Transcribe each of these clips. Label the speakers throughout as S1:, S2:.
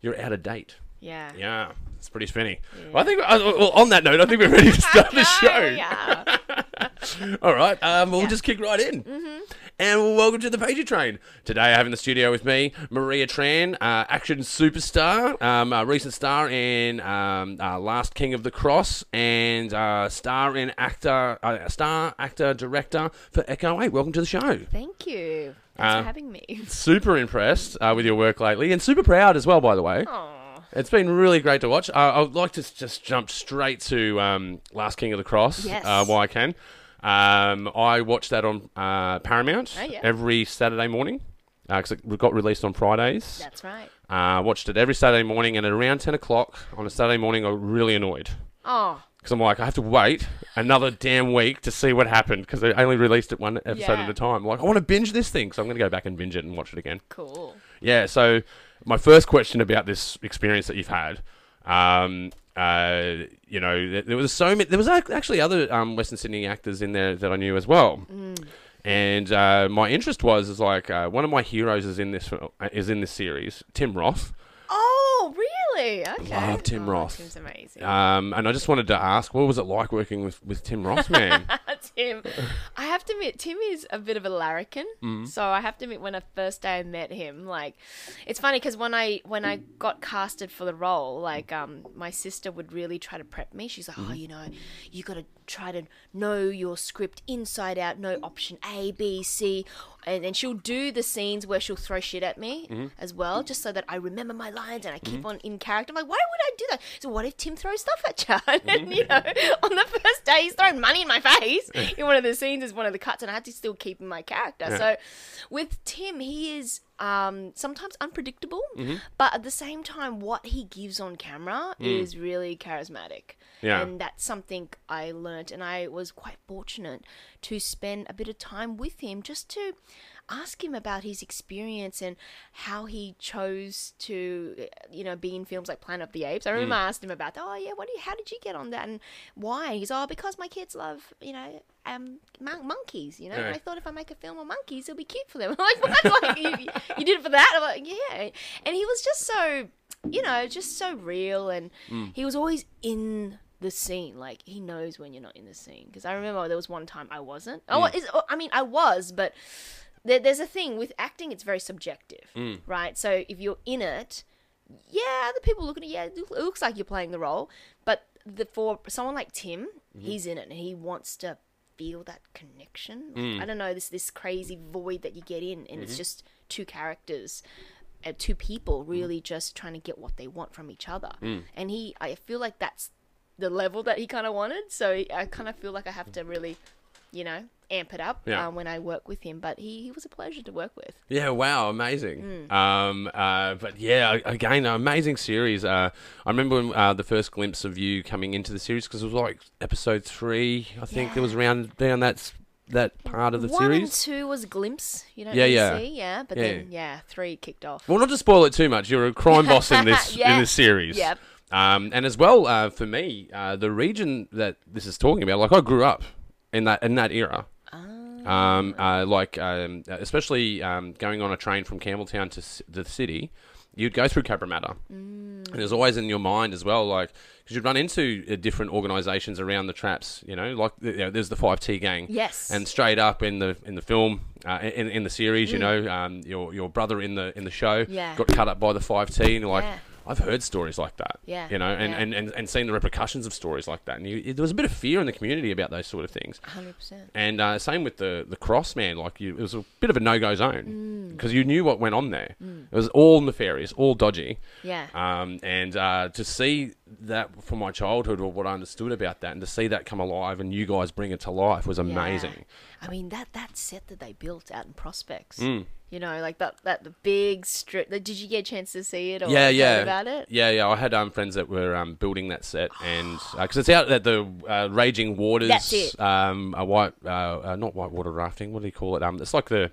S1: you're out of date.
S2: Yeah.
S1: Yeah, it's pretty spinny. Well, I think. uh, Well, on that note, I think we're ready to start the show.
S2: Yeah.
S1: All right, um, we'll just kick right in. Mm-hmm. And welcome to the Pager Train. Today I have in the studio with me Maria Tran, uh, action superstar, um, a recent star in um, uh, Last King of the Cross, and uh, star and actor, uh, star actor director for Echo Eight. Welcome to the show.
S2: Thank you. Thanks
S1: Uh,
S2: for having me.
S1: Super impressed uh, with your work lately, and super proud as well. By the way.
S2: Oh.
S1: It's been really great to watch. Uh, I would like to just jump straight to um, Last King of the Cross
S2: Yes.
S1: uh, while I can. Um, I watch that on uh, Paramount
S2: Oh, yeah.
S1: every Saturday morning because it got released on Fridays.
S2: That's right.
S1: I uh, watched it every Saturday morning, and at around 10 o'clock on a Saturday morning, I was really annoyed.
S2: Oh.
S1: Because I'm like, I have to wait another damn week to see what happened because they only released it one episode
S2: Yeah.
S1: at a time. Like, I want to binge this thing, so I'm going to go back and binge it and watch it again.
S2: Cool.
S1: Yeah. So my first question about this experience that you've had, um, uh, you know, th- there was so many. There was ac- actually other um, Western Sydney actors in there that I knew as well. And uh, my interest was is like uh, one of my heroes is in this fil- uh, is in this series, Tim Roth.
S2: Oh, really? Okay.
S1: Love Tim
S2: oh,
S1: Roth.
S2: Tim's amazing.
S1: Um, and I just wanted to ask, what was it like working with, with Tim Roth, man?
S2: Tim. I have to admit, Tim is a bit of a larrikin. So I have to admit, when I first day I met him, like, it's funny because when I when I got casted for the role, like, um, my sister would really try to prep me. She's like, oh, you know, you got to try to know your script inside out, know option A, B, C, and then she'll do the scenes where she'll throw shit at me as well, just so that I remember my lines and I keep on in character. I'm like, why would I do that? So what if Tim throws stuff at you? and you know, on the first day he's throwing money in my face in one of the scenes is one of the cuts, and I had to still keep in my character. So with Tim, he is. Um, sometimes unpredictable, but at the same time, what he gives on camera is really charismatic.
S1: Yeah.
S2: And that's something I learnt, and I was quite fortunate to spend a bit of time with him just to ask him about his experience and how he chose to, you know, be in films like Planet of the Apes. I remember I asked him about that. Oh yeah, what? Do you, how did you get on that, and why? He's oh because my kids love, you know, um, mon- monkeys. You know,
S1: Yeah.
S2: and I thought if I make a film on monkeys, it'll be cute for them. I'm like, what? like you, you did it for that? I'm like, yeah. And he was just so you know, just so real. And he was always in the scene. Like he knows when you're not in the scene. Because I remember there was one time I wasn't. Oh, is, oh I mean, I was, but there, there's a thing with acting. It's very subjective, right? So if you're in it, yeah, the people looking at yeah, it loo- it looks like you're playing the role. But the for someone like Tim, he's in it and he wants to feel that connection. Like, I don't know this this crazy void that you get in, and it's just two characters uh, two people really just trying to get what they want from each other. And he, I feel like that's the level that he kind of wanted. So I kind of feel like I have to really, you know, amp it up
S1: Yeah.
S2: um, when I work with him. But he, he was a pleasure to work with.
S1: Yeah, wow, amazing. Um, uh, but yeah, again, an amazing series. Uh, I remember when, uh, the first glimpse of you coming into the series because it was like episode three, I think. It was around down that s- that part of the
S2: One and
S1: series.
S2: two was glimpse, you know,
S1: Yeah,
S2: yeah,
S1: yeah.
S2: yeah. see, yeah. But
S1: Yeah.
S2: then, yeah, three kicked off.
S1: Well, not to spoil it too much, you're a crime boss in this in
S2: Yeah.
S1: this series.
S2: Yep.
S1: Um, and as well, uh, for me, uh, the region that this is talking about, like I grew up in that in that era.
S2: Ah.
S1: Um, uh, like um, especially um, going on a train from Campbelltown to c- the city, you'd go through Cabramatta,
S2: Mm.
S1: and there's always in your mind as well, like because you'd run into uh, different organisations around the traps. You know, like you know, there's the Five T Gang,
S2: Yes.
S1: and straight up in the in the film, uh, in in the series, you know, um, your your brother in the in the show
S2: Mm. Yeah.
S1: got cut up by the Five T, and you're like.
S2: Yeah.
S1: I've heard stories like that,
S2: Yeah,
S1: you know, and,
S2: yeah.
S1: and, and, and seen the repercussions of stories like that. And you, it- there was a bit of fear in the community about those sort of things.
S2: 100%.
S1: And uh, same with the the cross man, like you, it was a bit of a no go zone
S2: Mm.
S1: because you knew what went on there. It was all nefarious, all dodgy.
S2: Yeah.
S1: Um, and uh, to see that from my childhood or what I understood about that, and to see that come alive and you guys bring it to life was
S2: Yeah.
S1: amazing.
S2: I mean that that set that they built out in Prospects.
S1: Mm.
S2: You know, like that that the big strip. Did you get a chance to see it or
S1: Yeah,
S2: hear
S1: yeah,
S2: about it?
S1: yeah, yeah. I had um, friends that were um, building that set, and because it's out at the uh, Raging Waters,
S2: That's it.
S1: um, a white, uh, uh, not white water rafting. What do you call it? Um, it's like the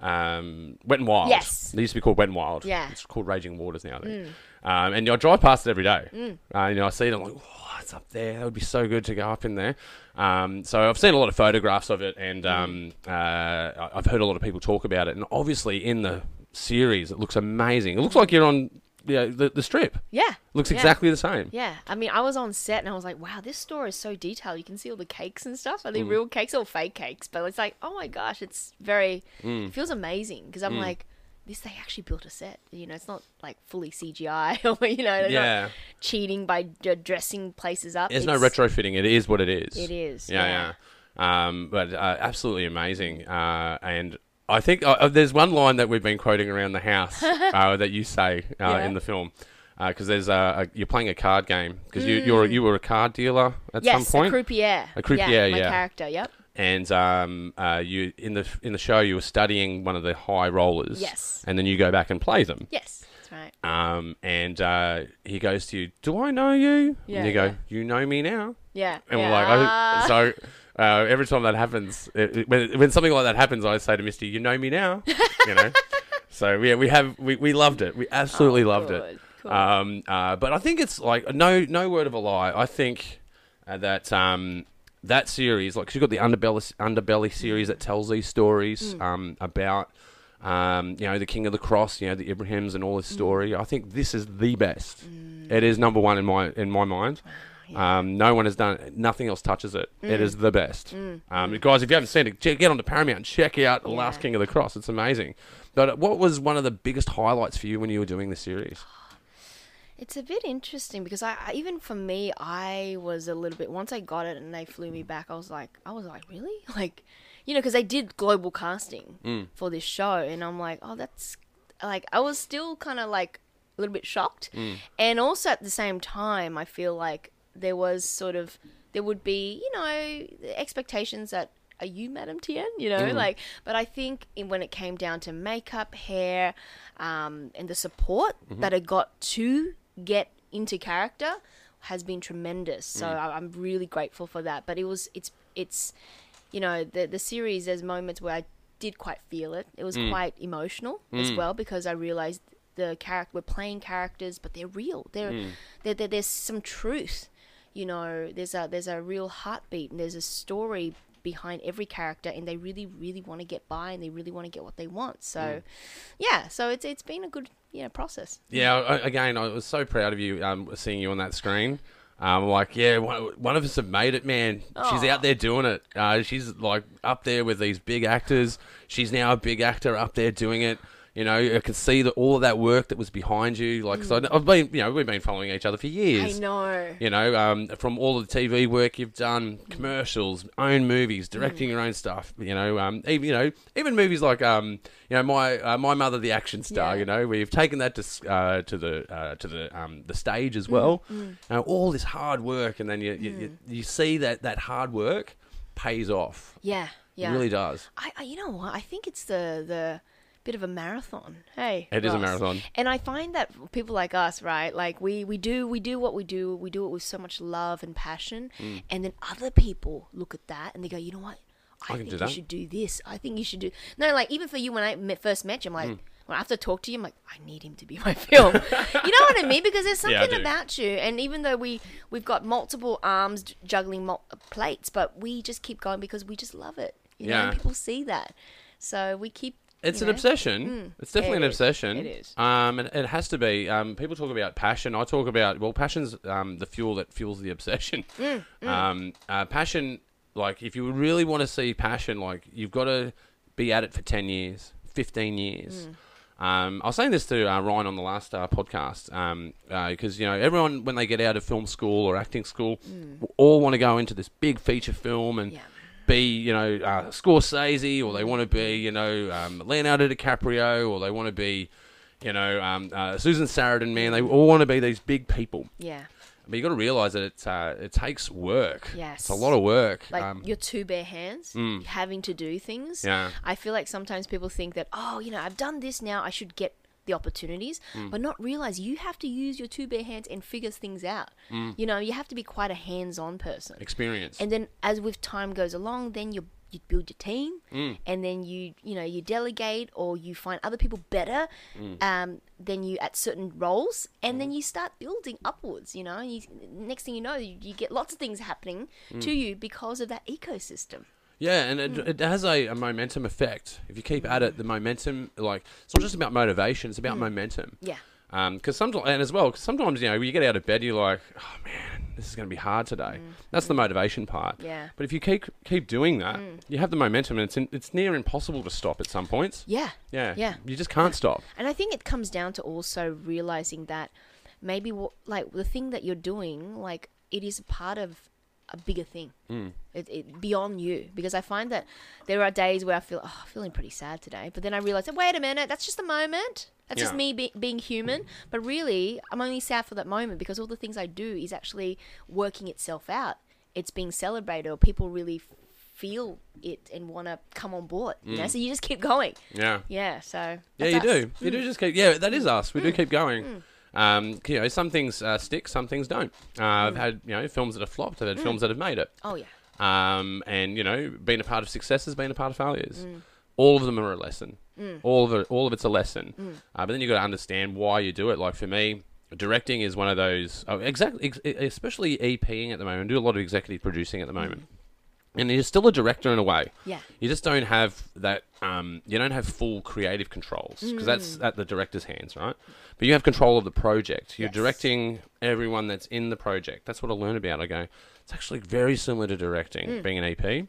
S1: um, Wet and Wild.
S2: Yes.
S1: they used to be called Wet and Wild.
S2: Yeah. Mm.
S1: it's called Raging Waters now. I think. Um, and I drive past it every day. Uh, you know, I see it. I'm like, oh, it's up there. That would be so good to go up in there. Um, so I've seen a lot of photographs of it, and
S2: Mm.
S1: um, uh, I- I've heard a lot of people talk about it. And obviously, in the series, it looks amazing. It looks like you're on you know, the, the strip
S2: Yeah.
S1: looks
S2: Yeah.
S1: exactly the same.
S2: Yeah, I mean, I was on set and I was like, wow, this store is so detailed. You can see all the cakes and stuff. Are they
S1: Mm.
S2: real cakes or fake cakes? But it's like, oh my gosh, it's very,
S1: Mm.
S2: it feels amazing because I'm like, this, they actually built a set. You know, it's not like fully CGI or, you know, they're
S1: Yeah.
S2: not cheating by d- dressing places up.
S1: There's
S2: It's-
S1: no retrofitting. It is what it is.
S2: It is,
S1: Yeah, yeah. Um, but uh, absolutely amazing. Uh, and I think uh, uh, there's one line that we've been quoting around the house uh, that you say uh,
S2: Yeah.
S1: in the film. Because there's uh, a, you're playing a card game because you you're, you were a card dealer at
S2: Mm. Yes,
S1: some point
S2: a croupier.
S1: A croupier,
S2: my
S1: yeah.
S2: character, yep.
S1: and um, uh, you in the in the show you were studying one of the high rollers
S2: Yes.
S1: and then you go back and play them
S2: Yes, that's right.
S1: um, and uh, he goes to you do I know you
S2: Yeah,
S1: and you go
S2: yeah.
S1: you know me now
S2: Yeah.
S1: and
S2: yeah.
S1: we're like,
S2: Ah.
S1: I, so uh, every time that happens, it, it- when, when something like that happens, I say to Misty, "You know me now," you know. so yeah, we have we, we loved it. We absolutely
S2: Oh,
S1: loved
S2: good,
S1: it.
S2: cool.
S1: Um, uh, but I think it's like no no word of a lie. I think uh, that um, that series, like, 'cause you've got the underbelly underbelly series that tells these stories
S2: Mm.
S1: um, about. Um, you know the King of the Cross, you know the Ibrahims and all
S2: Mm.
S1: this story. I think this is the best. It is number one in my in my mind. Um, no one has done nothing else touches it.
S2: Mm.
S1: It is the best. Um, guys, if you haven't seen it, che- get onto Paramount and check out The Last
S2: Yeah.
S1: King of the Cross. It's amazing. But what was one of the biggest highlights for you when you were doing this series?
S2: It's a bit interesting because I, I even for me I was a little bit once I got it and they flew me back I was like I was like really like you know because they did global casting for this show and I'm like oh that's like I was still kind of like a little bit shocked and also at the same time I feel like there was sort of there would be you know expectations that are you Madam Tien you know like but I think in, when it came down to makeup hair um, and the support that I got to get into character has been tremendous. So I, I'm really grateful for that. But it was it's it's you know the the series. There's moments where I did quite feel it. It was quite emotional as well because I realized the character we're playing characters, but they're real. They're, they're, they're there's some truth. You know, there's a there's a real heartbeat and there's a story behind every character and they really really want to get by and they really want to get what they want so yeah so it's it's been a good you know process
S1: Yeah, I, again, I was so proud of you um, seeing you on that screen. Um, like, yeah, one, one of us have made it, man. She's
S2: Aw.
S1: out there doing it. Uh, she's like up there with these big actors. She's now a big actor up there doing it. You know, I can see that all of that work that was behind you. Like, so I've been, you know, we've been following each other for
S2: Mm. i
S1: years.
S2: know
S1: You know, um, from all of the TV work you've done, commercials, own movies, directing your own stuff. You know, um, even you know, even movies like um, you know, my uh, my mother, the action star.
S2: Yeah.
S1: You know, we've taken that to s- uh, to the uh, to the um, the stage as well.
S2: Mm-hmm. Mm.
S1: You know, all this hard work, and then you you, you, you see that that hard work pays off.
S2: yeah yeah
S1: It really does.
S2: I, I you know what I think it's the the bit of a marathon. Hey,
S1: It is a
S2: Ross.
S1: marathon.
S2: and I find that people like us, right? Like we we do we do what we do. We do it with so much love and passion,
S1: Mm.
S2: and then other people look at that and they go, you know what? I,
S1: can
S2: think
S1: do
S2: you
S1: that."
S2: should do this. I think you should do no. Like even for you, when I met, first met you, I'm
S1: Mm.
S2: like. When I have to talk to you, I'm like, I need him to be my film. you know what I mean? Because there's
S1: Yeah, I
S2: something
S1: do.
S2: about you. And even though we we've got multiple arms j- juggling mul- uh, plates, but we just keep going because we just love it. You know, and
S1: Yeah.
S2: people see that. So we keep.
S1: It's
S2: you
S1: an
S2: know. Hmm.
S1: obsession. It's definitely
S2: It
S1: an
S2: is.
S1: obsession.
S2: It is.
S1: Um, and it has to be. Um, people talk about passion. I talk about well, passion's um, the fuel that fuels the obsession.
S2: Mm,
S1: Um, uh, passion, like if you really want to see passion, like you've got to be at it for ten years, fifteen
S2: Mm.
S1: years. Um, I was saying this to uh, Ryan on the last uh, podcast because you know everyone when they get out of film school or acting school, w- all want to go into this big feature film and
S2: Mm. Yeah.
S1: be, you know, uh, Scorsese, or they want to be, you know, um, Leonardo DiCaprio, or they want to be, you know, um, uh, Susan Sarandon. Man, they all want to be these big people.
S2: Yeah.
S1: But you got to realize that it's, uh, it takes work.
S2: Yes.
S1: it's a lot of work.
S2: Like
S1: um, mm.
S2: your two bare hands, having to do things.
S1: Yeah.
S2: I feel like sometimes people think that, oh, you know, I've done this now, I should get the opportunities,
S1: Mm.
S2: but not realize you have to use your two bare hands and figure things out.
S1: Mm.
S2: You know, you have to be quite a hands on person.
S1: experience.
S2: and then as with time goes along then you you build your team and then you you know you delegate or you find other people better um, than you at certain roles and then you start building upwards you know you, next thing you know you, you get lots of things happening to you because of that ecosystem
S1: Yeah, and it, it has a, a momentum effect. If you keep at it, the momentum, like, it's not just about motivation, it's about momentum.
S2: Mm. Yeah.
S1: because sometimes and as well 'cause sometimes you know when you get out of bed you're like oh man this is going to be hard today that's the motivation part
S2: Mm. Yeah. Mm.
S1: but if you keep keep doing that you have the momentum and it's in, it's near impossible to stop at some points
S2: Yeah.
S1: yeah
S2: Yeah.
S1: you just can't stop
S2: And I think it comes down to also realizing that maybe what, like the thing that you're doing, like it is a part of a bigger thing.
S1: Hmm.
S2: Mm. It, it beyond you because I find that there are days where I feel oh, I'm feeling pretty sad today, but then I realize, wait a minute, that's just a moment. That's just
S1: Yeah.
S2: me be- being human. But really, I'm only sad for that moment because all the things I do is actually working itself out. It's being celebrated, or people really f- feel it and want to come on board. You know, so you just keep going.
S1: yeah
S2: Yeah. So
S1: Hmm. Yeah,
S2: that's
S1: you
S2: us. Mm.
S1: do. You do just keep. Yeah, that is us. We do keep going. Um, you know, some things uh, stick, some things don't. Uh,
S2: Mm.
S1: I've had you know films that have flopped. I've had films that have made it.
S2: Oh yeah.
S1: Um, and you know, being a part of successes, being a part of failures.
S2: Mm.
S1: All of them are a lesson. All of it, all of it's a lesson.
S2: Mm.
S1: Uh, but then you got to understand why you do it. Like for me, directing is one of those. Oh, exactly, ex- especially EPing at the moment. I do a lot of executive producing at the moment, and you're still a director in a way.
S2: Mm. Yeah.
S1: You just don't have that. Um, you don't have full creative controls because
S2: Mm.
S1: that's at the director's hands, right? But you have control of the project. You're
S2: Yes.
S1: directing everyone that's in the project. That's what I learned about. I go, it's actually very similar to directing,
S2: Mm.
S1: being an EP.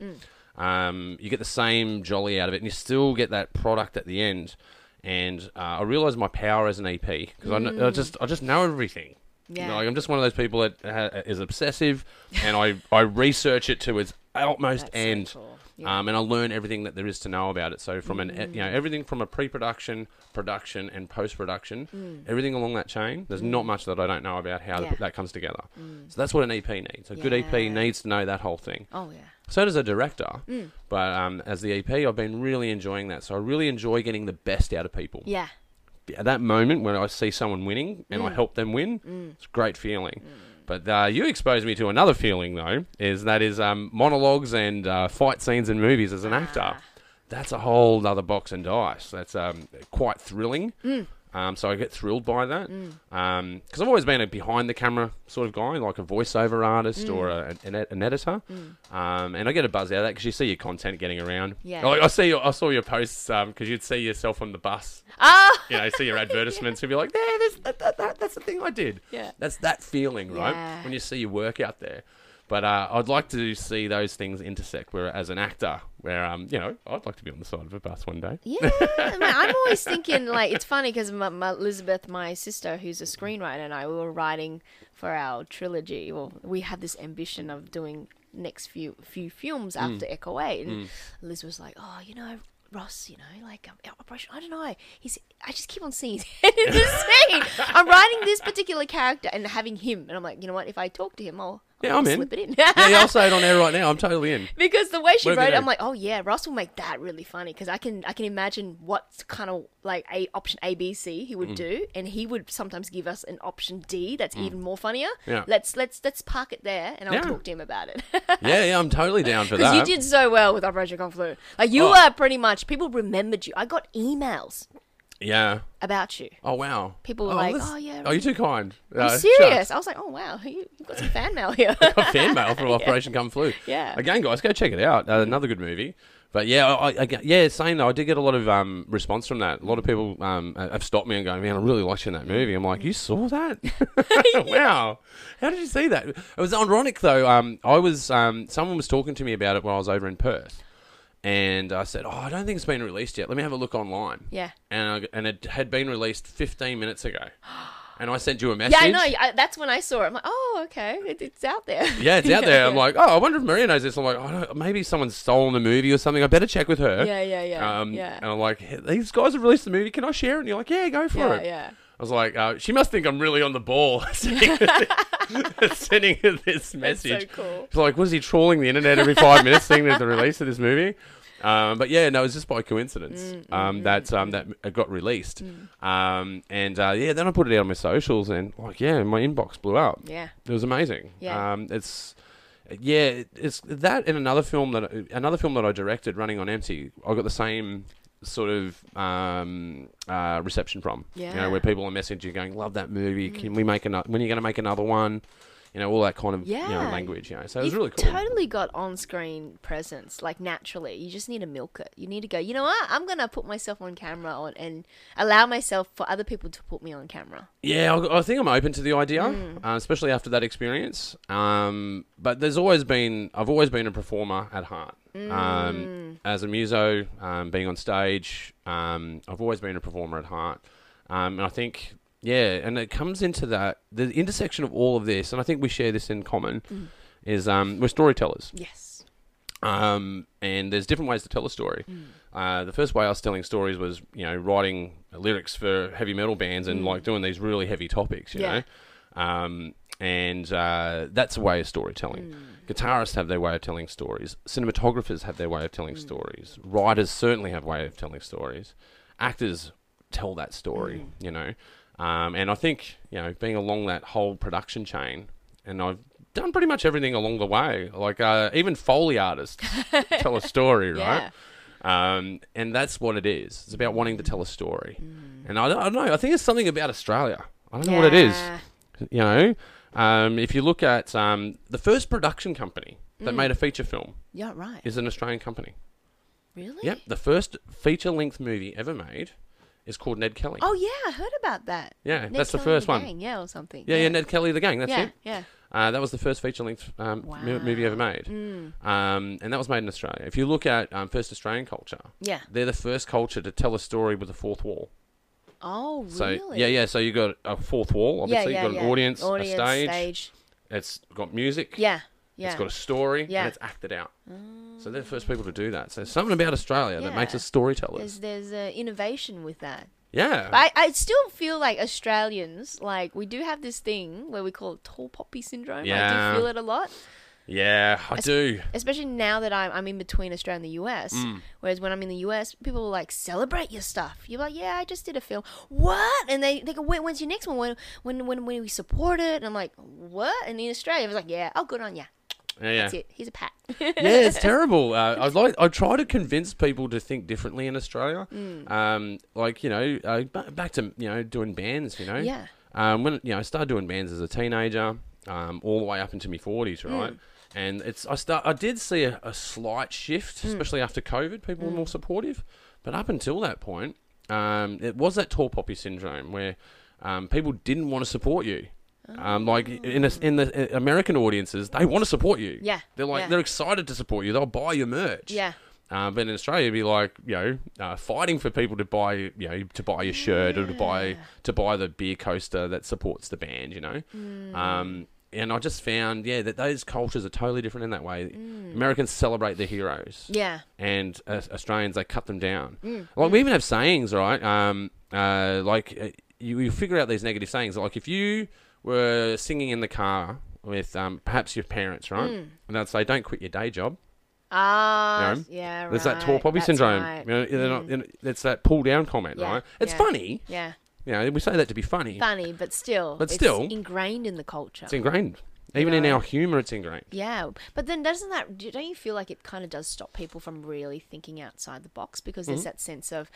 S1: Um, you get the same jolly out of it, and you still get that product at the end. And uh, I realized my power as an EP because I, kn- I just I just know everything. You know,
S2: Yeah.
S1: like I'm just one of those people that ha- is obsessive, and I, I research it to its utmost
S2: That's so
S1: end.
S2: cool. Yeah.
S1: Um, and I learn everything that there is to know about it. So from an you know
S2: Mm.
S1: everything from a pre-production, production, and post-production, everything along that chain. There's not much that I don't know about how
S2: Mm. Yeah. Mm.
S1: that comes together. So that's what an EP needs. A good EP
S2: Yeah. Mm.
S1: needs to know that whole thing.
S2: Oh yeah.
S1: So does a director, but um, as the EP, I've been really enjoying that. So I really enjoy getting the best out of people
S2: Yeah.
S1: at that moment when I see someone winning and I help them win, it's a great feeling. But uh, you exposed me to another feeling though, is that is um, monologues and uh, fight scenes in movies as an actor. That's a whole other box and dice. That's um, quite thrilling. Um, so I get thrilled by that because I've always been a behind the camera sort of guy, like a voiceover artist or a, an, ed- an editor. Um, and I get a buzz out of that because you see your content getting around.
S2: Yeah.
S1: Like, I see. Your, I saw your posts because you'd see yourself on the bus
S2: Oh.
S1: you know, see your advertisements and be like, there, that's, that, that, that, that's the thing I did.
S2: Yeah.
S1: That's that feeling, right?
S2: Yeah.
S1: When you see your work out there. But uh, I'd like to see those things intersect. Where as an actor, where um, you know, I'd like to be on the side of a bus one day.
S2: Yeah, man, I'm always thinking like it's funny because my, my Elizabeth, my sister, who's a screenwriter, and I we were writing for our trilogy. Well, we had this ambition of doing next few few films
S1: Mm.
S2: after Echo Eight, and Liz was like, "Oh, you know, Ross, you know, like um, operation. I don't know. He's. I just keep on seeing his head in this scene. I'm writing this particular character and having him, and I'm like, you know what? If I talk to him, I'll,
S1: Yeah,
S2: I'll
S1: I'm in.
S2: slip it in.
S1: yeah, yeah, I'll say it on air right now. I'm totally in.
S2: because the way she
S1: What have you
S2: wrote it,
S1: done?
S2: I'm like, oh yeah, Ross will make that really funny because I can I can imagine what kind of like a option A B C he
S1: Mm.
S2: would do, and he would sometimes give us an option D that's even more funnier.
S1: Yeah.
S2: Let's let's let's park it there, and I'll
S1: Yeah.
S2: talk to him about it.
S1: Yeah, yeah, I'm totally down for
S2: Because
S1: that.
S2: you did so well with Operation Confluent, like you
S1: Oh.
S2: were pretty much people remembered you. I got emails
S1: Yeah.
S2: about you.
S1: Oh wow.
S2: People were like,
S1: that's-
S2: "Oh, yeah,
S1: Oh, you're too kind.
S2: I'm
S1: Uh,
S2: serious. I was like, oh wow, you, you've got some fan mail here.
S1: got fan mail from Operation Come Flu.
S2: Yeah.
S1: Again, guys, go check it out. Uh, another good movie. But yeah, I, I, I- yeah, same though. I did get a lot of um, response from that. A lot of people um, uh, have stopped me and going, "Man, I really liked you in that movie." I'm like, "You saw that? wow! How did you see that?" It was ironic though. Um, I was um, someone was talking to me about it while I was over in Perth, and I said, "Oh, I don't think it's been released yet. Let me have a look online."
S2: Yeah.
S1: And I, and it had been released 15 minutes ago, and I sent you a message.
S2: yeah, I know. I, that's when I saw it. I'm like, oh okay, it, it's out there.
S1: Yeah, it's out there. I'm
S2: yeah.
S1: like, oh, I wonder if Maria knows this. I'm like, oh, I don't- maybe someone's stolen the movie or something. I better check with her.
S2: Yeah, yeah, yeah,
S1: Um,
S2: yeah.
S1: And I'm like, "Hey, these guys have released the movie. Can I share it? And you're like, yeah, go for
S2: Yeah,
S1: it.
S2: yeah.
S1: I was like, uh, she must think I'm really on the ball sending her this- sending her this message.
S2: cool.
S1: It's like, was he trawling the internet every five minutes seeing there's the release of this movie? Um, but yeah, no, it was just by coincidence
S2: Mm,
S1: um, that um, that it got released. Um, and uh, yeah, then I put it out on my socials, and like, yeah, my inbox blew up.
S2: Yeah.
S1: It was amazing.
S2: Yeah.
S1: Um, it's yeah, it- it's that and another film that another film that I directed, Running on Empty. I got the same sort of um, uh, reception from. You
S2: Yeah. Mm.
S1: know, where people are messaging going, "Love that movie. Can we make another? When are you going to make another one?" you know all that kind of you know,
S2: Yeah.
S1: language. You know, so it was
S2: You've
S1: really cool.
S2: totally got on-screen presence, like naturally. You just need to milk it. You need to go. You know what? I'm gonna put myself on camera on and allow myself for other people to put me on camera.
S1: Yeah, I, I think I'm open to the idea, uh, especially after that experience. Um, but there's always been, I've always been a performer at heart. Um, as a muso, um, being on stage, um, I've always been a performer at heart. Um, and I think, yeah, and it comes into that, the intersection of all of this, and I think we share this in common, is um, we're storytellers.
S2: Yes.
S1: Um, and there's different ways to tell a story. Uh, the first way I was telling stories was, you know, writing lyrics for heavy metal bands and like doing these really heavy topics, you
S2: Yeah.
S1: know. Um, and uh, that's a way of storytelling. Guitarists have their way of telling stories. Cinematographers have their way of telling stories. Writers certainly have way of telling stories. Actors tell that story, you know. Um, and I think you know, being along that whole production chain, and I've done pretty much everything along the way. Like uh, even foley artists tell a story, right? Um, and that's what it is. It's about wanting to tell a story. And I don't, I don't know. I think it's something about Australia. I don't know what it is.
S2: Yeah.
S1: You know, um, if you look at um, the first production company
S2: Mm.
S1: that made a feature film
S2: Yeah. Right.
S1: is an Australian company.
S2: really?
S1: Yep, the first feature-length movie ever made is called Ned Kelly.
S2: Oh yeah, I heard about that.
S1: Yeah,
S2: Ned
S1: that's the
S2: Kelly and
S1: first
S2: the
S1: one.
S2: Gang, yeah, or something.
S1: Yeah, yeah, Ned Kelly, the gang. That's
S2: yeah,
S1: it.
S2: yeah.
S1: Uh, that was the first feature-length um,
S2: Wow. Mm.
S1: mo- movie ever made, um, and that was made in Australia. If you look at um, first Australian culture,
S2: Yeah.
S1: they're the first culture to tell a story with a fourth wall.
S2: Oh,
S1: So
S2: really?
S1: yeah, yeah. So you got a fourth wall.
S2: Yeah,
S1: Obviously,
S2: yeah,
S1: you've got
S2: yeah.
S1: an audience,
S2: Audience,
S1: a stage, It's got music.
S2: Yeah, yeah.
S1: It's got a story.
S2: Yeah. Mm.
S1: And it's acted out. So they're the first people to do that. So something about Australia that makes
S2: Yeah.
S1: us storytellers.
S2: there's there's uh, innovation with that.
S1: yeah.
S2: But I, I still feel like Australians, like we do have this thing where we call it tall poppy syndrome. I
S1: Yeah.
S2: do feel it a lot,
S1: yeah, I do.
S2: especially now that I'm, I'm in between Australia and the US.
S1: Mm.
S2: Whereas when I'm in the US, people will like celebrate your stuff. You're like, yeah, I just did a film. What? And they, they go, when, when's your next one? When, when when when we support it? And I'm like, what? And in Australia, I was like, yeah, oh, good on ya.
S1: Yeah, yeah.
S2: That's it. Here's a pat.
S1: yeah, it's terrible. Uh, I like I try to convince people to think differently in Australia.
S2: Mm.
S1: Um, like you know, uh, ba- back to you know doing bands. You know,
S2: Yeah.
S1: Um, when you know, I started doing bands as a teenager, um, all the way up into my forties,
S2: Mm.
S1: right? And it's I start I did see a, a slight shift,
S2: Mm.
S1: especially after COVID. People were more supportive, but up until that point, um, it was that tall poppy syndrome where um, people didn't want to support you. Um, like in a, in the uh, American audiences, they want to support you.
S2: Oh. Yeah,
S1: they're like
S2: yeah.
S1: they're excited to support you. They'll buy your merch.
S2: Yeah.
S1: Uh, but in Australia, it'd be like you know, uh, fighting for people to buy you know to buy your shirt or to buy to buy the beer coaster that supports the band, you know. Um, and I just found yeah that those cultures are totally different in that way. Americans celebrate their heroes,
S2: yeah.
S1: and uh, Australians they cut them down.
S2: Mm.
S1: Like we even have sayings, right? Um, uh, like uh, you, you figure out these negative sayings. Like if you were singing in the car with um, perhaps your parents, right?
S2: Mm.
S1: And they'd say, "Don't quit your day job."
S2: Ah,
S1: You know?
S2: yeah, right.
S1: There's that tall poppy
S2: That's
S1: syndrome.
S2: right. Mm.
S1: You know, they're not- you know, it's that pull down comment,
S2: Yeah,
S1: right? It's
S2: yeah.
S1: funny.
S2: Yeah,
S1: You know, we say that to be funny.
S2: funny, but still,
S1: But
S2: it's
S1: still-
S2: ingrained in the culture.
S1: It's ingrained. Even in
S2: know.
S1: our humour, it's ingrained.
S2: yeah, but then doesn't that don't you feel like it kind of does stop people from really thinking outside the box because
S1: Mm.
S2: there's that sense of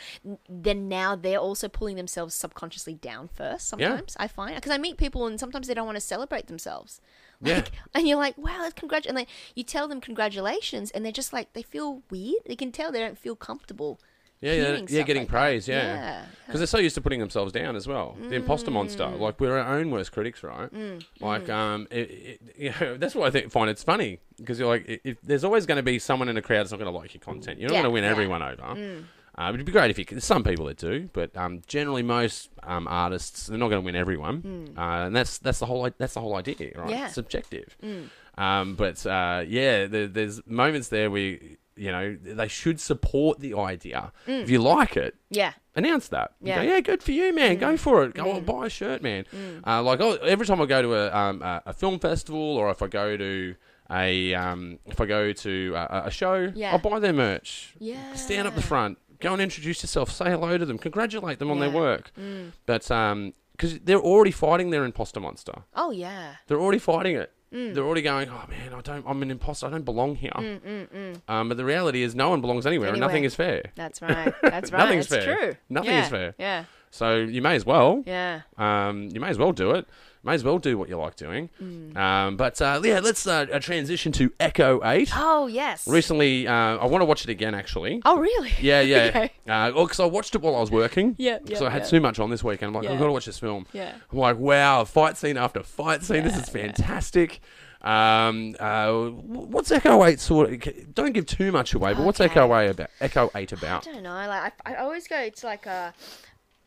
S2: then now they're also pulling themselves subconsciously down first. Sometimes I find because I meet people and sometimes they don't want to celebrate themselves.
S1: Yeah.
S2: Like, and you're like, wow, that's congrat, and like you tell them congratulations, and they're just like they feel weird. They can tell they don't feel comfortable.
S1: Yeah, yeah,
S2: hearing
S1: yeah
S2: stuff
S1: getting
S2: like that.
S1: praise, yeah.
S2: Yeah. Mm.
S1: Because they're so used to putting themselves down as well. The imposter monster. Like, we're our own worst critics, right? Like, um, it, it, you know, that's why I think, find it's funny. Because you're like, i if there's always going to be someone in a crowd that's not going to like your content. You're not
S2: Yeah,
S1: going to win
S2: yeah.
S1: everyone over. Uh, it'd be great if you could. Some people that do, but um, generally most um, artists they're not going to win everyone, uh, and that's that's the whole i- that's the whole idea, right?
S2: Yeah.
S1: It's subjective. Um, but uh, yeah, there, there's moments there where you know they should support the idea. If you like it,
S2: Yeah,
S1: announce that. You
S2: Yeah. Mm.
S1: go, yeah, good for you, man. Go for it. Go and buy a shirt, man. Uh, like i every time I go to a, um, a, a film festival, or if I go to a um, if I go to a, a show,
S2: Yeah.
S1: I'll buy their merch.
S2: Yeah.
S1: Stand up the front. Go and introduce yourself. Say hello to them. Congratulate them on their
S2: Yeah. Mm.
S1: work. But um, because they're already fighting their imposter monster.
S2: oh yeah,
S1: They're already fighting it.
S2: Mm.
S1: They're already going, oh man, I don't. I'm an imposter. I don't belong here. Um, but the reality is, no one belongs anywhere, and
S2: mm, Anywhere.
S1: nothing is fair.
S2: that's right. That's right.
S1: Nothing's
S2: it's
S1: fair.
S2: true.
S1: Nothing
S2: yeah.
S1: is fair.
S2: Yeah.
S1: So you may as well.
S2: Yeah.
S1: Um, you may as well do it. May as well do what you like doing.
S2: Mm.
S1: Um, but uh, yeah, let's uh, uh, transition to Echo Eight.
S2: Oh yes.
S1: Recently, uh, I want to watch it again. Actually,
S2: oh really?
S1: yeah, yeah.
S2: Okay.
S1: Uh, well, because I watched it while I was working.
S2: Yeah, yeah,
S1: So I had
S2: yeah.
S1: too much on this weekend. I'm like,
S2: Yeah.
S1: I've got to watch this film.
S2: Yeah.
S1: I'm like, wow, fight scene after fight scene. this is fantastic. Um, uh, wh- what's Echo Eight sort? Of, don't give too much away, but what's
S2: Okay.
S1: Echo Eight about? Echo Eight
S2: I
S1: about?
S2: don't know. Like I, I always go. It's like a.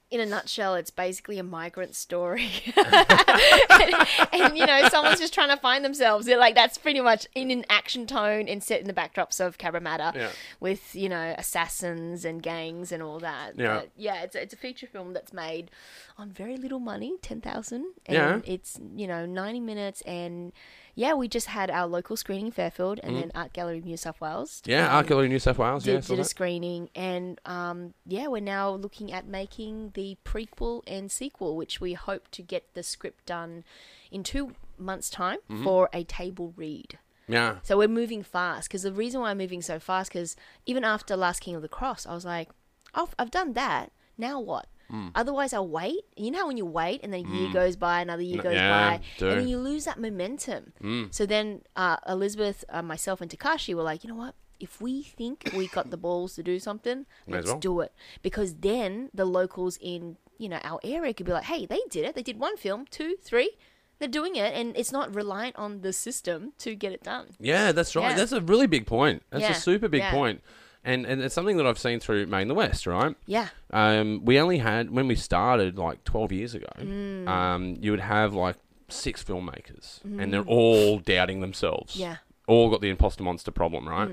S2: In a nutshell, it's basically a migrant story, and, and, you know someone's just trying to find themselves. They're like that's pretty much in an action tone and set in the backdrops of Cabramatta,
S1: Yeah.
S2: with you know assassins and gangs and all that.
S1: Yeah.
S2: But, yeah. It's a, it's a feature film that's made on very little money, ten thousand.
S1: Yeah.
S2: it's you know ninety minutes, and yeah, we just had our local screening in Fairfield
S1: Mm.
S2: and then Art Gallery of New South Wales.
S1: Yeah,
S2: Um,
S1: Art Gallery, New South Wales.
S2: did,
S1: yeah, saw
S2: did a
S1: that.
S2: screening and um, yeah we're now looking at making the prequel and sequel which we hope to get the script done in two months time for a table read
S1: yeah.
S2: so we're moving fast because the reason why i'm moving so fast because even after last king of the cross i was like I've, I've done that now what
S1: Mm.
S2: Otherwise, I'll wait. You know how when you wait and then a year goes by, another year
S1: N-
S2: goes
S1: yeah,
S2: by,
S1: do. Mm.
S2: and then you lose that momentum. So then uh, Elizabeth, uh, myself, and Takashi were like, you know what? If we think we got the balls to do something,
S1: May
S2: let's
S1: as well.
S2: do it. Because then the locals in you know our area could be like, hey, they did it. They did one film, two, three. They're doing it, and it's not reliant on the system to get it done.
S1: Yeah, that's right.
S2: Yeah.
S1: That's a really big point. That's
S2: Yeah,
S1: a super big
S2: yeah.
S1: point. And and it's something that I've seen through Maine the West, right?
S2: Yeah.
S1: Um, we only had when we started like twelve years ago.
S2: Mm.
S1: Um, you would have like six filmmakers, and they're all doubting themselves.
S2: Yeah. Mm.
S1: all got the imposter monster problem, right?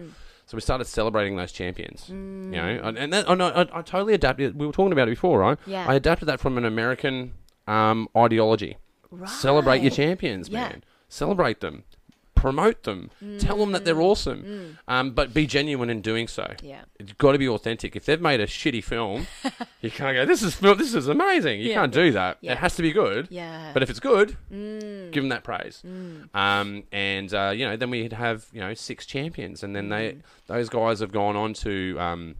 S1: So we started celebrating those champions, you know, and, and that and I, I, I totally adapted. We were talking about it before, right?
S2: Yeah.
S1: I adapted that from an American um, ideology. Celebrate your
S2: Right.
S1: champions,
S2: Yeah.
S1: man. Celebrate them, promote them, tell them that they're awesome, um, but be genuine in doing so.
S2: Mm. Yeah.
S1: It's got to be authentic. If they've made a shitty film, you can't go. This is film. This is amazing. You
S2: Yeah.
S1: can't do that.
S2: Yeah.
S1: It has to be good.
S2: Yeah. Mm.
S1: But if it's good, give them that praise. Um, and uh, you know, then we'd have you know six champions, and then they
S2: Mm.
S1: those guys have gone on to um,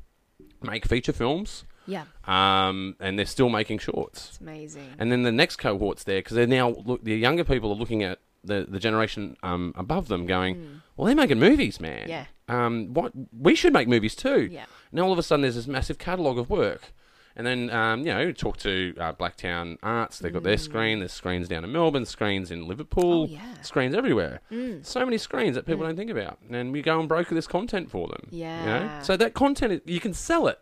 S1: make feature films,
S2: yeah.
S1: um, and they're still making shorts.
S2: It's amazing.
S1: And then the next cohort's there because they're now look, the younger people are looking at the the generation um, above them, going, "Well, they're making movies, man.
S2: Hmm. Yeah.
S1: Um, what we should make movies too.
S2: Yeah.
S1: Now all of a sudden there's this massive catalogue of work." And then, um, you know, talk to uh, Blacktown Arts. They've got their screen. There's screens down in Melbourne, screens in Liverpool,
S2: Hmm. Oh, yeah. Hmm.
S1: screens everywhere. So many screens that people don't think about. And we go and broker this content for them. you know?
S2: Yeah.
S1: So that content, you can sell it.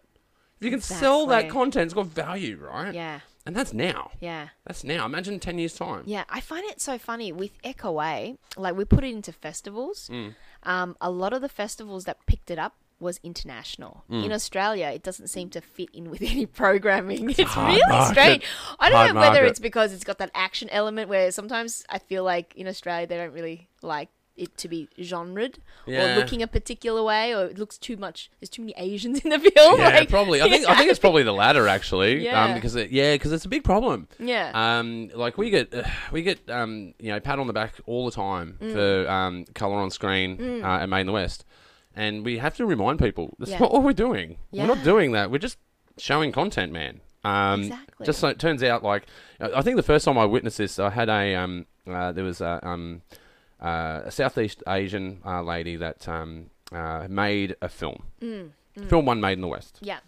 S1: If you can sell that
S2: Exactly.
S1: content, it's got value, right?
S2: Yeah.
S1: And that's now.
S2: Yeah.
S1: That's now. Imagine 10 years' time.
S2: Yeah, I find it so funny with Echo A. Like we put it into festivals.
S1: Mm.
S2: Um, a lot of the festivals that picked it up was international.
S1: Mm.
S2: In Australia, it doesn't seem to fit in with any programming. It's,
S1: hard
S2: really
S1: market.
S2: strange. I don't
S1: Hard
S2: know whether
S1: market.
S2: it's because it's got that action element where sometimes I feel like in Australia they don't really like it to be genred
S1: Yeah.
S2: or looking a particular way or it looks too much there's too many Asians in the film.
S1: Yeah,
S2: Oh, like-
S1: probably. I think I think it's probably the latter actually. Um,
S2: Yeah.
S1: because it, yeah, because it's a big problem.
S2: Yeah.
S1: Um, like we get uh, we get um, you know, pat on the back all the time
S2: Mm.
S1: for um, color on screen uh, at Main the West, and we have to remind people that's
S2: Yeah.
S1: not what we're doing. We're not
S2: Yeah.
S1: doing that. We're just showing content, man. Um,
S2: Exactly.
S1: Just so it turns out, like I I think the first time I witnessed this, I had a um, uh, there was a um, uh, a Southeast Asian uh, lady that um, uh, made a film.
S2: Mm,
S1: Film one made in the West
S2: yeah.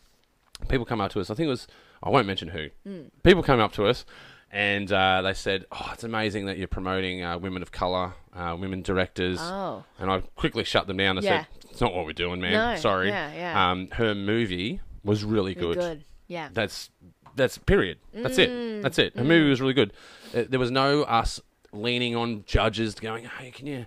S1: people come up to us. I think it was I won't mention who.
S2: Mm.
S1: People come up to us and uh, they said, "Oh, it's amazing that you're promoting uh, women of color, uh, women directors."
S2: Oh.
S1: And I quickly shut them down and
S2: Yeah.
S1: said, "It's not what we're doing, man.
S2: No,
S1: Sorry."
S2: yeah, yeah.
S1: Um, her movie was really
S2: Good.
S1: good.
S2: Yeah.
S1: That's that's period. That's
S2: Mm.
S1: it. That's it. Her movie was really good. Uh, there was no us leaning on judges going, "Hey, can you?"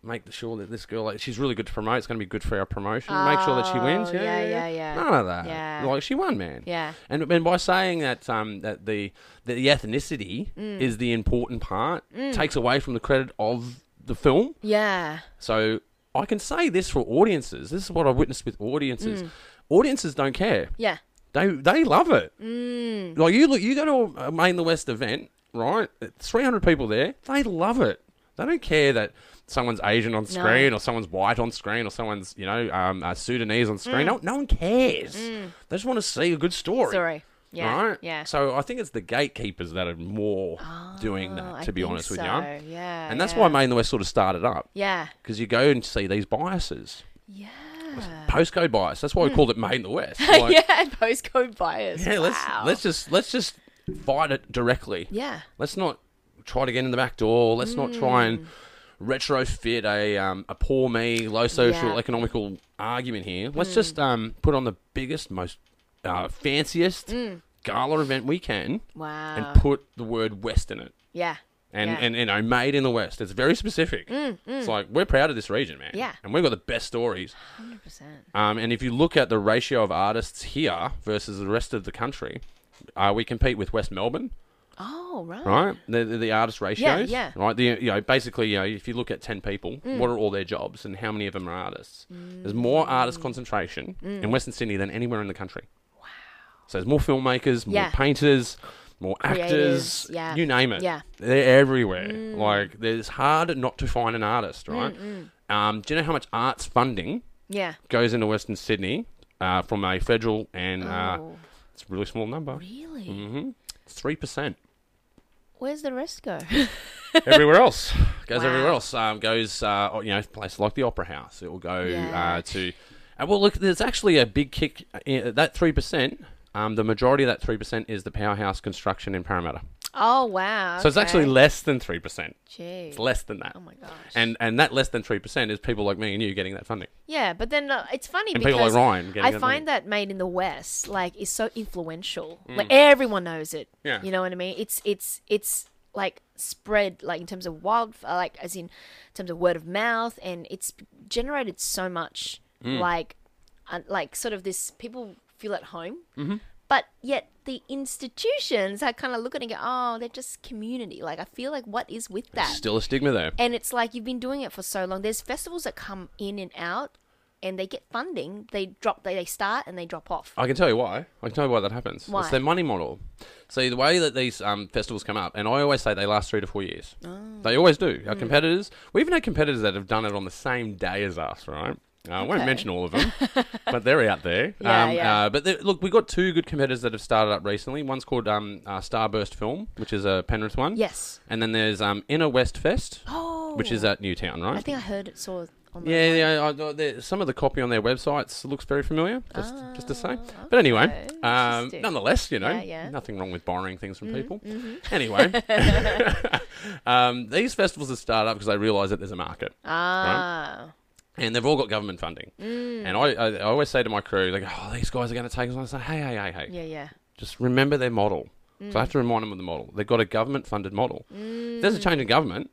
S1: Make sure that this girl, like, she's really good to promote. It's going to be good for our promotion. Make sure that she wins.
S2: Oh,
S1: Yeah,
S2: yeah, yeah, yeah.
S1: None of that.
S2: Yeah.
S1: Like she won, man.
S2: Yeah.
S1: And, and by saying that um, that the that the ethnicity
S2: Mm.
S1: is the important part takes away from the credit of the film.
S2: yeah.
S1: So I can say this for audiences. This is what I've witnessed with audiences.
S2: Mm.
S1: Audiences don't care.
S2: Yeah.
S1: They they love it. Mm. Like you look, you go to a Main the West event, right? Three hundred people there. They love it. They don't care that someone's Asian on screen or someone's white on screen or someone's
S2: Mm.
S1: you know um, uh, Sudanese on screen. No, no one cares. They just want to see a good story.
S2: Sorry. Yeah,
S1: All right.
S2: yeah.
S1: So I think it's the gatekeepers that are more doing
S2: Oh,
S1: that,
S2: I
S1: to be
S2: think
S1: honest with you.
S2: so, Yeah.
S1: And that's
S2: yeah.
S1: why Maine the West sort of started up
S2: Yeah.
S1: because you go and see these biases,
S2: Yeah. Mm.
S1: postcode bias. That's why we called it Maine the West. Like,
S2: yeah, postcode bias.
S1: yeah, let's
S2: wow.
S1: let's just let's just fight it directly.
S2: Yeah.
S1: Let's not try to get in the back door. Let's not try and
S2: Mm.
S1: retrofit a um, a poor me, low social
S2: Yeah. Mm.
S1: economical argument here. Let's just um, put on the biggest, most uh, fanciest
S2: Mm.
S1: gala event we can
S2: Wow.
S1: and put the word West in it.
S2: yeah.
S1: And,
S2: Uh. yeah. Mm,
S1: and you know, made in the West. It's very specific. It's like we're proud of this region, man.
S2: Yeah.
S1: and we've got the best stories.
S2: 100%.
S1: Um, and if you look at the ratio of artists here versus the rest of the country, uh, we compete with West Melbourne,
S2: Oh, right.
S1: right? The, the, the artist ratios,
S2: yeah. Mm.
S1: right? The you know basically, you know, if you look at ten people, what are all their jobs and how many of them are artists? There's more artist concentration
S2: Mm.
S1: in Western Sydney than anywhere in the country. Wow! So there's more filmmakers, more
S2: Yeah.
S1: painters, more actors,
S2: Creatives, yeah.
S1: you name it.
S2: Yeah. Mm.
S1: they're everywhere. Like there's hard not to find an artist, right?
S2: mm.
S1: Um, do you know how much arts funding?
S2: Yeah.
S1: goes into Western Sydney uh, from a federal and uh, mm-hmm.
S2: Oh,
S1: it's a really small number.
S2: really?
S1: Three percent.
S2: Where's the rest go?
S1: Everywhere else goes
S2: Wow.
S1: everywhere else. Um, goes uh, oh, you know places like the Opera House. It will go
S2: Yeah.
S1: uh, to. And well, look, there's actually a big kick. In, that three percent. Um, the majority of that three percent is the powerhouse construction in Parramatta.
S2: oh, wow.
S1: So it's actually
S2: okay.
S1: less than three percent.
S2: Jeez.
S1: It's less than that.
S2: Oh my gosh.
S1: And and that less than three percent is people like me and you getting that funding.
S2: yeah, but then uh, it's funny
S1: And
S2: because
S1: people like Ryan getting
S2: I
S1: that
S2: find that made in the West like is so influential. Like everyone knows it.
S1: Mm. Yeah.
S2: You know what I mean? It's it's it's like spread like in terms of wild uh, like as in terms of word of mouth and it's generated so much
S1: Mm.
S2: like uh, like sort of this people feel at home.
S1: Mm-hmm.
S2: But yet the institutions are kind of looking and go, oh, they're just community. Like I feel like what is with that?
S1: Still a stigma there.
S2: And it's like you've been doing it for so long. There's festivals that come in and out, and they get funding. They drop. They, they start and they drop off.
S1: I can tell you why. I can tell you why that happens.
S2: Why?
S1: It's their money model. See, the way that these um, festivals come up, and I always say they last three to four years.
S2: Oh.
S1: They always do.
S2: Hmm.
S1: Our competitors, we even had competitors that have done it on the same day as us, right? Uh, I won't
S2: Okay.
S1: mention all of them, but they're out there.
S2: Yeah,
S1: um,
S2: yeah.
S1: Uh, but they- look, we've got two good competitors that have started up recently. One's called um, uh, Starburst Film, which is a Penrith one.
S2: Yes.
S1: And then there's um, Inner West Fest,
S2: Oh.
S1: which is at Newtown, right?
S2: I think I heard it saw on the.
S1: Yeah, yeah. I, I, the- some of the copy on their websites looks very familiar. Just, just to say. But anyway,
S2: Ah, okay,
S1: um,
S2: interesting.
S1: nonetheless, you know,
S2: Yeah, yeah. Mm, mm-hmm.
S1: nothing wrong with borrowing things from people. Anyway, um, these festivals have started up because they realise that there's a market,
S2: Ah.
S1: and they've all got government funding.
S2: Mm.
S1: And I, I, I always say to my crew, like, "Oh, these guys are going to take us." on." I say, "Hey, hey, hey, hey,
S2: Yeah, yeah.
S1: just remember their model." So I have to remind them of the model. They've got a government-funded model. If there's a change in government,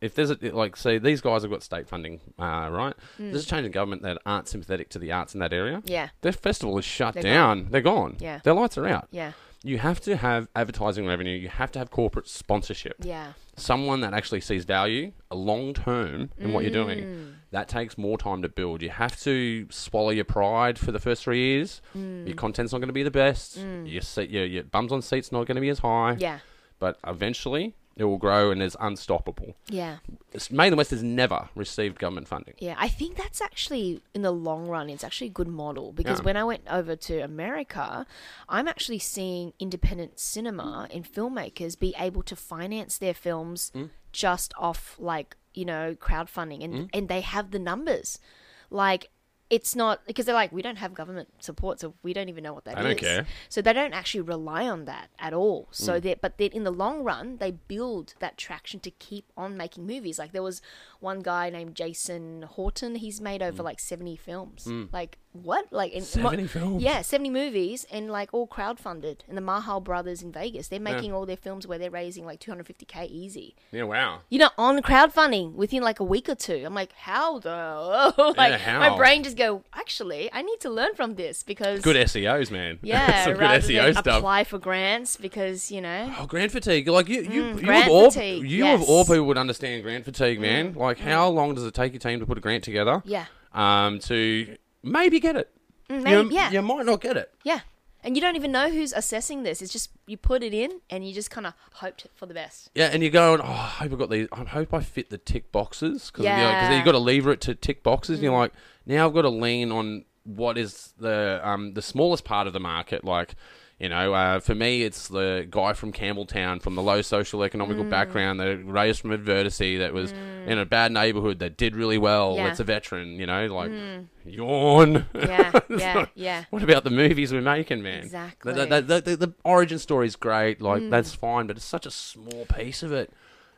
S1: if there's a like, say these guys have got state funding, uh, right? There's a change in government that aren't sympathetic to the arts in that area.
S2: Yeah.
S1: Their festival is shut
S2: They're
S1: down. They're gone.
S2: Yeah.
S1: Their lights are out.
S2: Yeah.
S1: You have to have advertising revenue. You have to have corporate sponsorship.
S2: Yeah.
S1: Someone that actually sees value, a long term in what you're
S2: Mm.
S1: doing. That takes more time to build. You have to swallow your pride for the first three years.
S2: Mm.
S1: Your content's not going to be the best. Your, seat, your your bums on seats not going to be as high.
S2: Yeah.
S1: But eventually, it will grow and it's unstoppable.
S2: Yeah.
S1: It's- Maine and West has never received government funding.
S2: Yeah, I think that's actually in the long run, it's actually a good model because
S1: Yeah.
S2: when I went over to America, I'm actually seeing independent cinema and filmmakers be able to finance their films
S1: Mm.
S2: just off like you know crowdfunding, and and they have the numbers, like. It's not because they're like we don't have government support, so we don't even know what that is.
S1: I don't care.
S2: So they don't actually rely on that at all. So
S1: Mm.
S2: that, but then in the long run, they build that traction to keep on making movies. Like there was one guy named Jason Horton. He's made over
S1: Mm.
S2: like seventy films. Like what? Like in,
S1: 70 films?
S2: Yeah, seventy movies, and like all crowdfunded. And the Mahal brothers in Vegas, they're making all their films where they're raising like two hundred fifty k easy.
S1: Yeah, wow.
S2: You know, on crowdfunding within like a week or two. I'm like, how the? like
S1: how?
S2: my brain just go. Actually, I need to learn from this because
S1: Good SEOs, man.
S2: yeah,
S1: Some good
S2: rather
S1: SEO
S2: than
S1: stuff.
S2: apply for grants because you know.
S1: Oh, grant fatigue! Like you, you, you
S2: grant
S1: of all,
S2: Mm, fatigue,
S1: you of all
S2: yes. Mm,
S1: people would understand grant fatigue, man. Like, how long does it take your team to put a grant together?
S2: Yeah, Mm,
S1: Um, to maybe get it.
S2: maybe-
S1: you,
S2: yeah.
S1: you might not get it.
S2: yeah, and you don't even know who's assessing this. It's just you put it in and you just kind of hoped for the best.
S1: Yeah, and you're going. Oh, I hope I got these. I hope I fit the tick boxes because yeah.
S2: Yeah. Mm.
S1: you've got to lever it to tick boxes. And you're like, now I've got to lean on what is the um the smallest part of the market, like. You know, uh, for me, it's the guy from Campbelltown from the low social
S2: Mm.
S1: economical background that raised from adversity that was in a bad neighborhood that did really well.
S2: Yeah. Mm.
S1: That's a veteran, you know, like yawn.
S2: Yeah,
S1: It's
S2: yeah,
S1: not-
S2: yeah.
S1: What about the movies we're making, man?
S2: Exactly. Mm.
S1: The, the, the, the, the origin story's great, like that's fine, but it's such a small piece of it.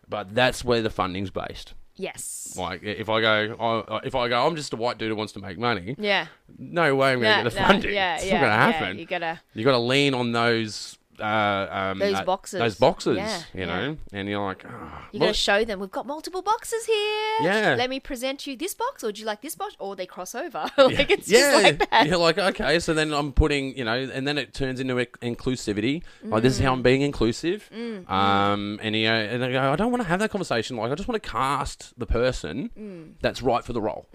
S1: But that's where the funding's based.
S2: Yes.
S1: Like, i- if I go, I- I- if I go, I'm just a white dude who wants to make money.
S2: Yeah.
S1: No way I'm going
S2: No,
S1: to get the
S2: no,
S1: funding.
S2: Yeah,
S1: it's
S2: yeah,
S1: not going to
S2: yeah,
S1: happen.
S2: You gotta.
S1: You got to lean on those uh, um,
S2: Those
S1: uh,
S2: boxes.
S1: Those boxes,
S2: Yeah,
S1: you know, and you're like, "Ah,
S2: You gotta
S1: look."
S2: show them we've got multiple boxes here.
S1: Yeah.
S2: Let me present you this box, or do you like this box? Or they cross over. like it's
S1: yeah,
S2: just like that.
S1: you're like, okay, so then I'm putting, you know, and then it turns into inc- inclusivity. Like, this is how I'm being inclusive.
S2: Mm,
S1: Um, and you know, and I go, I don't want to have that conversation. Like, I just want to cast the person
S2: Mm.
S1: that's right for the role.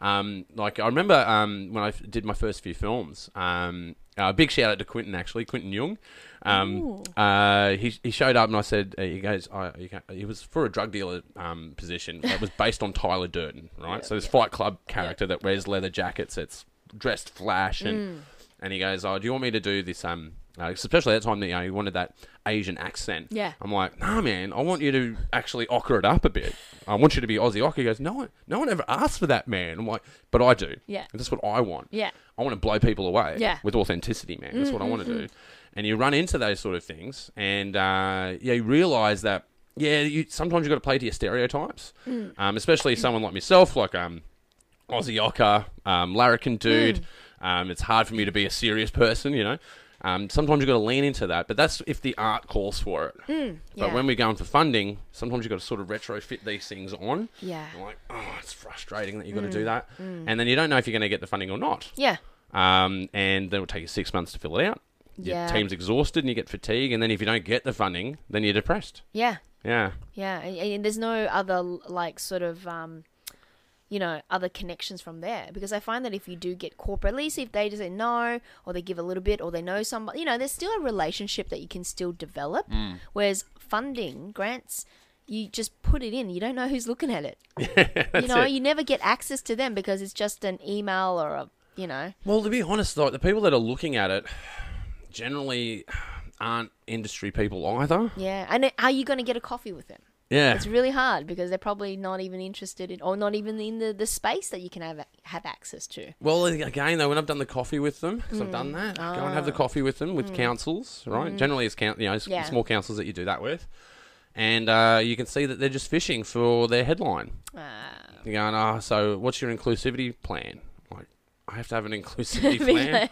S1: Um, like I remember um, when I f- did my first few films. Um, uh, big shout out to Quentin actually, Quentin Young. Um, uh, he he showed up and I said uh, he goes, I, he go- he was for a drug dealer um, position. That was based on Tyler Durden, right? so this Fight Club character that wears leather jackets, that's dressed flash,
S2: Mm.
S1: and and he goes, oh, do you want me to do this? Um, uh, especially at that time, you know, he wanted that Asian accent.
S2: Yeah.
S1: I'm like, nah, man, I want you to actually ochre it up a bit. I want you to be Aussie ochre. He goes, no one, no one ever asked for that, man. I'm like, but I do.
S2: Yeah.
S1: And that's what I want.
S2: Yeah.
S1: I want to blow people away.
S2: Yeah. Mm-hmm,
S1: With authenticity, man. That's what I want to do. And you run into those sort of things, and uh, yeah, you realize that yeah, you sometimes you got to play to your stereotypes,
S2: Mm.
S1: um, especially someone like myself, like um, Aussie ochre, um, larrikin dude.
S2: Mm.
S1: Um, it's hard for me to be a serious person, you know. Um, sometimes you've got to lean into that, but that's if the art calls for it. But
S2: Mm, yeah.
S1: when we're going for funding, sometimes you've got to sort of retrofit these things on.
S2: Yeah. Mm,
S1: You're like, oh, it's frustrating that you've got to do that. And then you don't know if you're going to get the funding or not.
S2: Yeah.
S1: Um, and then it'll take you six months to fill it out. Your
S2: Yeah.
S1: team's exhausted and you get fatigue. And then if you don't get the funding, then you're depressed.
S2: Yeah.
S1: Yeah.
S2: Yeah. And, and there's no other like sort of um, you know, other connections from there because I find that if you do get corporate, at least if they just say no, or they give a little bit, or they know somebody, you know, there's still a relationship that you can still develop. Whereas funding grants. You just put it in. You don't know who's looking at it. you know,
S1: it.
S2: you never get access to them because it's just an email or a, you know.
S1: Well, to be honest, though, the people that are looking at it generally aren't industry people either.
S2: Yeah, and are you going to get a coffee with them?
S1: Yeah.
S2: It's really hard because they're probably not even interested in, or not even in the, the space that you can have have access to.
S1: Well, again, though, when I've done the coffee with them, 'cause I've done
S2: Mm.
S1: that, go and have the coffee with them with councils, right? Generally, it's coun you know, s-
S2: Ah. Yeah.
S1: small councils that you do that with, and uh, you can see that they're just fishing for their headline.
S2: Uh,
S1: You're going, ah, so what's your inclusivity plan? I'm like, I have to have an inclusivity plan.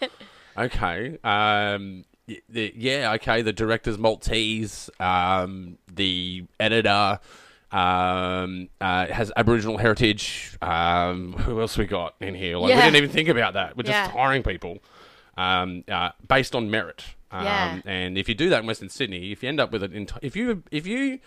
S1: okay. Um, y- the, yeah, okay. The director's Maltese. Um, the editor um, uh, has Aboriginal heritage. Um, who else we got in here? Like, we
S2: Yeah.
S1: didn't even think about that. We're just
S2: Yeah.
S1: hiring people um, uh, based on merit. Um,
S2: Yeah.
S1: And if you do that in Western Sydney, if you end up with an enti- if you if you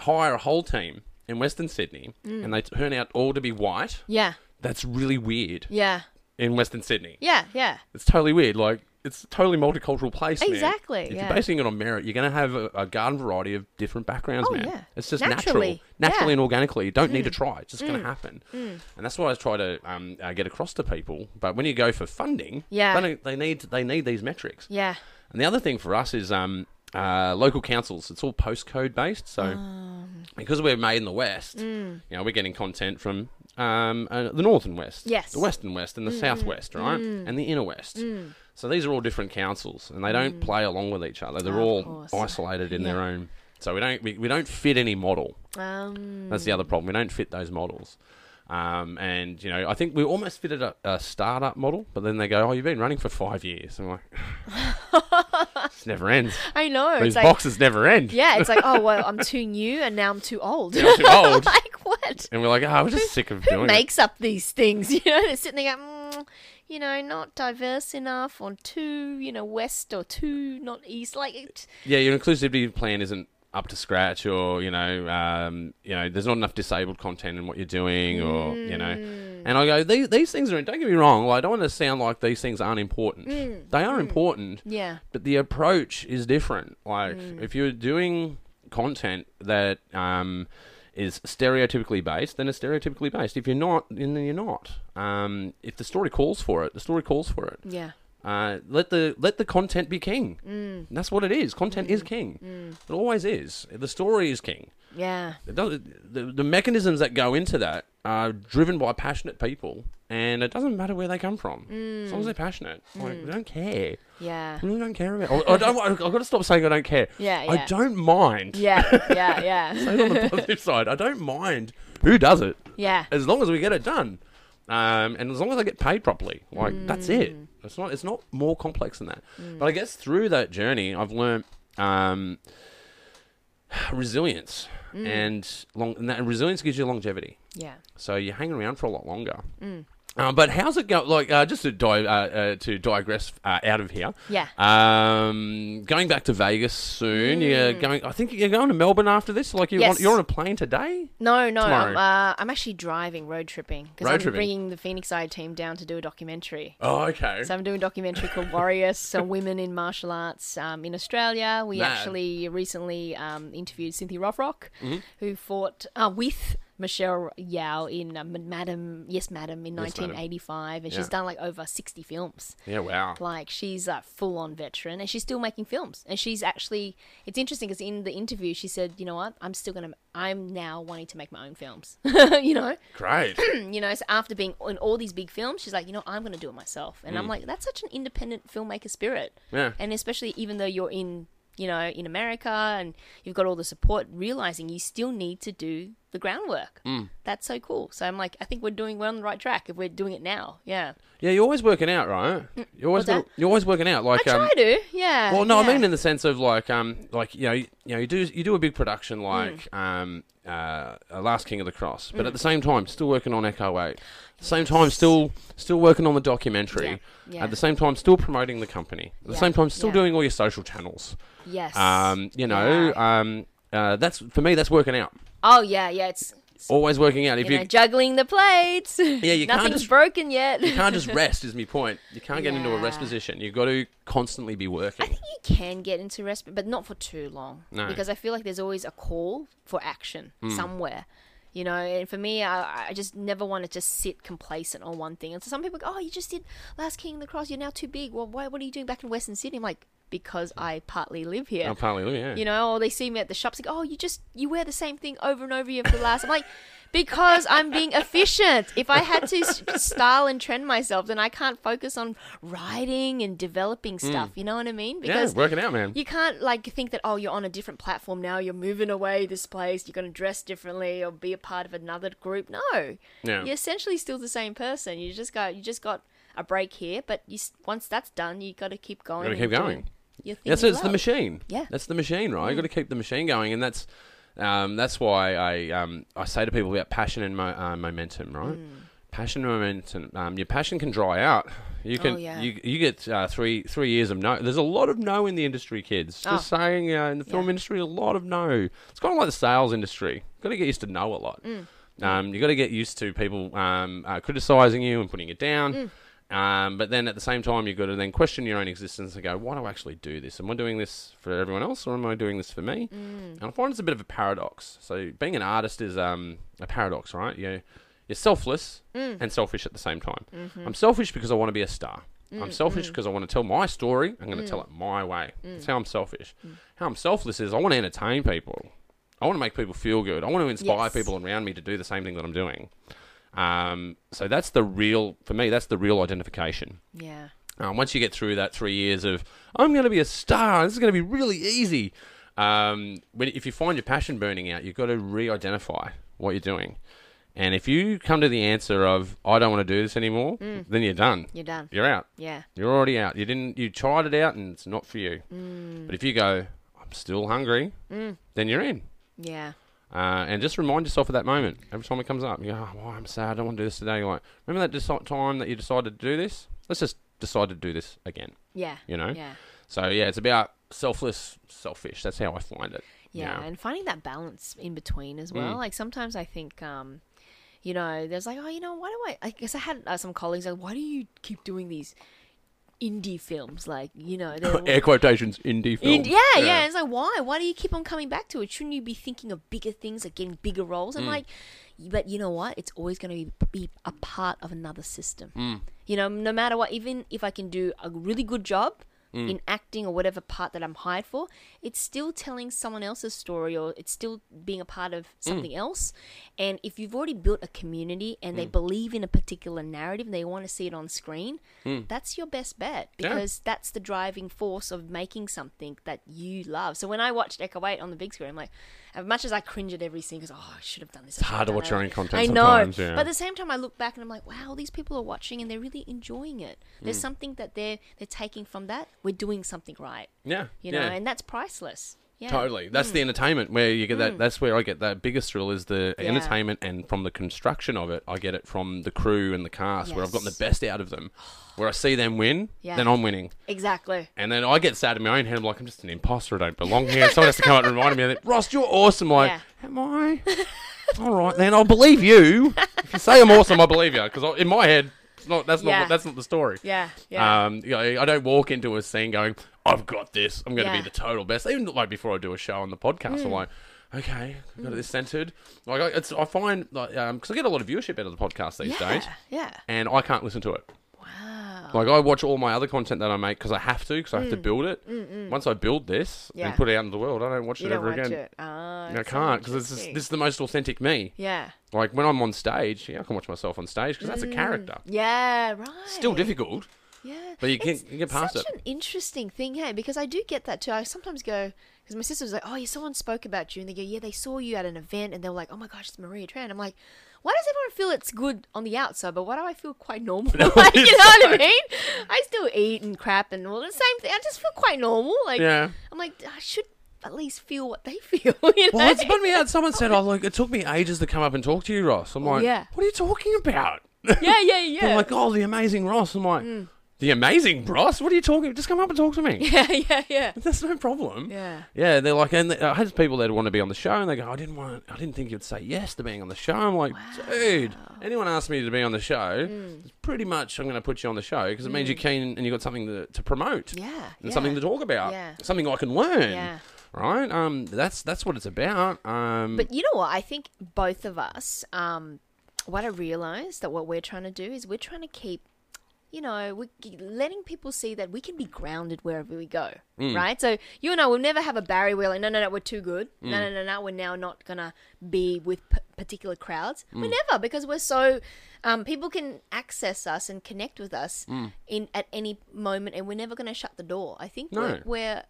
S1: hire a whole team in Western Sydney
S2: Mm.
S1: and they turn out all to be white,
S2: yeah,
S1: that's really weird
S2: yeah,
S1: in Western Sydney.
S2: yeah, yeah,
S1: It's totally weird. Like it's a totally multicultural place. man.
S2: Exactly,
S1: If
S2: yeah.
S1: you're basing it on merit, you're going to have a, a garden variety of different backgrounds,
S2: Oh,
S1: man.
S2: yeah.
S1: It's just
S2: Naturally,
S1: natural, naturally
S2: yeah. Mm.
S1: and organically. You don't need to try. It's just going to happen. And that's what I try to um, uh, get across to people. But when you go for funding,
S2: Yeah.
S1: they, don't- they need they need these metrics.
S2: yeah.
S1: And the other thing for us is um, uh, local councils. It's all postcode based, so
S2: Ah.
S1: because we're made in the west,
S2: Mm.
S1: you know, we're getting content from um, uh, the north and west,
S2: Yes. Mm,
S1: the western west and the southwest, right, and the inner west. So these are all different councils, and they don't play along with each other. They're
S2: Mm. Of
S1: all
S2: course.
S1: isolated in their
S2: Yeah.
S1: own. So we don't we, we don't fit any model.
S2: Um,
S1: That's the other problem. We don't fit those models. Um, and you know, I think we almost fitted a, a startup model, but then they go, "Oh, you've been running for five years." I'm like, "This never ends.
S2: I know.
S1: These
S2: it's like,
S1: boxes never end."
S2: yeah, it's like oh well, I'm too new and now I'm too old.
S1: You're too old.
S2: like what?
S1: And we're like, "Oh, we're just sick of
S2: Who
S1: doing it."
S2: makes up these things? You know, they're sitting there, going, mm, you know, not diverse enough, or too, you know, west or too not east. Like it,
S1: Yeah, your inclusivity plan isn't up to scratch, or you know, um, you know, there's not enough disabled content in what you're doing, or you know.
S2: Mm.
S1: And I go, these, these things are. Don't get me wrong. Like, I don't want to sound like these things aren't important.
S2: Mm.
S1: They are important.
S2: yeah,
S1: but the approach is different. Like if you're doing content that um, is stereotypically based, then it's stereotypically
S2: Mm.
S1: based. If you're not, then you're not. Um, if the story calls for it, the story calls for it.
S2: yeah.
S1: Uh, let the let the content be king. Mm. That's what it is. Content is king. It always is. The story is king.
S2: Yeah.
S1: It doesn't- the, the mechanisms that go into that are driven by passionate people, and it doesn't matter where they come from. As long as they're passionate, like, we don't care.
S2: Yeah.
S1: We really don't care about. I, I don't, I've got to stop saying I don't care.
S2: Yeah,
S1: I
S2: yeah.
S1: don't mind.
S2: Yeah. Yeah. Yeah.
S1: Say it on the positive side, I don't mind who does it,
S2: yeah.
S1: as long as we get it done, um, and as long as I get paid properly. Like that's
S2: Mm.
S1: it. It's not. It's not more complex than that. But I guess through that journey, I've learned um, resilience,
S2: Mm.
S1: and long. And that resilience gives you longevity.
S2: Yeah.
S1: So you're hanging around for a lot longer.
S2: Mm.
S1: Um, but how's it go? Like uh, just to di- uh, uh, to digress uh, out of here.
S2: Yeah.
S1: Um, going back to Vegas soon. You're going. I think you're going to Melbourne after this. Like you,
S2: Mm. Yes.
S1: on, you're on a plane today.
S2: No, no.
S1: Tomorrow.
S2: I'm, uh, I'm actually driving road tripping because
S1: Road
S2: I'm
S1: tripping.
S2: bringing the Phoenix Eye team down to do a documentary.
S1: Oh, okay.
S2: So I'm doing a documentary called Warriors, so women in martial arts um, in Australia. We
S1: Mad.
S2: actually recently um, interviewed Cynthia Rothrock,
S1: Mm-hmm.
S2: who fought uh, with Michelle Yao in uh, Madam, yes, Madam, in
S1: Yes, Madam.
S2: 1985, and
S1: Yeah.
S2: she's done like over 60 films.
S1: yeah. Wow.
S2: Like she's a full-on veteran, and she's still making films. And she's actually—it's interesting because in the interview she said, "You know what? I'm still gonna. I'm now wanting to make my own films. you know,
S1: Great.
S2: you know, so after being in all these big films, she's like, you know, I'm going to do it myself. And I'm like, that's such an independent filmmaker spirit.
S1: Mm. Yeah.
S2: And especially even though you're in, you know, in America and you've got all the support, realizing you still need to do the groundwork.
S1: Mm.
S2: That's so cool. So I'm like, I think we're doing, we're on the right track if we're doing it now. Yeah.
S1: yeah, you're always working out, right? You're always
S2: Mm. what's that?
S1: you're always working out. Like
S2: I
S1: um,
S2: try to. Yeah.
S1: Well, no,
S2: Uh, yeah.
S1: I mean in the sense of like, um, like you know, you, you know, you do you do a big
S2: Mm.
S1: production like, um, uh, uh, Last King of the Cross,
S2: Mm.
S1: but at the same time, still working on Echo Eight. Same time, still still working on the documentary.
S2: Yeah, yeah.
S1: At the same time, still promoting the company. At the
S2: Yeah,
S1: same time, still
S2: yeah.
S1: doing all your social channels.
S2: yes.
S1: Um, you know, um, uh, that's for me. That's working out.
S2: oh, yeah. Yeah. It's, it's,
S1: Always working out. If
S2: you,
S1: you,
S2: know, juggling the plates.
S1: Yeah, you can't
S2: Nothing's
S1: just-
S2: broken yet.
S1: you can't just rest, is my point. You can't get into a rest
S2: Yeah.
S1: position. You've got to constantly be working.
S2: you can get into rest, but not for too long.
S1: No.
S2: Because I feel like there's always a call for action somewhere. You know, and for me, I, I just never want to just sit complacent on one thing. And so some people go, "Oh, you just did Last King of the Cross. You're now too big. Well, why? What are you doing back in Western Sydney?" I'm like, "Because I partly live here."
S1: Oh, partly, yeah.
S2: You know, or they see me at the shops like, oh, you just you wear the same thing over and over again for the last. I'm like, because I'm being efficient. If I had to s- style and trend myself, then I can't focus on writing and developing stuff. You know what I mean?
S1: Hmm. yeah,
S2: Because
S1: working out, man.
S2: you can't like think that oh, you're on a different platform now. You're moving away this place. You're going to dress differently or be a part of another group. No,
S1: Yeah.
S2: you're essentially still the same person. You just got you just got a break here, but you s- once that's done, you got to keep going.
S1: Gotta
S2: and
S1: keep
S2: doing
S1: going.
S2: your thing
S1: Yeah, so
S2: you
S1: it's the
S2: love.
S1: machine.
S2: Yeah. Mm.
S1: that's the machine, right? You've got to keep the machine going, and that's um, that's why I um, I say to people about passion and mo- uh, momentum, right?
S2: Mm.
S1: Passion and momentum. Um, your passion can dry out. You can
S2: Oh, yeah.
S1: you you get uh, three three years of no. There's a lot of no in the industry, kids. Just saying, uh, in the film
S2: Yeah.
S1: industry, a lot of no. It's kind of like the sales industry. You've got to get used to no a lot. Um, you got to get used to people um, uh, criticizing you and putting you down. Um, but then at the same time, you've got to then question your own existence and go, why do I actually do this? Am I doing this for everyone else or am I doing this for me? And I find it's a bit of a paradox. So being an artist is um, a paradox, right? You, you're selfless and selfish at the same time. I'm selfish because I want to be a star. I'm selfish because I want to tell my story. I'm going to tell it my way. That's how I'm selfish. How I'm selfless is I want to entertain people. I want to make people feel good. I want to inspire
S2: Yes.
S1: people around me to do the same thing that I'm doing. Um, so that's the real, for me, that's the real identification.
S2: Yeah.
S1: Um, once you get through that three years of, I'm going to be a star, this is going to be really easy. Um, when, if you find your passion burning out, you've got to re identify what you're doing. And if you come to the answer of, I don't want to do this anymore, then you're done.
S2: You're done.
S1: You're out.
S2: Yeah.
S1: You're already out. You didn't. You tried it out, and it's not for you.
S2: Mm.
S1: But if you go, I'm still hungry, then you're in.
S2: Yeah.
S1: Uh, and just remind yourself of that moment every time it comes up. You go, oh, why I'm sad. I don't want to do this today. You're like, remember that deci- time that you decided to do this? Let's just decide to do this again.
S2: Yeah.
S1: You know.
S2: Yeah.
S1: So yeah, it's about selfless, selfish. That's how I find it.
S2: Yeah. And finding that balance in between as
S1: Mm.
S2: well. Like sometimes I think, um, you know, there's like, oh, you know, why do I? I guess I had uh, some colleagues like, why do you keep doing these indie films, like you know, they're
S1: Air quotations indie film.
S2: And- yeah, yeah, It's like, why? Why do you keep on coming back to it? Shouldn't you be thinking of bigger things, like getting bigger roles? And like, but you know what? It's always going to be, be a part of another system. You know, no matter what, even if I can do a really good job in acting or whatever part that I'm hired for, it's still telling someone else's story or it's still being a part of something else. And if you've already built a community and they believe in a particular narrative and they want to see it on screen, that's your best bet because because that's the driving force of making something that you love. So when I watched Echo Wait on the big screen, I'm like, as much as I cringe at every scene, because oh, I should have done this. It's
S1: hard to watch your own content
S2: I know,
S1: sometimes, yeah.
S2: but at the same time, I look back and I'm like, wow, these people are watching and they're really enjoying it.
S1: Mm.
S2: There's something that they're they're taking from that. We're doing something right,
S1: yeah,
S2: you
S1: yeah.
S2: know, and that's priceless. Yeah, Mm.
S1: Totally. That's the entertainment where you get that. That's where I get that biggest thrill is the
S2: Yeah.
S1: entertainment, and from the construction of it, I get it from the crew and the cast where I've gotten the
S2: Yes.
S1: best out of them. Where I see them win,
S2: Yeah.
S1: then I'm winning,
S2: Exactly.
S1: and then I get sad in my own head. I'm like, I'm just an imposter. I don't belong here. Someone has to come up and remind me. of it. Ross, you're awesome. Like,
S2: Yeah.
S1: am I? All right, then I'll believe you. If you say I'm awesome, I believe you because in my head, it's not. That's not.
S2: Yeah.
S1: That's not the story.
S2: Yeah, yeah.
S1: Um, you know, I don't walk into a scene going, "I've got this. I'm going to
S2: Yeah. Hmm.
S1: be the total best." Even like before I do a show on the podcast, I'm like, "Okay, I've got this centered." Like, I, it's, I find like because I get a lot of viewership out of the podcast these
S2: yeah,
S1: days,
S2: yeah.
S1: and I can't listen to it.
S2: Wow.
S1: Like, I watch all my other content that I make because I have to because I have to build it. Once I build this
S2: Hmm. Yeah.
S1: and put it out into the world, I don't watch
S2: You
S1: it
S2: don't
S1: ever
S2: watch
S1: again.
S2: it. Ah,
S1: I
S2: that's so
S1: can't because this is
S2: interesting.
S1: this is the most authentic me.
S2: Yeah.
S1: Like when I'm on stage, yeah, I can watch myself on stage because that's a character.
S2: Yeah. Mm. Right.
S1: Still difficult.
S2: Yeah.
S1: But you can-
S2: It's
S1: you get past
S2: such
S1: it.
S2: an interesting thing, hey? Because I do get that too. I sometimes go, because my sister was like, oh, yeah, someone spoke about you. And they go, yeah, they saw you at an event. And they were like, oh my gosh, it's Maria Tran. I'm like, why does everyone feel it's good on the outside, but why do I feel quite normal? like, you know what I mean? I still eat and crap and all the same thing. I just feel quite normal. Like,
S1: Yeah.
S2: I'm like, I should at least feel what they feel. You know?
S1: Well, it's put me out. Someone said, "Oh, look, it took me ages to come up and talk to you, Ross." I'm like,
S2: yeah.
S1: "What are you talking about?"
S2: yeah, yeah,
S1: I'm
S2: yeah. Mm.
S1: like, "Oh, the amazing Ross." I'm like, "The amazing Ross? What are you talking? Just come up and talk to me.
S2: yeah, yeah, yeah.
S1: That's no problem."
S2: Yeah.
S1: Yeah, they're like, and I had people that want to be on the show, and they go, "I didn't want, I didn't think you'd say yes to being on the show." I'm like, "Dude, anyone asks me to be on the show,
S2: Mm.
S1: it's pretty much I'm going to put you on the show because it means you're keen and you have got something to, to promote,
S2: Yeah,
S1: and
S2: yeah.
S1: something to talk about,
S2: Yeah.
S1: something I can learn,
S2: Yeah.
S1: right? Um, that's that's what it's about. Um,
S2: But you know what? I think both of us, um, what I realized that what we're trying to do is we're trying to keep, you know, we're g- letting people see that we can be grounded wherever we go, right? So you and I will never have a barrier where like, no, no, no, we're too good. No, no, no, no, we're now not gonna be with p- particular crowds. We're never because we're so. Um, people can access us and connect with us in at any moment, and we're never going to shut the door. I think
S1: No.
S2: we're, we're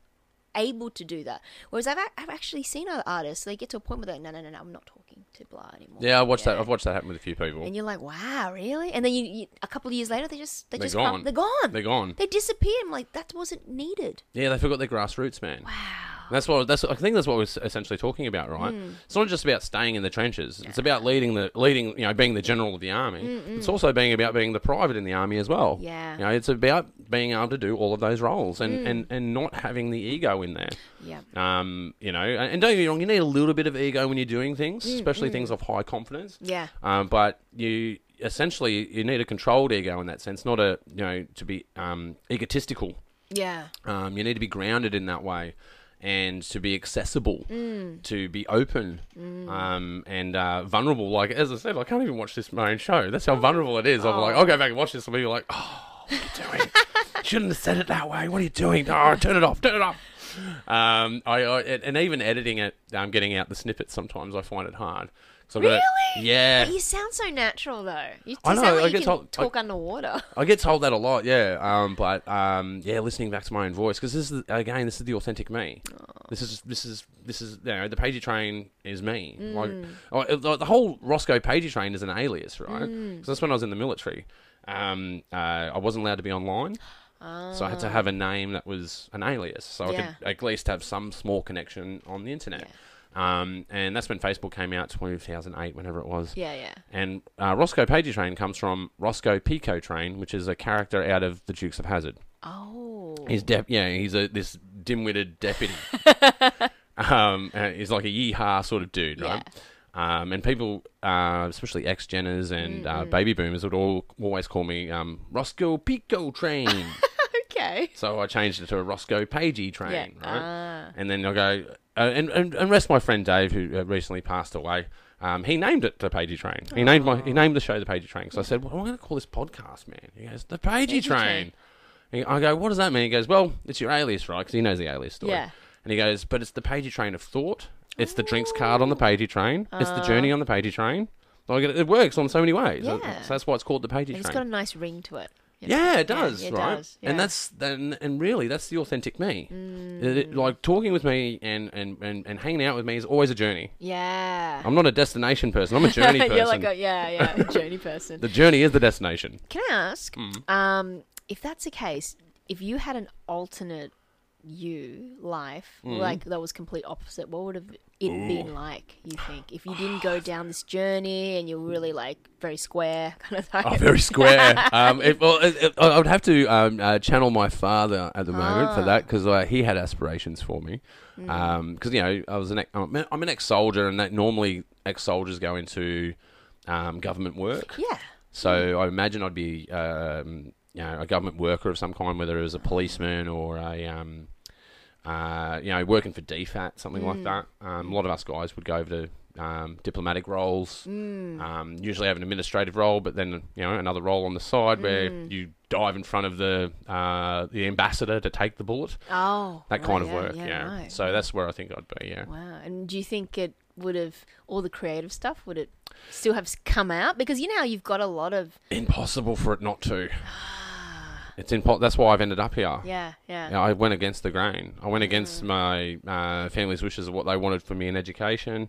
S2: able to do that. Whereas I've, ac- I've actually seen other artists, they get to a point where they're like, no, no, no, no, I'm not talking to blah anymore.
S1: Yeah, I watched that. I've watched that happen with a few people.
S2: And you're like, wow, really? And then you, you a couple of years later, they just they
S1: They're
S2: just crumb-
S1: gone.
S2: they're gone.
S1: They're gone.
S2: They disappear. I'm like, that wasn't needed.
S1: yeah, they forgot their grassroots, man. Wow. That's what that's. I think that's what we're s- essentially talking about, right?
S2: Hmm.
S1: It's not just about staying in the trenches. It's about leading the leading, you know, being the general of the army. It's also being about being the private in the army as well.
S2: Mm, Yeah. Mm.
S1: you know, it's about being able to do all of those roles and and and not having the ego in there.
S2: Yeah.
S1: Um, you know, and and don't get me wrong, you need a little bit of ego when you're doing things, especially things of high confidence.
S2: Mm, Yeah.
S1: Um, but you essentially you need a controlled ego in that sense, not a you know to be um, egotistical.
S2: Yeah.
S1: Um, you need to be grounded in that way, and to be accessible, to be open, um, and uh, vulnerable. Like as I said, I can't even watch this my own show. That's how vulnerable it is. I'm like, I'll go back and watch this, and be like, oh, what are you doing? Shouldn't have said it that way. What are you doing? Oh, turn it off. Turn it off. Um, I, I and and even editing it, um, getting out the snippets sometimes I find it hard. So I've got to-
S2: Really?
S1: yeah.
S2: But you sound so natural though. You,
S1: I
S2: you
S1: know,
S2: sound like
S1: I
S2: you
S1: get
S2: can
S1: told-
S2: talk underwater.
S1: I get told that a lot, yeah. Um, but um, yeah, listening back to my own voice because this is again, this is the authentic me. This is this is this is you know the Pagey Train is me. Like oh, the the whole Roscoe Pagey Train is an alias, right? Because that's when I was in the military. Um, uh, I wasn't allowed to be online, so I had to have a name that was an alias, so I
S2: Yeah.
S1: could at least have some small connection on the internet. Um, and that's when Facebook came out, 2008, whenever it was.
S2: Yeah, yeah.
S1: And uh, Roscoe Pagey Train comes from Roscoe Pico Train, which is a character out of The Dukes of Hazard.
S2: Oh.
S1: He's de- yeah, he's a this dim-witted deputy. um, uh, he's like a yeehaw sort of dude, right? Um, and people, uh, especially ex Jenners and uh, baby boomers, would all always call me um, Roscoe Pico Train.
S2: okay.
S1: So I changed it to a Roscoe Pagey train,
S2: Yeah.
S1: right?
S2: Ah.
S1: and then I go uh, and, and and rest my friend Dave, who uh, recently passed away. Um, he named it the Pagey Train. He named my he named the show the Pagey Train. So I said, "Well, I'm going to call this podcast, man." He goes, "The Pagey,
S2: Pagey
S1: Train."
S2: Train.
S1: And I go, "What does that mean?" He goes, "Well, it's your alias, right?" Because he knows the alias story.
S2: Yeah.
S1: And he goes, "But it's the Pagey Train of thought. It's the drinks card on the
S2: Ah.
S1: Pagey Train. it's the journey on the Pagey Train." Like it, it works on so many ways. So-
S2: Yeah.
S1: So that's why it's called the Pagey
S2: And it's
S1: Train.
S2: got a nice ring to it. you know?
S1: Yeah, it does,
S2: it
S1: right?
S2: does, yeah. Mm.
S1: And that's then, and really, that's the authentic me. It- it- like talking with me and, and and and hanging out with me is always a journey.
S2: Yeah.
S1: I'm not a destination person. I'm a journey person.
S2: You're like a yeah, yeah, journey person.
S1: the journey is the destination.
S2: Can I ask,
S1: Hmm.
S2: um, if that's the case, if you had an alternate you life,
S1: Hmm.
S2: like that was complete opposite, what would have it been like? You think if you didn't go down this journey and you're really like very square kind of type?
S1: Oh, very square. um, if, well, it, it- I would have to um, uh, channel my father at the moment for
S2: Ah.
S1: that because uh, he had aspirations for me.
S2: Mm.
S1: Because you know, I was an ex- I'm an- I'm an ex-soldier, and that normally ex-soldiers go into um, government work.
S2: yeah.
S1: So I imagine I'd be, um, you know, a government worker of some kind, whether it was a policeman or a, um, uh, you know, working for DFAT, something
S2: Mm.
S1: like that. Um, a lot of us guys would go over to um, diplomatic roles.
S2: Mm.
S1: Um, usually have an administrative role, but then you know another role on the side where
S2: Mm.
S1: you dive in front of the uh, the ambassador to take the bullet.
S2: Oh,
S1: That
S2: right,
S1: kind
S2: yeah,
S1: of work, yeah.
S2: Yeah. right.
S1: So that's where I think I'd be, yeah.
S2: Wow. And do you think it would have all the creative stuff would it still have s- come out because you know how you've got a lot of
S1: Impossible for it not to.
S2: Ah.
S1: It's impo- That's why I've ended up here.
S2: yeah yeah
S1: Yeah, I went against the grain. I went against
S2: Mm.
S1: my uh, family's wishes of what they wanted for me in education.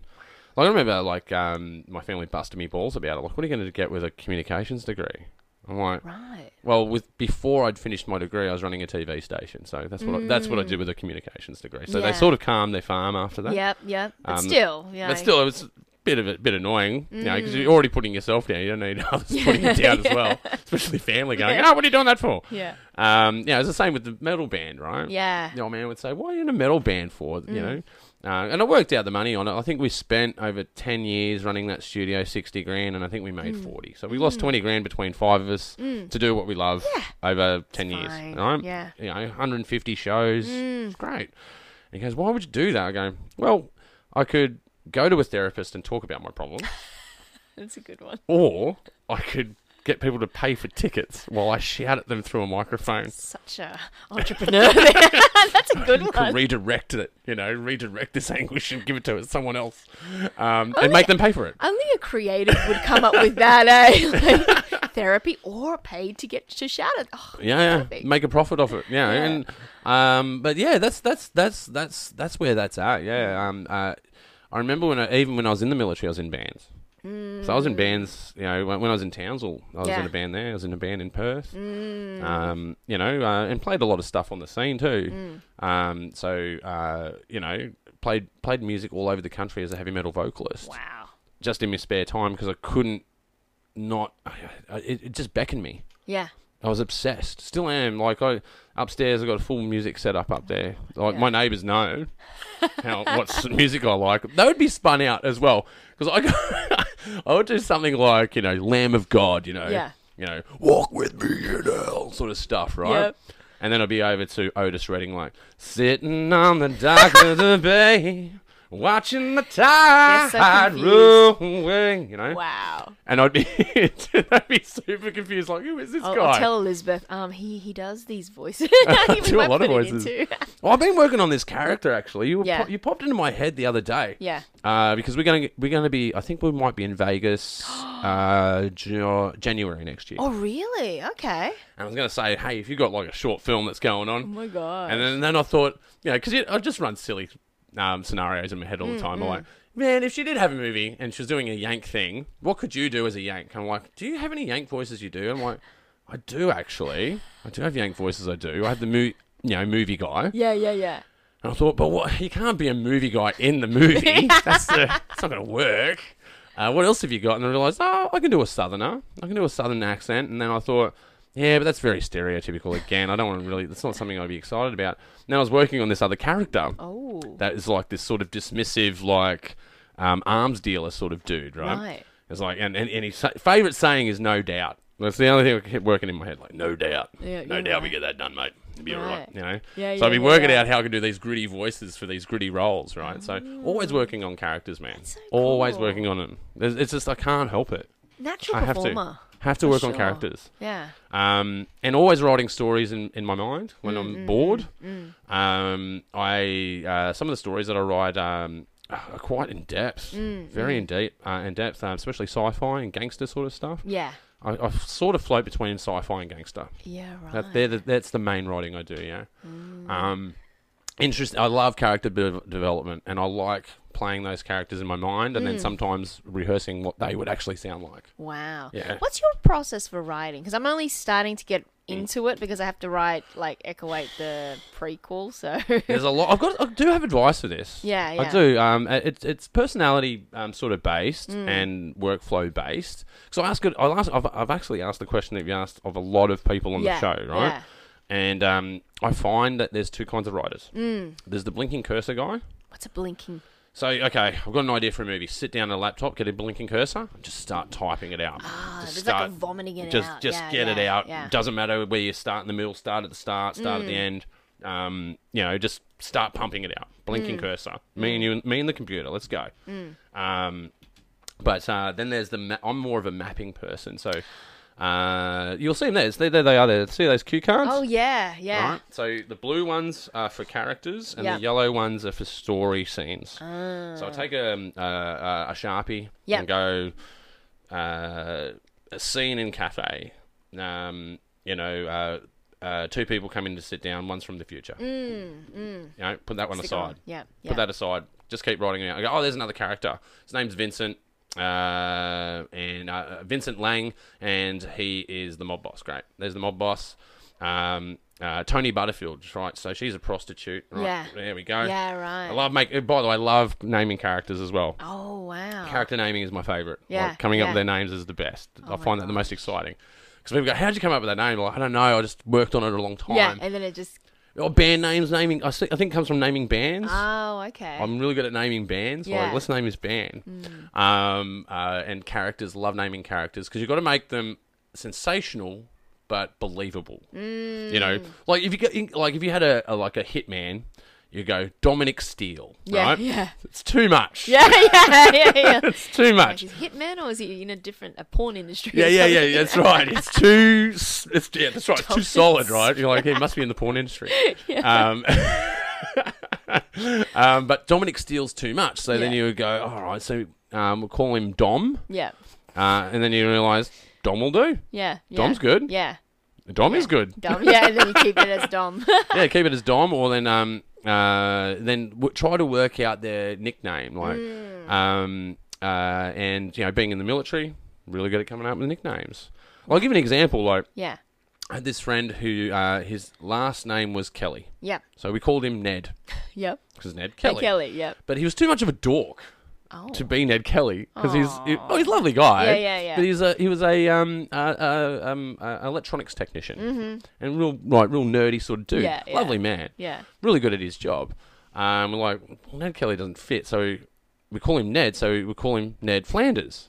S1: Like, I remember, like, um, my family busted me balls about it. Like, what are you going to get with a communications degree? I'm like,
S2: right
S1: well, with before I'd finished my degree, I was running a TV station, so that's what I, that's what I did with a communications degree. So
S2: Mm. Yeah.
S1: they sort of calmed their farm after that.
S2: yep yep but
S1: Um,
S2: still yeah Mm.
S1: But still, it was a bit of a bit annoying, you know, because you're already putting yourself down. You don't need others putting you down as well, especially family going,
S2: Yeah.
S1: "Oh, what are you doing that for?"
S2: yeah
S1: Um, yeah, it's the same with the metal band, right?
S2: yeah
S1: the old man would say, "Why are you in a metal band for?"
S2: Mm.
S1: You know, uh, and I worked out the money on it. I think we spent over ten years running that studio, sixty grand, and I think we made
S2: Mm.
S1: forty. So we lost twenty grand between five of us to do what we love over ten years.
S2: fine.
S1: Right?
S2: Yeah. Mm.
S1: you know, one hundred and fifty shows. It's great. And he goes, "Why would you do that?" I go, "Well, I could go to a therapist and talk about my problem,
S2: that's a good one
S1: or I could." Get people to pay for tickets while I shout at them through a microphone.
S2: such a entrepreneur. That's a good
S1: could
S2: one.
S1: redirect it, you know, redirect this anguish and give it to someone else, um,
S2: Oh,
S1: and make them pay for it.
S2: Only a creative would come up with that, eh? Like, therapy or paid to get to shout at. Oh,
S1: Yeah, yeah,
S2: perfect.
S1: make a profit off it. Yeah,
S2: Yeah.
S1: and um, but yeah, that's that's that's that's that's where that's at.
S2: Mm.
S1: Yeah, um, uh, I remember when I, even when I was in the military, I was in bands. So I was in bands, you know, when, when I was in Townsville, I was in
S2: Mm. Yeah. Mm.
S1: a band there. I was in a band in Perth, um, you know, uh, and played a lot of stuff on the scene too.
S2: Mm.
S1: Um, so uh, you know, played played music all over the country as a heavy metal vocalist.
S2: Wow.
S1: just in my spare time because I couldn't not. I- It, it just beckoned me.
S2: Yeah.
S1: I was obsessed. Still am. Like I upstairs, I got a full music setup up there. Like
S2: Yeah.
S1: my neighbours know how what s- music I like. They would be spun out as well because I go, I would do something like you know Lamb of God, you know,
S2: Yeah.
S1: you know, walk with me in hell sort of stuff, right?
S2: Yep.
S1: And then I'd be over to Otis Redding like sitting on the dock of the bay. Watching the tide
S2: so
S1: roll away, you know,
S2: Wow.
S1: and I'd be, I'd be super confused, like, who is this
S2: I'll,
S1: guy?
S2: I'll tell Elizabeth. Um, he he does these voices. I
S1: do a lot of voices. Well, I've been working on this character actually. You were
S2: Yeah.
S1: pop- you popped into my head the other day.
S2: Yeah.
S1: Uh, because we're going to we're going to be I think we might be in Vegas uh, Ja- January next year.
S2: Oh really? Okay.
S1: And I was going to say, hey, if you got like a short film that's going on,
S2: Oh my god.
S1: and then, then I thought, you know, because I just run silly um, scenarios in my head all
S2: Mm,
S1: the time. I'm like, man, if she did have a movie and she was doing a Yank thing, what could you do as a Yank? I'm like, do you have any Yank voices you do? I'm like, I do actually. I do have Yank voices. I do. I have the movie. You know, movie guy.
S2: yeah, yeah, yeah.
S1: And I thought, but what? You can't be a movie guy in the movie. that's, the, that's not going to work. Uh, what else have you got? And I realised, oh, I can do a southerner. I can do a southern accent. And then I thought, yeah, but that's very stereotypical again. I don't want to really. That's not something I'd be excited about. Now I was working on this other character
S2: Oh,
S1: that is like this sort of dismissive, like um, arms dealer sort of dude, right?
S2: Right.
S1: It's like, and and, and his sa- favorite saying is "no doubt." That's the only thing that kept working in my head, like "no doubt,
S2: Yeah,
S1: no
S2: you're
S1: doubt we
S2: right.
S1: get that done, mate." It'd be all right,
S2: Right.
S1: you know.
S2: Yeah,
S1: so I've
S2: yeah,
S1: been
S2: yeah,
S1: working
S2: yeah.
S1: out how I can do these gritty voices for these gritty roles, right? So always working on characters, man.
S2: Mm. so
S1: Always
S2: cool.
S1: working on them. There's- It's just I can't help it.
S2: Natural
S1: I have
S2: performer.
S1: to have to
S2: for
S1: work on
S2: sure.
S1: characters.
S2: Yeah.
S1: Um, and always writing stories in, in my mind when
S2: Mm,
S1: I'm bored. Um, I uh, some of the stories that I write um, are quite in depth,
S2: Mm,
S1: very in deep, uh, in depth, um, especially sci-fi and gangster sort of stuff.
S2: Yeah.
S1: I, I sort of float between sci-fi and gangster.
S2: Yeah, right.
S1: That, they're the, that's the main writing I do. Yeah. Um, interest. I love character de- development, and I like playing those characters in my mind, and
S2: Hmm.
S1: then sometimes rehearsing what they would actually sound like.
S2: Wow.
S1: Yeah.
S2: What's your process for writing? Because I'm only starting to get into it because I have to write like echoate the prequel. So
S1: There's a lot. I've got. I do have advice for this.
S2: Yeah,
S1: I
S2: yeah.
S1: do. Um, it- it's it's personality um, sort of based
S2: Hmm.
S1: and workflow based. So I ask it. I'll ask. I've, I've actually asked the question that you asked of a lot of people on
S2: Yeah,
S1: the show, right?
S2: yeah.
S1: And um, I find that there's two kinds of writers.
S2: Hmm.
S1: Mm. There's the blinking cursor guy.
S2: what's a blinking?
S1: So okay, I've got an idea for a movie. Sit down on a laptop, get a blinking cursor, and just start typing it out.
S2: Ah,
S1: just
S2: there's like a vomiting it
S1: just
S2: out.
S1: just
S2: Yeah,
S1: get it
S2: yeah,
S1: out.
S2: yeah. Mm.
S1: Doesn't matter where you start in the middle, start at the start, start at the end. Um, you know, just start pumping it out.
S2: Mm.
S1: Blinking cursor. Me and you, me and the computer. Let's go. Um, but uh, then there's the ma- I'm more of a mapping person, so uh, you'll see them there. It's, there, there they are. There. See those cue cards.
S2: Oh yeah, yeah.
S1: Right. So the blue ones are for characters, and
S2: Yep.
S1: the yellow ones are for story scenes.
S2: Ah.
S1: So I take a um, uh, uh, a sharpie
S2: Yep.
S1: and go uh, a scene in cafe. Um, you know, uh, uh, two people come in to sit down. One's from the future. Mm, You know, put that one
S2: Stick
S1: aside.
S2: on. Yeah, yeah.
S1: Put that aside. Just keep writing it out. I go, oh, there's another character. His name's Vincent. Uh, and uh, Vincent Lang, and he is the mob boss. Great. There's the mob boss. Um, uh, Tony Butterfield, right? So she's a prostitute. Right?
S2: Yeah.
S1: There we go.
S2: Yeah, right.
S1: I love make. eh, By the way, I love naming characters as well.
S2: Oh wow.
S1: Character naming is my favorite.
S2: Yeah,
S1: Like, coming
S2: yeah.
S1: up
S2: Oh
S1: with their names is the best. I
S2: my
S1: find that the most exciting. Because people go, "How'd you come up with that name?" Like, I don't know. I just worked on it a long time.
S2: yeah, and then it just.
S1: Or band names, naming. I, see, I think it comes from naming bands.
S2: Oh okay.
S1: I'm really good at naming bands.
S2: Yeah. Hmm.
S1: Like, let's name his band. Um, uh, and characters, love naming characters because you've got to make them sensational but believable. You know,
S2: Hmm.
S1: like if you get, in- like if you had a, a like a hitman, you go Dominic Steele,
S2: yeah,
S1: right?
S2: yeah,
S1: It's too much.
S2: yeah, yeah, yeah, yeah.
S1: It's too
S2: Like,
S1: much.
S2: is he hitman or is he in a different a porn industry? or
S1: Yeah, yeah, yeah.
S2: something?
S1: That's right. It's too. s- It's yeah. That's right. It's too solid, right? You're like, he must be in the porn industry. Um, um, but Dominic steals too much, so then
S2: Yeah.
S1: you would go, all right. So um, we'll call him Dom,
S2: Yeah,
S1: uh, and then you realise Dom will do.
S2: yeah, yeah.
S1: Dom's good.
S2: Yeah,
S1: Dom is good.
S2: Dom. Yeah, and then you keep it as Dom.
S1: yeah, keep it as Dom, or then um, uh, then w- try to work out their nickname, like
S2: Mm.
S1: um, uh, and you know, being in the military, really good at coming up with nicknames. I'll give you an example, like.
S2: yeah,
S1: I had this friend who uh, his last name was Kelly,
S2: yep,
S1: so we called him Ned
S2: yep.
S1: because Ned
S2: Hey,
S1: Kelly.
S2: Kelly, yep.
S1: But he was too much of a dork
S2: Oh.
S1: to be Ned Kelly because he's he- oh he's a lovely guy.
S2: Yeah, yeah, yeah.
S1: But he's a he was a um uh, uh, um uh, electronics technician and real like real nerdy sort of
S2: Mm-hmm.
S1: dude.
S2: Yeah, yeah.
S1: Lovely man.
S2: Yeah.
S1: Really good at his job. Um, we're like well, Ned Kelly doesn't fit, so we call him Ned. So we call him Ned Flanders.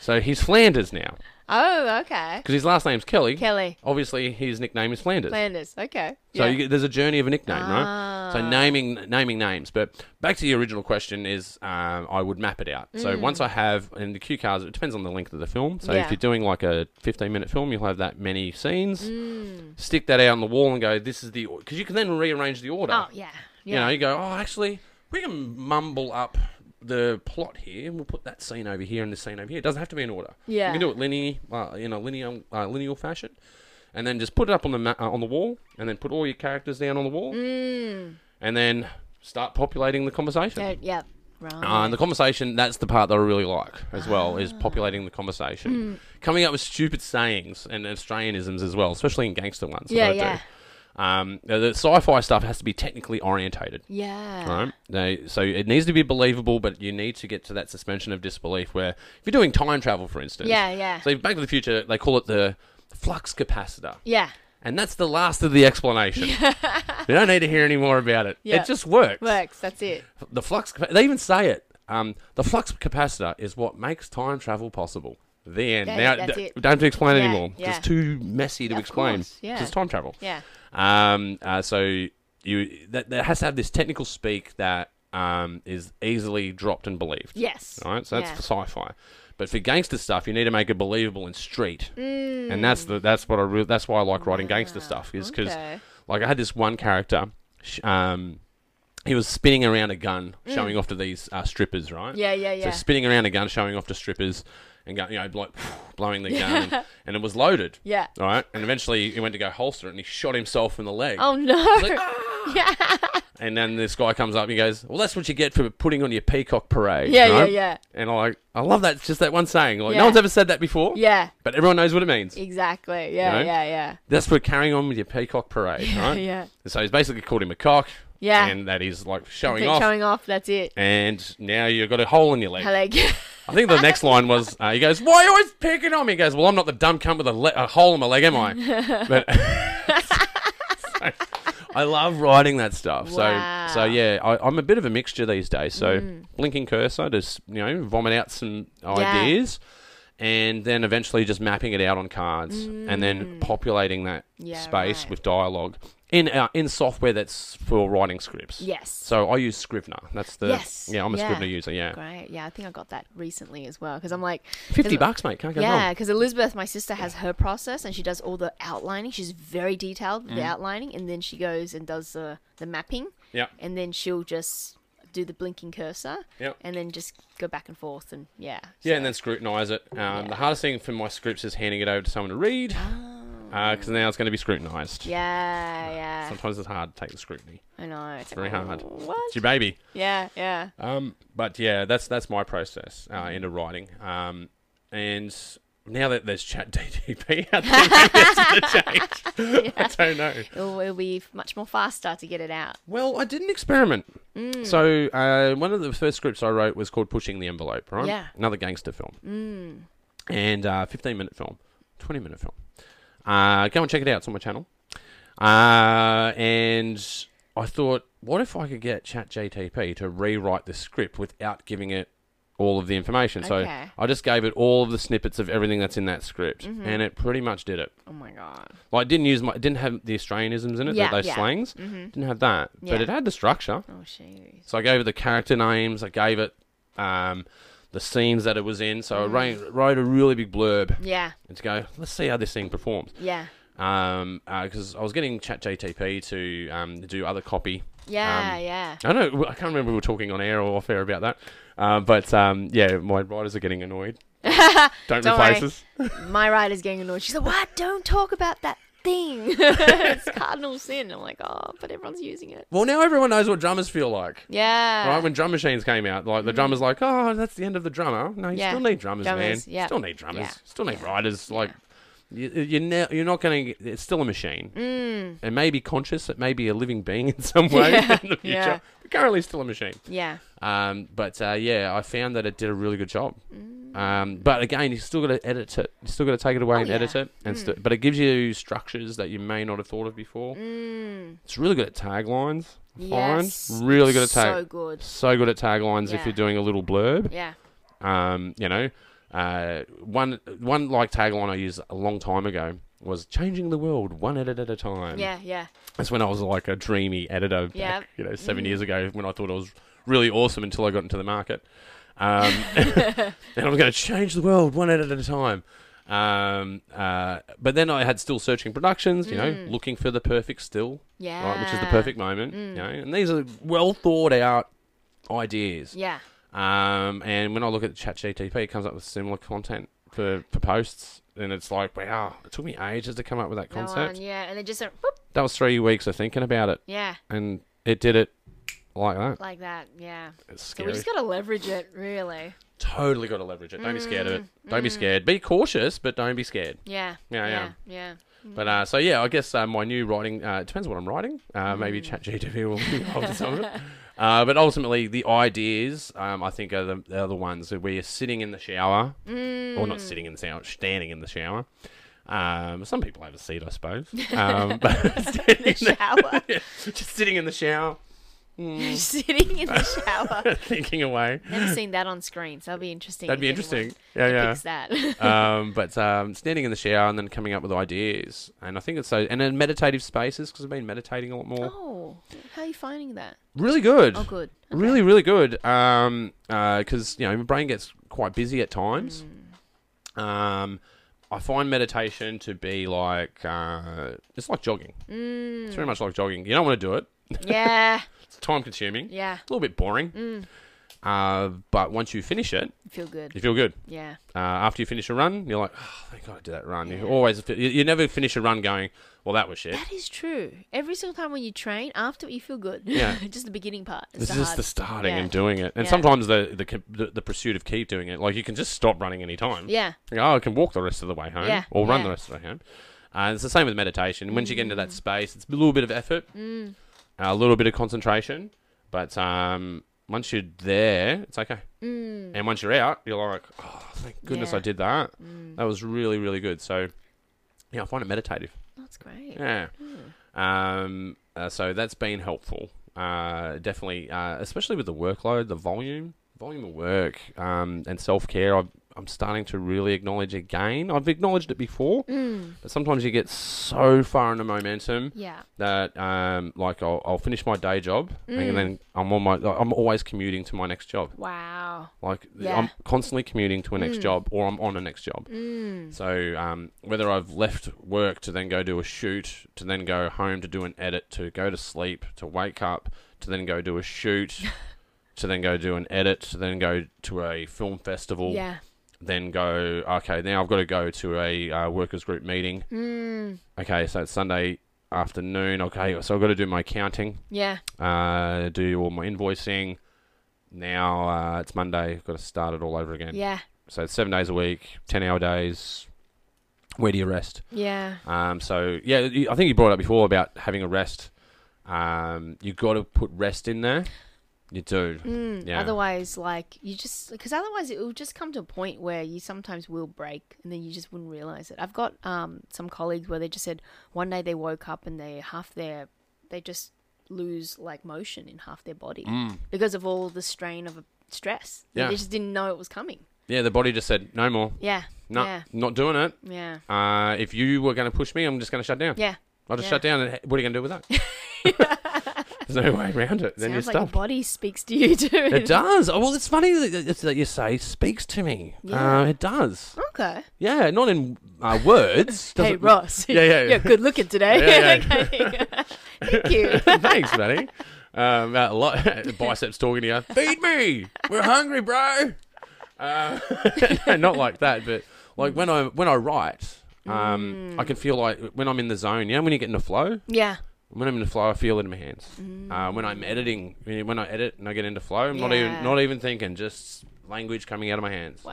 S1: so he's Flanders now
S2: Oh, okay.
S1: because his last name's Kelly.
S2: Kelly.
S1: Obviously, his nickname is Flanders.
S2: Flanders. Okay.
S1: So
S2: yeah.
S1: you, get- there's a journey of a nickname, right? So
S2: Ah.
S1: naming naming names. But back to the original question is, um, I would map it out. So once I have in the cue cards, it depends on the length of the film. So
S2: Mm. Yeah.
S1: if you're doing like a 15 minute film, you'll have that many scenes.
S2: Mm.
S1: Stick that out on the wall and go, this is the because you can then rearrange the order.
S2: oh yeah. Yeah.
S1: You know, you go, oh, actually, we can mumble up the plot here. We'll put that scene over here and this scene over here. It doesn't have to be in order.
S2: Yeah.
S1: you can do it linear, uh, in a linear, uh, linear fashion, and then just put it up on the ma- uh, on the wall, and then put all your characters down on the wall,
S2: Mm.
S1: and then start populating the conversation.
S2: So, yeah.
S1: Uh,
S2: Right.
S1: and the conversation, that's the part that I really like as well,
S2: Ah.
S1: is populating the
S2: Hmm.
S1: conversation. Coming up with stupid sayings and Australianisms as well, especially in gangster ones. that
S2: Yeah,
S1: I
S2: yeah.
S1: Do. Um, the sci fi stuff has to be technically orientated.
S2: yeah.
S1: All right. Now, so it needs to be believable, but you need to get to that suspension of disbelief where if you're doing time travel, for instance.
S2: Yeah, yeah.
S1: So Back to the Future, they call it the flux capacitor.
S2: Yeah.
S1: And that's the last of the explanation. you don't need to hear any more about it.
S2: Yeah.
S1: It just works.
S2: Works. That's it.
S1: The flux, capa- they even say it. Um, the flux capacitor is what makes time travel possible. The end.
S2: Yeah,
S1: now,
S2: that's
S1: d-
S2: it.
S1: don't have to explain
S2: Yeah,
S1: anymore.
S2: yeah.
S1: It's too messy to
S2: Of
S1: explain.
S2: course, yeah.
S1: It's time travel.
S2: Yeah.
S1: Um, uh, so you that, that has to have this technical speak that um, is easily dropped and believed.
S2: Yes.
S1: All right, so that's
S2: Yeah.
S1: for sci-fi. But for gangster stuff, you need to make it believable and street,
S2: Mm.
S1: and that's the that's what I re- that's why I like writing gangster stuff is because
S2: Ah, okay.
S1: like I had this one character, sh- um, he was spinning around a gun, showing off to these uh, strippers, right?
S2: Mm. Yeah, yeah, yeah.
S1: So spinning around a gun, showing off to strippers, and go, you know, like blowing the gun, and, and it was loaded.
S2: Yeah.
S1: All right, and eventually he went to go holster it, and he shot himself in the leg.
S2: Oh no.
S1: like, And then this guy comes up and he goes, "Well, that's what you get for putting on your peacock parade."
S2: Yeah,
S1: you know?
S2: yeah, yeah.
S1: And I'm like, I love that. It's just that one saying. Like,
S2: Yeah.
S1: no one's ever said that before.
S2: yeah.
S1: But everyone knows what it means.
S2: Exactly. Yeah.
S1: You know?
S2: Yeah. Yeah.
S1: That's for carrying on with your peacock parade, right?
S2: yeah.
S1: So he's basically called him a cock.
S2: Yeah.
S1: And that is like showing
S2: Keep
S1: off.
S2: showing off. That's it.
S1: and now you've got a hole in your leg.
S2: Like.
S1: I think the next line was, uh, he goes, "Why are you always picking on me?" He goes, "Well, I'm not the dumb cunt with a, le- a hole in my leg, am I?" But So, I love writing that stuff.
S2: Wow. Mm.
S1: So, so yeah, I, I'm a bit of a mixture these days. So, blinking cursor, just you know, vomit out some ideas, and then eventually just mapping it out on cards, and then populating that
S2: Mm. Yeah,
S1: space
S2: right.
S1: with dialogue in uh, in software that's for writing scripts.
S2: yes.
S1: So I use Scrivener. That's the
S2: Yes.
S1: yeah. I'm a
S2: Yeah.
S1: Scrivener user. Yeah,
S2: Great. Yeah, I think I got that recently as well because I'm like
S1: fifty
S2: Isn't-
S1: bucks, mate. Can't go wrong.
S2: Yeah, because Elizabeth, my sister, has her process and she does all the outlining. She's very detailed
S1: Mm.
S2: with the outlining, and then she goes and does the the mapping.
S1: Yeah.
S2: And then she'll just do the blinking cursor.
S1: Yep.
S2: And then just go back and forth, and yeah.
S1: Yeah, and then scrutinise it. Um, The hardest thing for my scripts is handing it over to someone to read, because now it's going to be scrutinised.
S2: Yeah, yeah.
S1: Sometimes it's hard to take the scrutiny.
S2: I know. It's
S1: Very
S2: like,
S1: hard.
S2: "Oh, What?
S1: It's your baby.
S2: Yeah, yeah.
S1: Um, but yeah, that's that's my process uh, into writing. Um, and now that there's Chat DTP out there, maybe that's going to change. I don't know.
S2: It'll, it'll be f- much more faster to get it out.
S1: Well, I did an experiment.
S2: Mm.
S1: So uh, one of the first scripts I wrote was called "Pushing the Envelope," right?
S2: Yeah. Mm.
S1: Another gangster film. And uh, fifteen-minute film, twenty-minute film. Uh, go and check it out. It's on my channel. Uh, and I thought, what if I could get ChatGTP to rewrite the script without giving it all of the information?
S2: Okay. Mm-hmm.
S1: So I just gave it all of the snippets of everything that's in that script, and it pretty much did it.
S2: Oh my god.
S1: Like, it didn't use my, it didn't have the Australianisms in it,
S2: Yeah,
S1: that those
S2: yeah.
S1: slangs. Didn't have that,
S2: Yeah.
S1: but it had the structure.
S2: Mm-hmm. Oh shoes.
S1: So I gave it the character names. I gave it um, the scenes that it was in. So I wrote, wrote a really big blurb
S2: Yeah,
S1: and to go, let's see how this thing performs.
S2: yeah,
S1: Um, because I was getting ChatGTP to um do other copy. Um,
S2: yeah, yeah.
S1: I don't know. I can't remember if we were talking on air or off air about that. Uh, but um, yeah, my writers are getting annoyed. don't,
S2: Don't
S1: replace
S2: worry.
S1: us.
S2: my rider's getting annoyed. She's like, "What? Don't talk about that thing. it's cardinal sin." I'm like, "Oh, but everyone's using it."
S1: Well, now everyone knows what drummers feel like.
S2: Yeah.
S1: Right when drum machines came out, like the drummer's like, oh, that's the end of the drummer. No,
S2: Mm-hmm.
S1: you
S2: Yeah.
S1: still need drummers,
S2: Drummers,
S1: man.
S2: yeah.
S1: Still need drummers.
S2: Yeah.
S1: Still need riders. Like you, you're ne- you're not going to. It's still a
S2: Mm.
S1: machine. It may be conscious. It may be a living being in some way
S2: Yeah.
S1: in the future.
S2: Yeah.
S1: But currently, it's still a machine.
S2: Yeah.
S1: Um, but uh, yeah, I found that it did a really good job. Um, but again, you still got to edit it. You still got to take it away and
S2: Mm. Oh, yeah. Mm.
S1: edit it. And st- but it gives you structures that you may not have thought of before.
S2: Mm.
S1: It's really good at taglines. I find.
S2: Yes.
S1: Really good at tag
S2: So good.
S1: so good at taglines
S2: Yeah.
S1: if you're doing a little blurb.
S2: Yeah.
S1: Um, you know, uh, one one like tagline I used a long time ago was changing the world one edit at a time.
S2: Yeah. Yeah.
S1: That's when I was like a dreamy editor. Back,
S2: Yeah. Mm-hmm.
S1: You know, 7 years ago when I thought I was really awesome until I got into the market. Um, and I'm going to change the world one edit at a time. Um, uh, but then I had still searching productions, you know, looking for the perfect still,
S2: Mm. Yeah. Mm.
S1: right, which is the perfect moment, you know, and these are well thought out ideas.
S2: Yeah.
S1: Um, and when I look at ChatGTP, it comes up with similar content for, for posts, and it's like, wow, it took me ages to come up with that
S2: That
S1: concept.
S2: one, yeah, and then just a, whoop,
S1: That was three weeks of thinking about it,
S2: yeah,
S1: and it did it like that.
S2: like that, yeah.
S1: It's
S2: So
S1: scary.
S2: we just gotta leverage it, really.
S1: totally got to leverage it. Don't be scared of it.
S2: Mm,
S1: Don't be scared. Be cautious, but don't be scared.
S2: Yeah.
S1: Yeah,
S2: Yeah.
S1: yeah.
S2: Yeah.
S1: But uh, so yeah, I guess uh, my new writing uh, it depends what I'm writing. Uh, Maybe
S2: Mm.
S1: ChatGPT will be involved in some of it. Uh, but ultimately, the ideas um, I think are the, are the ones that we're sitting in the shower,
S2: Mm.
S1: or not sitting in the shower, standing in the shower. Um, some people have a seat, I suppose. Um, but standing in the-
S2: Shower.
S1: just sitting in the shower,
S2: sitting in the shower.
S1: thinking away.
S2: Never seen that on screen, so that'll be interesting.
S1: That'd
S2: if
S1: be
S2: anyone
S1: interesting. Yeah, yeah.
S2: depicts that.
S1: um, but um, standing in the shower and then coming up with ideas. And I think it's so, and then meditative spaces because I've been meditating a lot more.
S2: oh, how are you finding that?
S1: Really good.
S2: Oh, good.
S1: Really, really good. Um, because you know my brain gets quite busy at times. Um, I find meditation to be like uh, it's like jogging. It's very much like jogging. You don't want to do it.
S2: Mm, Yeah,
S1: It's time consuming.
S2: yeah.
S1: A little bit boring.
S2: Mm.
S1: Uh, but once you finish it,
S2: Feel good.
S1: you feel good.
S2: Yeah.
S1: Uh, after you finish a run, you're like, oh, thank God I did that run. You always, fi- you, you never finish a run going, well, that was shit.
S2: That is true. Every single time when you train, after you feel good.
S1: Yeah.
S2: just the beginning part. It's
S1: This
S2: the
S1: is just
S2: hard-
S1: the starting
S2: yeah.
S1: and doing it, and
S2: Yeah.
S1: sometimes the, the com- the the pursuit of keep doing it. Like you can just stop running any time.
S2: Yeah.
S1: Like, oh, I can walk the rest of the way home,
S2: Yeah,
S1: or
S2: yeah.
S1: run
S2: Mm.
S1: the rest of the way home. Uh, it's the same with meditation. Once you get into that space, it's a little bit of effort, a little bit of concentration, but um, once you're there, it's okay.
S2: Mm.
S1: And once you're out, you're like, oh, thank goodness
S2: Yeah. Mm.
S1: I did that. That was really, really good. So, yeah, I find it meditative.
S2: That's great. Mm,
S1: Yeah. Um, uh, so that's been helpful. Uh, definitely, uh, especially with the workload, the volume, volume of work, um, and self care. I'm starting to really acknowledge again. I've acknowledged it before,
S2: Mm.
S1: but sometimes you get so far into momentum
S2: Yeah.
S1: that, um, like, I'll, I'll finish my day job
S2: Mm.
S1: and then I'm on my. I'm always commuting to my next job.
S2: Wow.
S1: Like,
S2: Yeah.
S1: I'm constantly commuting to a next
S2: Mm.
S1: job, or I'm on a next job.
S2: Mm.
S1: So um, whether I've left work to then go do a shoot, to then go home to do an edit, to go to sleep, to wake up, to then go do a shoot, to then go do an edit, to then go to a film festival,
S2: Yeah.
S1: then go okay now I've got to go to a uh, workers group meeting.
S2: Mm.
S1: Okay, so it's Sunday afternoon. Okay, so I've got to do my accounting,
S2: Yeah.
S1: uh, do all my invoicing. Now uh, it's Monday. I've got to start it all over again.
S2: Yeah.
S1: So it's seven days a week, ten hour days. Where do you rest?
S2: Yeah.
S1: Um, so yeah, you- I think you brought up before about having a rest. Um, you got to put rest in there. You do.
S2: Mm,
S1: Yeah.
S2: Otherwise, like you just because otherwise it will just come to a point where you sometimes will break, and then you just wouldn't realize it. I've got um, some colleagues where they just said one day they woke up and they half their they just lose like motion in half their body because of all the strain of stress.
S1: Mm. Yeah.
S2: They just didn't know it was coming.
S1: Yeah, the body just said no more.
S2: Yeah.
S1: No,
S2: Yeah.
S1: not doing it.
S2: Yeah.
S1: Uh, if you were going to push me, I'm just going to shut down.
S2: Yeah.
S1: I'll just
S2: yeah.
S1: shut down. And what are you going to do with that? There's no way around it. Then
S2: Sounds like
S1: you're
S2: your
S1: stuffed.
S2: body speaks to you too.
S1: it does. Oh, well, it's funny that, it's that you say speaks to me.
S2: Yeah.
S1: Uh, it does.
S2: okay.
S1: Yeah, not in uh, words.
S2: Hey
S1: Doesn't-
S2: Ross.
S1: Yeah, yeah, yeah.
S2: You're good looking today.
S1: Yeah,
S2: Okay. Thank you.
S1: Thanks, buddy. Um, uh, lo- biceps talking to you. Feed me. We're hungry, bro. Uh, no, not like that, but like when I when I write,
S2: Mm.
S1: um, I can feel like when I'm in the zone. You know, when you get in the flow.
S2: Yeah.
S1: When I'm in the flow, I feel it in my hands.
S2: Mm.
S1: Uh, when I'm editing, when when I edit and I get into flow, I'm not
S2: Yeah.
S1: even not even thinking, just language coming out of my hands.
S2: Wow.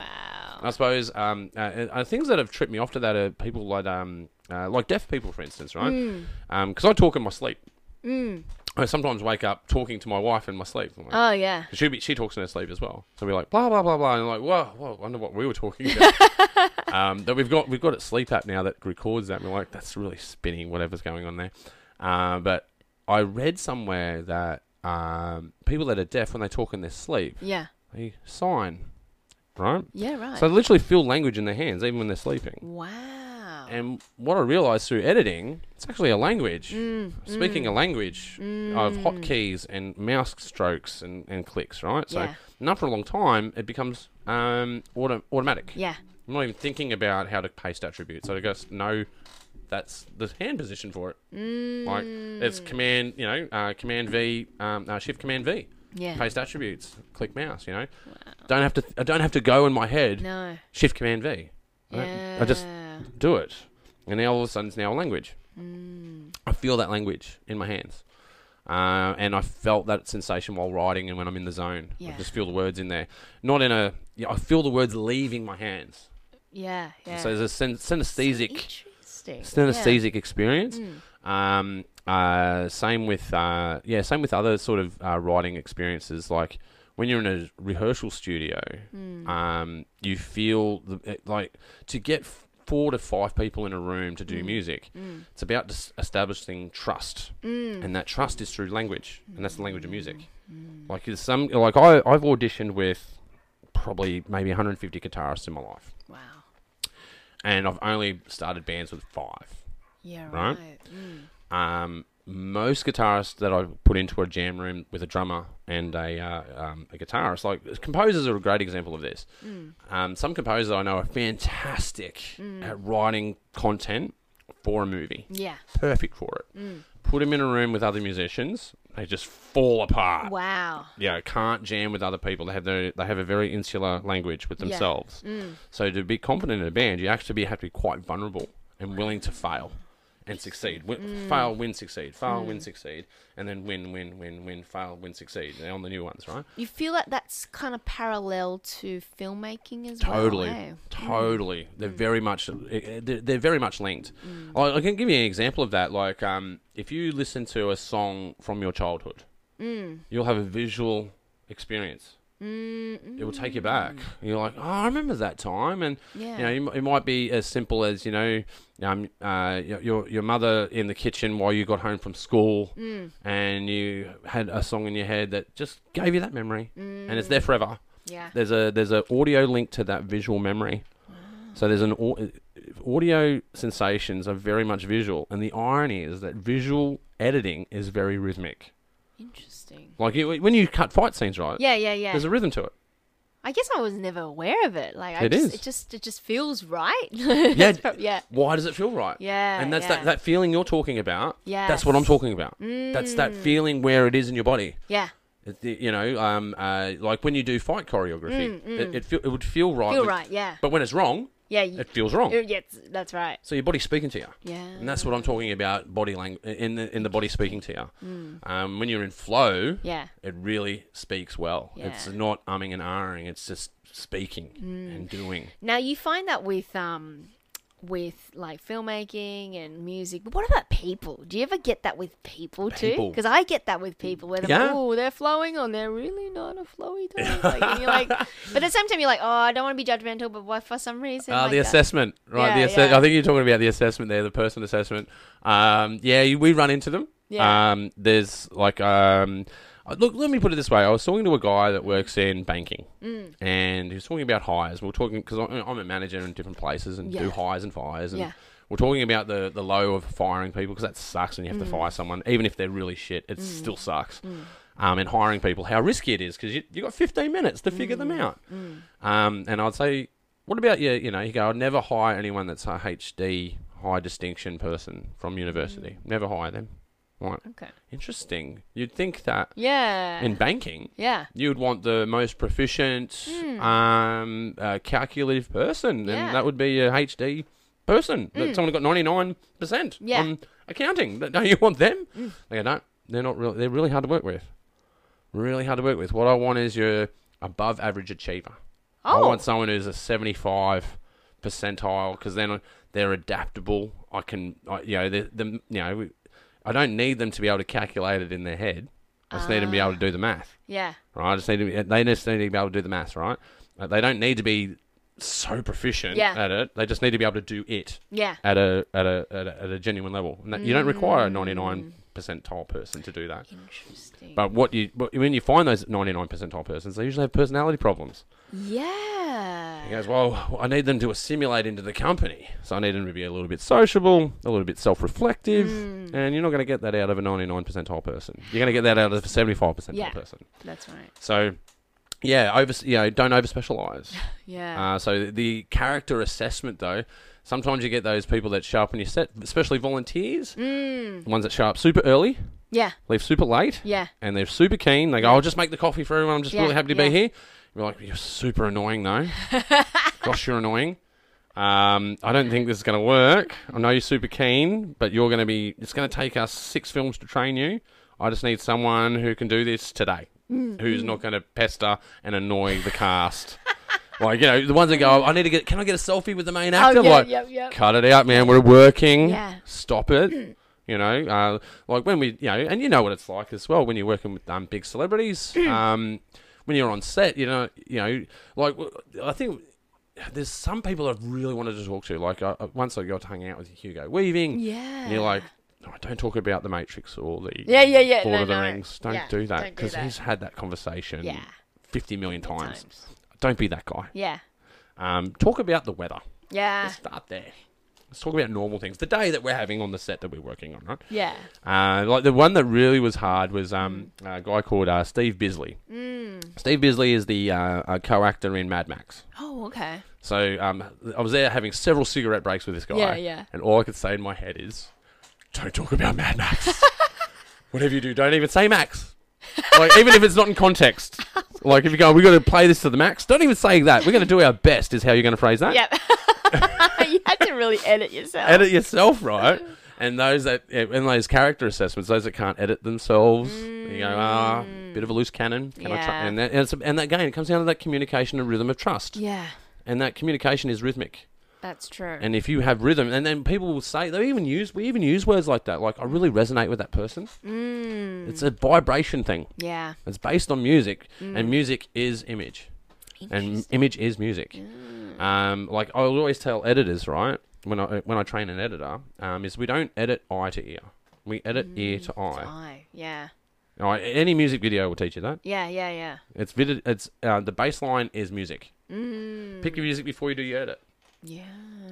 S1: I suppose um, uh, uh, things that have tripped me off to that are people like um, uh, like deaf people, for instance, right?
S2: Mm.
S1: Because I talk in my sleep. I sometimes wake up talking to my wife in my sleep. I'm like-
S2: Oh yeah.
S1: she be, she talks in her sleep as well. So we're like blah blah blah blah, and like whoa whoa, wonder what we were talking about. um, that we've got we've got a sleep app now that records that. And we're like that's really spinning whatever's going on there. Uh, but I read somewhere that um, people that are deaf when they talk in their sleep,
S2: Yeah.
S1: they sign, right?
S2: Yeah, right.
S1: So they literally feel language in their hands, even when they're sleeping.
S2: wow.
S1: And what I realized through editing, it's actually a language.
S2: Mm,
S1: Speaking a language of hotkeys and mouse strokes and, and clicks, right? So,
S2: Yeah.
S1: not for a long time, it becomes um, auto- automatic.
S2: yeah.
S1: I'm not even thinking about how to paste attributes. So, I just know that's the hand position for it. Like,
S2: Mm.
S1: it's command, you know, uh, command V, um, uh, shift command V.
S2: Yeah.
S1: Paste attributes, click mouse, you know. Don't have to. I don't have to go in my head.
S2: No.
S1: Shift Command V. I don't-
S2: Yeah.
S1: I just do it, and now all of a sudden it's now a language.
S2: Mm.
S1: I feel that language in my hands, uh, and I felt that sensation while writing and when I'm in the zone.
S2: Yeah.
S1: I just feel the words in there, not in a. Yeah, I feel the words leaving my hands.
S2: Yeah. Yeah.
S1: So there's a syn- synesthesic,
S2: Interesting.
S1: synesthesic experience. Um, uh, same with uh, yeah, same with other sort of uh, writing experiences. Like when you're in a rehearsal studio, um, you feel the, it- like eh, to get f- four to five people in a room to do music. It's about dis- establishing trust, and that trust is through language, and that's the language of music. Like there's some, like I, I've auditioned with probably maybe 150 guitarists in my life,
S2: Wow.
S1: and I've only started bands with five.
S2: Yeah. Right. Mm.
S1: Right? Um, most guitarists that I put into a jam room with a drummer and a, uh, um, a guitarist, like composers are a great example of this. Um, some composers I know are fantastic at writing content for a movie,
S2: Yeah.
S1: perfect for it. Put them in a room with other musicians, they just fall apart.
S2: Wow.
S1: Yeah, can't jam with other people. They have their, they have a very insular language with themselves. So to be confident in a band, you actually have to be quite vulnerable and willing to fail and succeed. Win, Fail, win, succeed. Fail, win, succeed, and then win, win, win, win. Fail, win, succeed. They're on the new ones, right?
S2: You feel like that's kind of parallel to filmmaking as
S1: Totally,
S2: well. eh?
S1: totally. They're very much uh, they're, they're very much linked. I, I can give you an example of that. Like, um, if you listen to a song from your childhood, you'll have a visual experience. It will take you back. You're like, oh, I remember that time, and
S2: Yeah.
S1: you know, you m- it might be as simple as you know, um, uh, your- your your mother in the kitchen while you got home from school, and you had a song in your head that just gave you that memory, and it's there forever
S2: Yeah.
S1: there's a there's an audio link to that visual memory. So there's an au- audio sensations are very much visual, and the irony is that visual editing is very rhythmic.
S2: Interesting.
S1: Like you, when you cut fight scenes, right?
S2: Yeah, yeah, yeah.
S1: There's a rhythm to it.
S2: I guess I was never aware of it. Like I
S1: It
S2: just,
S1: is.
S2: it just it just feels right.
S1: Yeah.
S2: yeah. yeah.
S1: Why does it feel right?
S2: Yeah,
S1: And that's
S2: yeah.
S1: that, that feeling you're talking about. That's what
S2: Yes. Mm.
S1: I'm talking about. That's that feeling where it is in your body.
S2: Yeah.
S1: It- it- you know, um, uh, like when you do fight choreography, it it, feel, it would feel right.
S2: Mm, Feel
S1: when-
S2: right. Yeah.
S1: But when it's wrong,
S2: Yeah. You,
S1: it feels wrong.
S2: yeah. it's- That's right.
S1: So your body's speaking to you.
S2: Yeah.
S1: And that's what I'm talking about body language in the in the body speaking to you.
S2: Mm.
S1: Um, when you're in flow,
S2: Yeah.
S1: it really speaks well. It's
S2: Yeah. Mm.
S1: not umming and ahhing, it's just speaking and doing.
S2: Now you find that with um with like filmmaking and music, but what about people? Do you ever get that with people too?
S1: People.
S2: Because I get that with people where they're
S1: Yeah.
S2: oh they're flowing on they're really not a flowy type. Like, and you're like, but at the same time you're like oh I don't want to be judgmental, but why for some reason
S1: Uh,
S2: like
S1: the
S2: that.
S1: assessment, right?
S2: Yeah,
S1: the asse-
S2: yeah.
S1: I think you're talking about the assessment there, the person assessment. Um, yeah, you- we run into them.
S2: Yeah.
S1: Um, there's like, um, uh, look, let me put it this way. I was talking to a guy that works in banking,
S2: Mm.
S1: and he was talking about hires. We were talking because I'm a manager in different places and
S2: Yeah.
S1: do hires and fires, and
S2: Yeah.
S1: we're talking about the the low of firing people because that sucks when you
S2: Mm.
S1: have to fire someone, even if they're really shit, it still sucks. Um, and hiring people, how risky it is because you you got 15 minutes to figure
S2: Mm.
S1: them out. Um, and I'd say, what about you? You know, you go, I'd never hire anyone that's a HD high distinction person from university. Never hire them. Right.
S2: Mm. Okay. Uh.
S1: Interesting. You'd think that
S2: Yeah.
S1: in banking,
S2: yeah.
S1: you'd want the most proficient, um, uh, calculative person,
S2: Hmm. Yeah. Hmm.
S1: and that would be a HD person. That someone got ninety nine percent
S2: Yeah. Hmm.
S1: on accounting. That- Don't you want them? They go, no, they're not really. They're really hard to work with. Really hard to work with. What I want is your above average achiever. I
S2: Oh.
S1: want someone who's a seventy five percentile because then I- they're adaptable. I can, I, you know, the, the you know, we- I don't need them to be able to calculate it in their head. I just need them to be able to
S2: Ah.
S1: do the math
S2: Yeah.
S1: right? I just need to be, they just need to be able to do the maths, right? Uh, they don't need to be so proficient
S2: Yeah.
S1: at it. They just need to be able to do it
S2: Yeah.
S1: at a at a at a, at a genuine level. And that, you don't require
S2: Mm.
S1: a ninety nine percentile person to do that.
S2: Interesting.
S1: But what you but when you find those ninety nine percentile persons, they usually have personality problems.
S2: yeah.
S1: He goes, well, I need them to assimilate into the company, so I need them to be a little bit sociable, a little bit self reflective,
S2: Mm.
S1: and you're not going to get that out of a ninety nine percentile person. You're going to get that out of a seventy five percentile
S2: Yeah.
S1: person.
S2: That's right.
S1: So, yeah, over you know, don't over specialize.
S2: Yeah.
S1: Uh, so the character assessment, though, sometimes you get those people that show up on your set, especially volunteers,
S2: mm.
S1: the ones that show up super early,
S2: Yeah.
S1: leave super late,
S2: Yeah.
S1: and they're super keen. They go, "I'll just make the coffee for everyone. I'm just
S2: Yeah,
S1: really happy to
S2: yeah.
S1: be here." You're like, "You're super annoying, though. Gosh, you're annoying." Um, I don't think this is going to work. I know you're super keen, but you're going to be. It's going to take us six films to train you. I just need someone who can do this today,
S2: Mm.
S1: who's not going to pester and annoy the cast. like you know, the ones that go, "I need to get. Can I get a selfie with the main actor?"
S2: Oh, yeah,
S1: like,
S2: yeah, yeah.
S1: cut it out, man. We're working.
S2: Yeah. Hmm.
S1: Stop it. You know, uh, like when we, you know, and you know what it's like as well when you're working with um, big
S2: Hmm.
S1: celebrities. um, when you're on set, you know, you know, like w- I think there's some people I've really wanted to talk to. Like I, I- once I got hung out with Hugo Weaving,
S2: Yeah.
S1: and you're like, no, don't talk about the Matrix or the
S2: Yeah, yeah, yeah.
S1: Lord
S2: no,
S1: of the
S2: no.
S1: Rings. Don't
S2: Yeah,
S1: do that
S2: don't
S1: because
S2: that.
S1: he's had that conversation
S2: Yeah.
S1: fifty million "Mm, times.
S2: Times.
S1: Don't be that guy.
S2: Yeah.
S1: Um, talk about the weather.
S2: Yeah.
S1: Let's start there. Let's talk about normal things. The day that we're having on the set that we're working on, right?
S2: Yeah.
S1: Uh, like the one that really was hard was um, a guy called uh, Steve Bisley.
S2: Mm-hmm.
S1: Steve Bisley is the uh, uh, co-actor in Mad Max.
S2: Oh, okay.
S1: So um, I was there having several cigarette breaks with this guy.
S2: Yeah, yeah.
S1: And all I could say in my head is, don't talk about Mad Max. Whatever you do, don't even say Max. Like, even if it's not in context. Like, if you go, we've got to play this to the max, don't even say that. We're going to do our best, is how you're going to phrase that.
S2: Yep. you had to really edit yourself.
S1: Edit yourself, right? And those that, in those character assessments, those that can't edit themselves, you go, ah, bit of a loose cannon. Can I try?
S2: Mm. Yeah.
S1: And, that, and, it's, and that, again, it comes down to that communication and rhythm of trust.
S2: Yeah.
S1: And that communication is rhythmic.
S2: That's true.
S1: And if you have rhythm, and then people will say they even use we even use words like that. Like I really resonate with that person.
S2: Mm.
S1: It's a vibration thing.
S2: Yeah.
S1: It's based on music, and music is image, and m-
S2: Mm. Interesting. Mm.
S1: image is music. Um, like I will always tell editors, right? When I when I train an editor, um, is we don't edit eye to ear. We edit
S2: Mm.
S1: ear to eye.
S2: Why? Yeah.
S1: All right, any music video will teach you that.
S2: Yeah, yeah, yeah.
S1: It's vid- It's uh, the baseline is music.
S2: Mm.
S1: Pick your music before you do your edit,
S2: Yeah.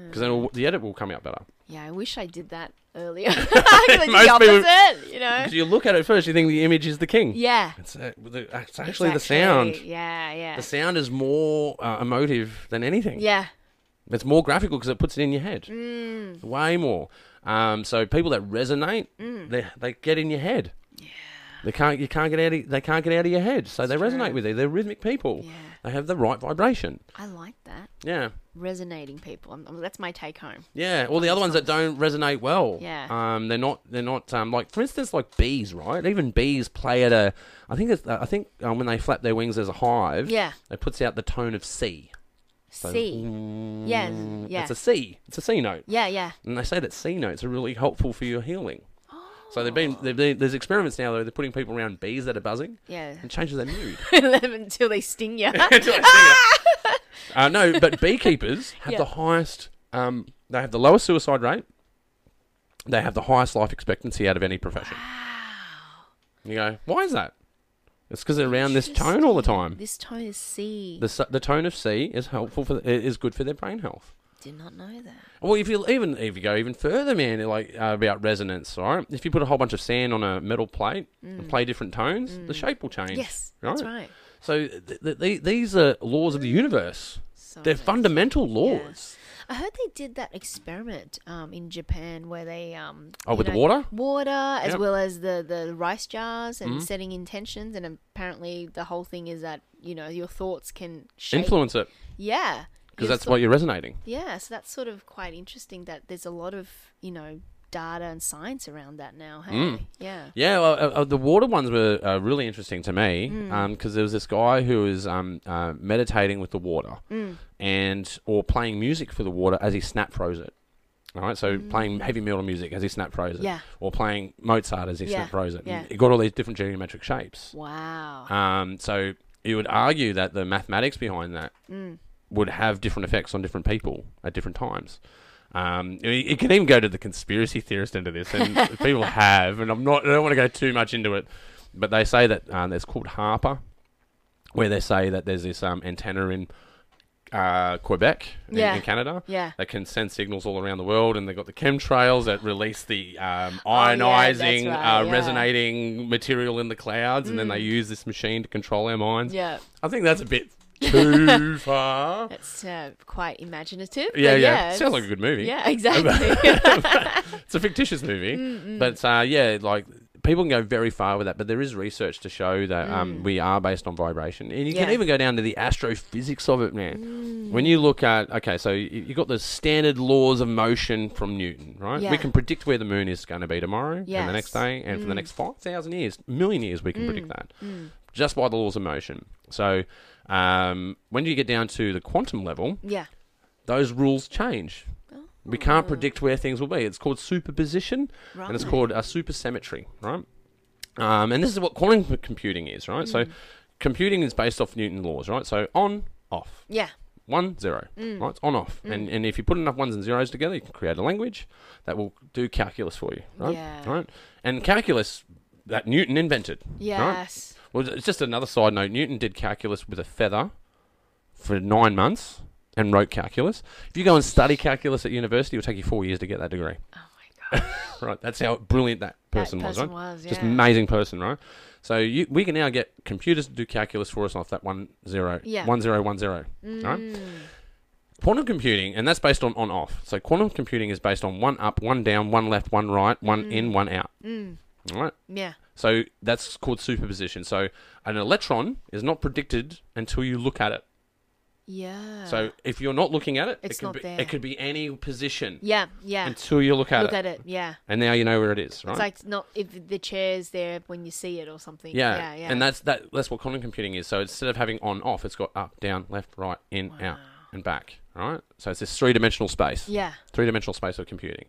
S1: because then it'll- the edit will come out better.
S2: Yeah, I wish I did that earlier. I could do the
S1: Most people-
S2: opposite, you know?
S1: Because you look at it first, you think the image is the king.
S2: Eh. Yeah.
S1: It's, uh, the, it's
S2: It's
S1: actually the sound.
S2: Yeah, yeah.
S1: The sound is more uh, emotive than anything.
S2: Yeah.
S1: It's more graphical because it puts it in your head.
S2: Mm.
S1: Way more. Um, so people that resonate,
S2: Mm.
S1: they, they get in your head. Yeah. They can't you can't get out of, they can't get out of your head. So they resonate
S2: true.
S1: with you. They're rhythmic people.
S2: Yeah.
S1: They have the right vibration.
S2: I like that.
S1: Yeah.
S2: Resonating people. I'm, I'm- that's my take home.
S1: Yeah, all the other ones that don't resonate well.
S2: Yeah.
S1: Um, they're not. They're not. Um, like for instance, like bees, right? Even bees play at a. I think it's. I think um, when they flap their wings as a hive.
S2: Yeah.
S1: It puts out the tone of C. So, mm,
S2: C. Yeah, yeah.
S1: It's a C. It's a C note,
S2: Yeah, yeah.
S1: and they say that C notes are really helpful for your healing. So
S2: Oh,
S1: they've been, they've been there's experiments now though they're putting people around bees that are buzzing
S2: Yeah.
S1: and changes their mood.
S2: Let them until they sting you.
S1: Until they sting it. uh, no, but beekeepers have
S2: Yeah.
S1: the highest. Um, they have the lowest suicide rate. They have the highest life expectancy out of any profession. You go, why is that? It's because they're around this tone all the time.
S2: this tone is C.
S1: The, s- the tone of C is helpful for is good for their brain health.
S2: Did not know that.
S1: Well, if you even if you go even further, man, like uh, about resonance, all right? If you put a whole bunch of sand on a metal plate and play different tones, the shape will change.
S2: Mm. Yes, that's right.
S1: So th- th- th- these are laws of the universe.
S2: So
S1: They're
S2: nice.
S1: fundamental laws.
S2: I heard they did that experiment um, in Japan where they um,
S1: Oh,
S2: you
S1: with the water?
S2: water as
S1: Yep. Mm-hmm.
S2: well as the the rice jars and setting intentions, and apparently the whole thing is that you know your thoughts can shape.
S1: Influence it
S2: Yeah,
S1: because
S2: Your
S1: that's why you're resonating.
S2: Yeah, so that's sort of quite interesting that there's a lot of, you know, data and science around that now, hey? Yeah.
S1: Mm. Yeah, well, uh, uh, the water ones were uh, really interesting to me
S2: Mm.
S1: because there was this guy who was um, uh, meditating with the water
S2: Mm.
S1: and or playing music for the water as he snap froze it. All right, so playing heavy metal music as he snap froze it,
S2: Mm. Yeah.
S1: or playing Mozart as he
S2: Yeah,
S1: snap froze it.
S2: yeah.
S1: It got all these different geometric shapes.
S2: Wow.
S1: Um, so you would argue that the mathematics behind that
S2: Mm.
S1: would have different effects on different people at different times. Um, it, it can even go to the conspiracy theorist end of this, and people have, and I'm not, I don't want to go too much into it, but they say that um, it's called Harper, where they say that there's this um, antenna in uh, Quebec in,
S2: Yeah.
S1: in Canada
S2: Yeah.
S1: that can send signals all around the world, and they've got the chemtrails that release the um,
S2: Oh, yeah, that's
S1: ionizing,
S2: right,
S1: uh,
S2: yeah. Mm.
S1: resonating material in the clouds, and then they use this machine to control our minds.
S2: yeah.
S1: I think that's a bit too far.
S2: That's uh, quite imaginative.
S1: Yeah, yeah.
S2: but yeah
S1: Sounds like
S2: it's-
S1: a good movie.
S2: Yeah, exactly.
S1: It's a fictitious movie, but uh, yeah, like people can go very far with that. But there is research to show that um, we are based on vibration, and you can
S2: Mm. Yeah. Mm.
S1: even go down to the astrophysics of it, man. When you look at okay, so you you got the standard laws of motion from Newton, right?
S2: Yeah.
S1: We can predict where the moon is going to be tomorrow and the next
S2: Yes. Mm.
S1: day, and for the next five thousand years, million years, we can predict that just by the laws of motion. So um, when you get down to the quantum level,
S2: yeah.
S1: those rules change. We can't predict where things will be. It's called superposition, and it's
S2: Oh. Right.
S1: called a supersymmetry, right? Um, and this is what quantum
S2: Mm.
S1: c- computing is, right? So, computing is based off Newton laws, right? So on, off.
S2: Yeah.
S1: one, zero.
S2: Mm.
S1: Right? It's on off. And and if you put enough ones and zeros together, you can create a language that will do calculus for you. Right?
S2: Yeah.
S1: Right? And calculus that Newton invented. Right?
S2: Yes.
S1: Well, it's just another side note. Newton did calculus with a feather for nine months and wrote calculus. If you go and study calculus at university, it'll take you four years to get that degree.
S2: Oh my god.
S1: Right? That's how brilliant that person,
S2: person
S1: was, right?
S2: was,
S1: Just
S2: yeah.
S1: amazing person, right? So you, we can now get computers to do calculus for us off that one zero,
S2: Yeah. Mm.
S1: one zero, one zero, right? Quantum computing, and that's based on on off. So quantum computing is based on one up, one down, one left, one right, one
S2: Mm.
S1: in, one out. All right.
S2: Yeah.
S1: So that's called superposition. So an electron is not predicted until you look at it.
S2: Yeah.
S1: So if you're not looking at it,
S2: Ah. It's
S1: it could
S2: not
S1: be
S2: there.
S1: it could be any position
S2: yeah, yeah.
S1: until you look at
S2: Look
S1: it.
S2: at it. Yeah.
S1: And now you know where it is, right?
S2: It's like not if the chair's there when you see it or something.
S1: yeah.
S2: Yeah. Yeah.
S1: And that's that that's what quantum computing is. So instead of having on off, it's got up, down, left, right, in, out, and back. All right? So it's this three dimensional space.
S2: yeah.
S1: Three dimensional space of computing.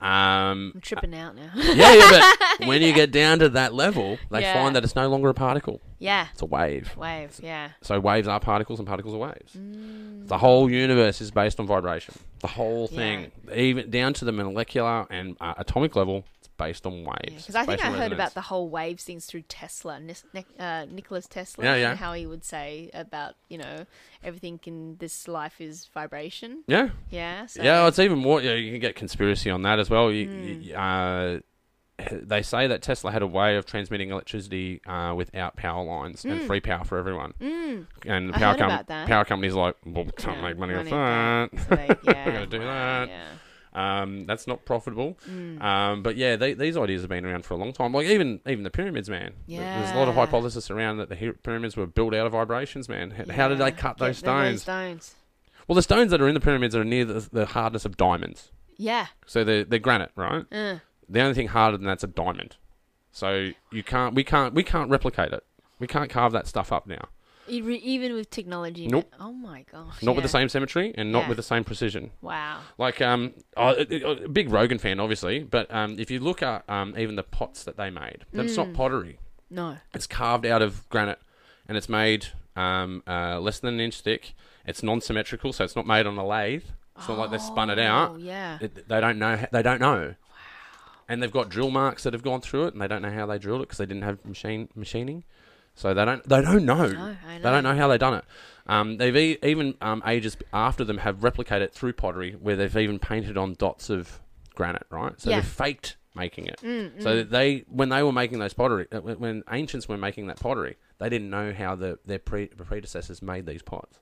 S1: Um,
S2: I'm tripping out now.
S1: yeah, yeah, but when you get down to that level, they
S2: Yeah.
S1: find that it's no longer a particle.
S2: yeah.
S1: It's a wave.
S2: Wave. Yeah.
S1: So waves are particles, and particles are waves.
S2: Mm.
S1: The whole universe is based on vibration. The whole thing, even down to the molecular and uh, atomic level, it's based on waves.
S2: Because I think
S1: Based
S2: I
S1: on
S2: heard
S1: resonance.
S2: about the whole waves things through Tesla, Nis- Nic- uh, Nicholas Tesla,
S1: Yeah, yeah.
S2: and how he would say about you know everything in this life is vibration.
S1: Yeah,
S2: Yeah. So, Hmm.
S1: yeah. It's even more. Yeah, you can get conspiracy on that as well. You, you- uh, they say that Tesla had a way of transmitting electricity uh, without power lines and free power for everyone. Mm. And the
S2: Hmm. I
S1: power,
S2: heard about that.
S1: power companies like, well, we can't
S2: Yeah,
S1: make money off
S2: running back.
S1: that.
S2: So they- yeah,
S1: We're gonna do
S2: wow,
S1: that.
S2: Yeah.
S1: Um, that's not profitable.
S2: Mm.
S1: Um, but yeah, they, these ideas have been around for a long time. Like even even the pyramids, man. There- There's a lot of
S2: Yeah.
S1: hypothesis around that the hy- pyramids were built out of vibrations, man. H- How did
S2: Yeah.
S1: they
S2: Get
S1: cut those
S2: rid of
S1: stones?
S2: stones.
S1: well, the stones that are in the pyramids are near the, the hardness of diamonds.
S2: Yeah.
S1: So they're, they're granite, right?
S2: Uh,
S1: The only thing harder than that's a diamond. So you can't, we can't, we can't replicate it. We can't carve that stuff up now.
S2: e- re- even with technology.
S1: Nope.
S2: now- Oh my gosh.
S1: Not with
S2: yeah.
S1: the same symmetry and not
S2: Yeah.
S1: with the same precision.
S2: Wow.
S1: Like, um, I- I- I- a big Rogan fan, obviously, but um, if you look at um, even the pots that they made, that's not pottery.
S2: No.
S1: It's carved out of granite, and it's made um, uh, less than an inch thick. It's non-symmetrical, so it's not made on a lathe. It's not like they spun it
S2: Oh
S1: out.
S2: yeah.
S1: It- they don't know. They don't know. And they've got drill marks that have gone through it, and they don't know how they drilled it because they didn't have machine machining. So they don't. They don't know.
S2: No, I
S1: They don't know how they done it. Um, they've e- even um, ages after them have replicated it through pottery, where they've even painted on dots of granite. Right. So
S2: Yeah. Mm,
S1: they've faked making it. So they, when they were making those pottery, uh, when- when ancients were making that pottery, they didn't know how the, their pre- predecessors made these pots.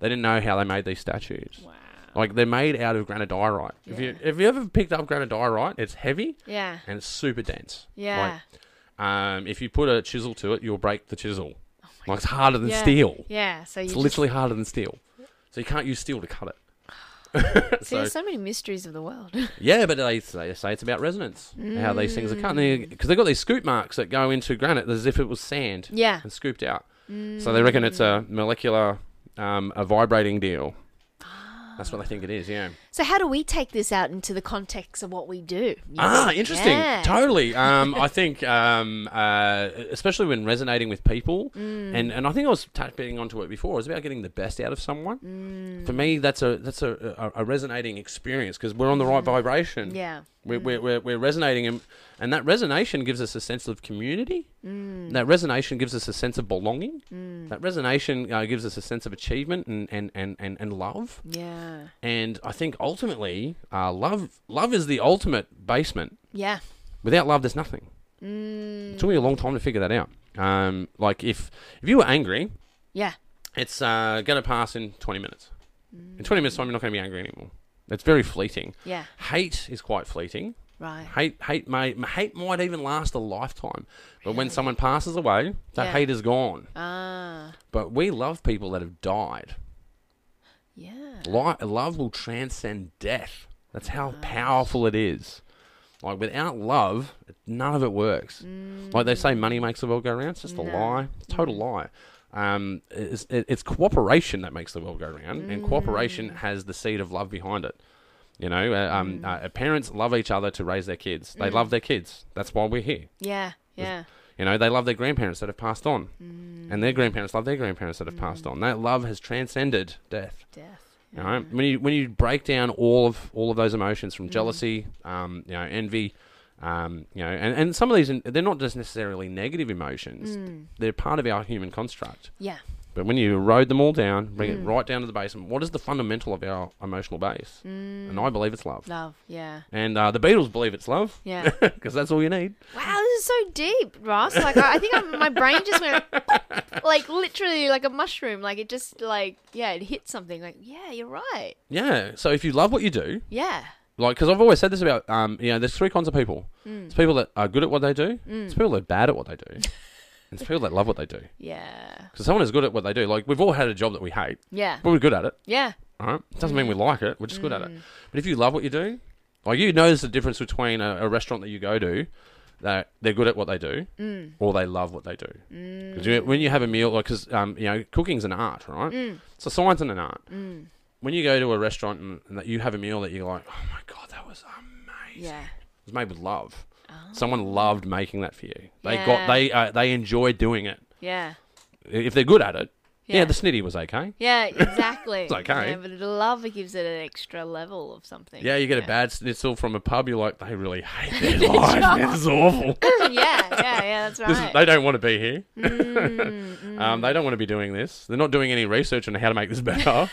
S1: They didn't know how they made these statues.
S2: Wow.
S1: Like they're made out of granodiorite. If you if you ever picked up granodiorite, it's heavy
S2: Yeah.
S1: and it's super dense.
S2: Yeah.
S1: Like, um, if you put a chisel to it, you'll break the chisel. like it's harder than steel.
S2: Oh Yeah. So you
S1: It's
S2: just-
S1: literally harder than steel. So you can't use steel to cut it.
S2: see, there's so many mysteries of the world.
S1: Yeah, but they, they say it's about resonance, how these things are cut.
S2: Mm.
S1: Because they've got these scoop marks that go into granite as if it was sand
S2: yeah. Mm.
S1: and scooped out. So they reckon it's a molecular, um, a vibrating deal.
S2: Ah.
S1: That's what they think it is, yeah.
S2: So how do we take this out into the context of what we do? You
S1: Ah,
S2: know?
S1: interesting.
S2: Yeah.
S1: Totally. Um, I think, um, uh, especially when resonating with people,
S2: Mm.
S1: and, and I think I was tapping onto it before. It was about getting the best out of someone.
S2: Mm.
S1: For me, that's a that's a, a, a resonating experience because we're on the right vibration.
S2: Yeah. Mm.
S1: We're, we're, we're, we're resonating, and, and that resonation gives us a sense of community.
S2: Mm.
S1: That resonation gives us a sense of belonging. That resonation uh, gives us a sense of achievement and, and, and, and, and love.
S2: Yeah.
S1: And I think ultimately, uh, love love is the ultimate basement.
S2: Yeah.
S1: Without love, there's nothing. It took me a long time to figure that out. Um, like if if you were angry,
S2: Yeah.
S1: it's uh, going to pass in 20 minutes. In 20 minutes time, you're not going to be angry anymore. It's very fleeting.
S2: Yeah.
S1: Hate is quite fleeting.
S2: Right.
S1: Hate hate may hate might even last a lifetime, but when someone passes away, that
S2: Yeah.
S1: hate is gone.
S2: Ah.
S1: But we love people that have died.
S2: Yeah.
S1: Li love will transcend death. That's how powerful it is. Like without love, none of it works. Like they say, money makes the world go round. It's just a lie, total lie. Um, it's, it- it's cooperation that makes the world go round, and cooperation has the seed of love behind it. You know, uh, um, uh, parents love each other to raise their kids. They love their kids. That's why we're here.
S2: Yeah. Yeah.
S1: You know, they love their grandparents that have passed on, and their grandparents love their grandparents that have passed on. That love has transcended death.
S2: Death.
S1: You know, when you when you break down all of all of those emotions from jealousy, um, you know, envy, um, you know, and, and some of these they're not just necessarily negative emotions. They're part of our human construct.
S2: Yeah.
S1: But when you erode them all down, bring it right down to the base, and what is the fundamental of our emotional base? And I believe it's love.
S2: Love. Yeah.
S1: And uh, the Beatles believe it's love.
S2: Yeah.
S1: Because that's all you need.
S2: Wow, this is so deep, Ross. Like I, I think I'm, my brain just went pop, like literally like a mushroom. Like it just like yeah, it hit something. Like yeah, you're right.
S1: Yeah. So if you love what you do,
S2: Yeah.
S1: like, because I've always said this about, um, you know, there's three kinds of people. It's people that are good at what they do. It's people that are bad at what they do. and it's people that love what they do.
S2: Yeah.
S1: Because someone is good at what they do. Like we've all had a job that we hate,
S2: Yeah.
S1: but we're good at it.
S2: Yeah.
S1: All right. Doesn't
S2: Mm.
S1: mean we like it. We're just good at it. But if you love what you do, like you notice the difference between a, a restaurant that you go to that they're good at what they do
S2: Mm.
S1: or they love what they do. Because when you have a meal, like, because, um, you know, cooking's an art, right?
S2: Mm.
S1: It's a science and an art. When you go to a restaurant and, and that you have a meal that you're like, oh my God, that was amazing.
S2: Yeah. Oh.
S1: It was made with love. Someone loved making that for you. They
S2: Yeah.
S1: got, they, uh, they enjoy doing it.
S2: Yeah.
S1: If they're good at it, yeah,
S2: Yeah.
S1: the snitty was okay.
S2: Yeah, exactly.
S1: It's okay.
S2: Yeah, but the love gives it an extra level of something.
S1: Yeah, you get a bad schnitzel from a pub. You're like, they really hate their life. This is awful.
S2: yeah, yeah, yeah. That's right.
S1: This is, they don't want to be here. um, they don't want to be doing this. They're not doing any research on how to make this better.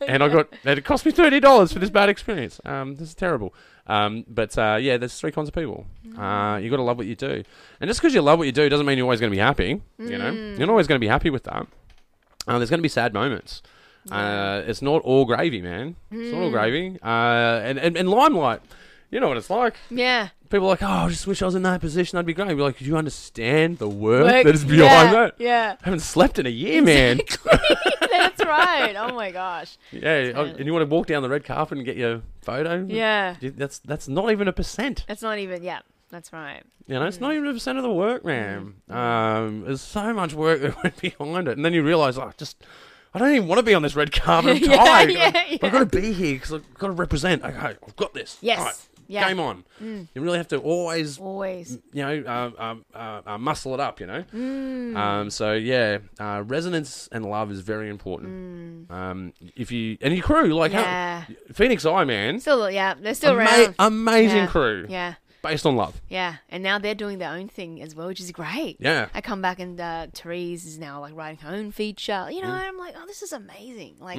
S1: and I got and it cost me thirty dollars for this bad experience. Um, this is terrible. Um, but uh, yeah, there's three kinds of people. Uh, you got to love what you do, and just because you love what you do doesn't mean you're always going to be happy. You know, you're not always going to be happy with that. Uh, there's going to be sad moments. Uh, it's not all gravy, man. It's not all gravy. Uh, and, and, and limelight, you know what it's like.
S2: yeah.
S1: People are like, oh, I just wish I was in that position. That'd be great. We're like, do you understand the work,
S2: Like,
S1: that is behind
S2: yeah,
S1: that?
S2: Yeah.
S1: I haven't slept in a year, man.
S2: That's right. Oh my gosh.
S1: yeah, oh, and you want to walk down the red carpet and get your photo?
S2: Yeah.
S1: Dude, That's that's not even a percent.
S2: That's not even. Yeah. That's right.
S1: You know, it's not
S2: Mm.
S1: even a percent of the work, man. Um, there's so much work that went behind it, and then you realise, oh, just I don't even want to be on this red carpet. I'm
S2: Yeah,
S1: tired.
S2: yeah,
S1: I-
S2: yeah.
S1: I've got to be here because I've got to represent. Okay, I've got this.
S2: Yes,
S1: All right,
S2: yeah. Mm.
S1: game on. You really have to always
S2: Always.
S1: you know, uh, um, uh, uh, muscle it up, you know.
S2: Mm.
S1: Um, so yeah, uh, resonance and love is very important. Um, if you and your crew, like how-
S2: Mm. Yeah.
S1: Phoenix Eye Man,
S2: Still. Yeah. They're still
S1: ama-
S2: around.
S1: amazing
S2: yeah.
S1: crew,
S2: Yeah.
S1: based on love.
S2: Yeah. And now they're doing their own thing as well, which is great.
S1: Yeah.
S2: I come back and uh, Therese is now like writing her own feature. You know,
S1: Mm.
S2: and I'm like, oh, this is amazing. Like,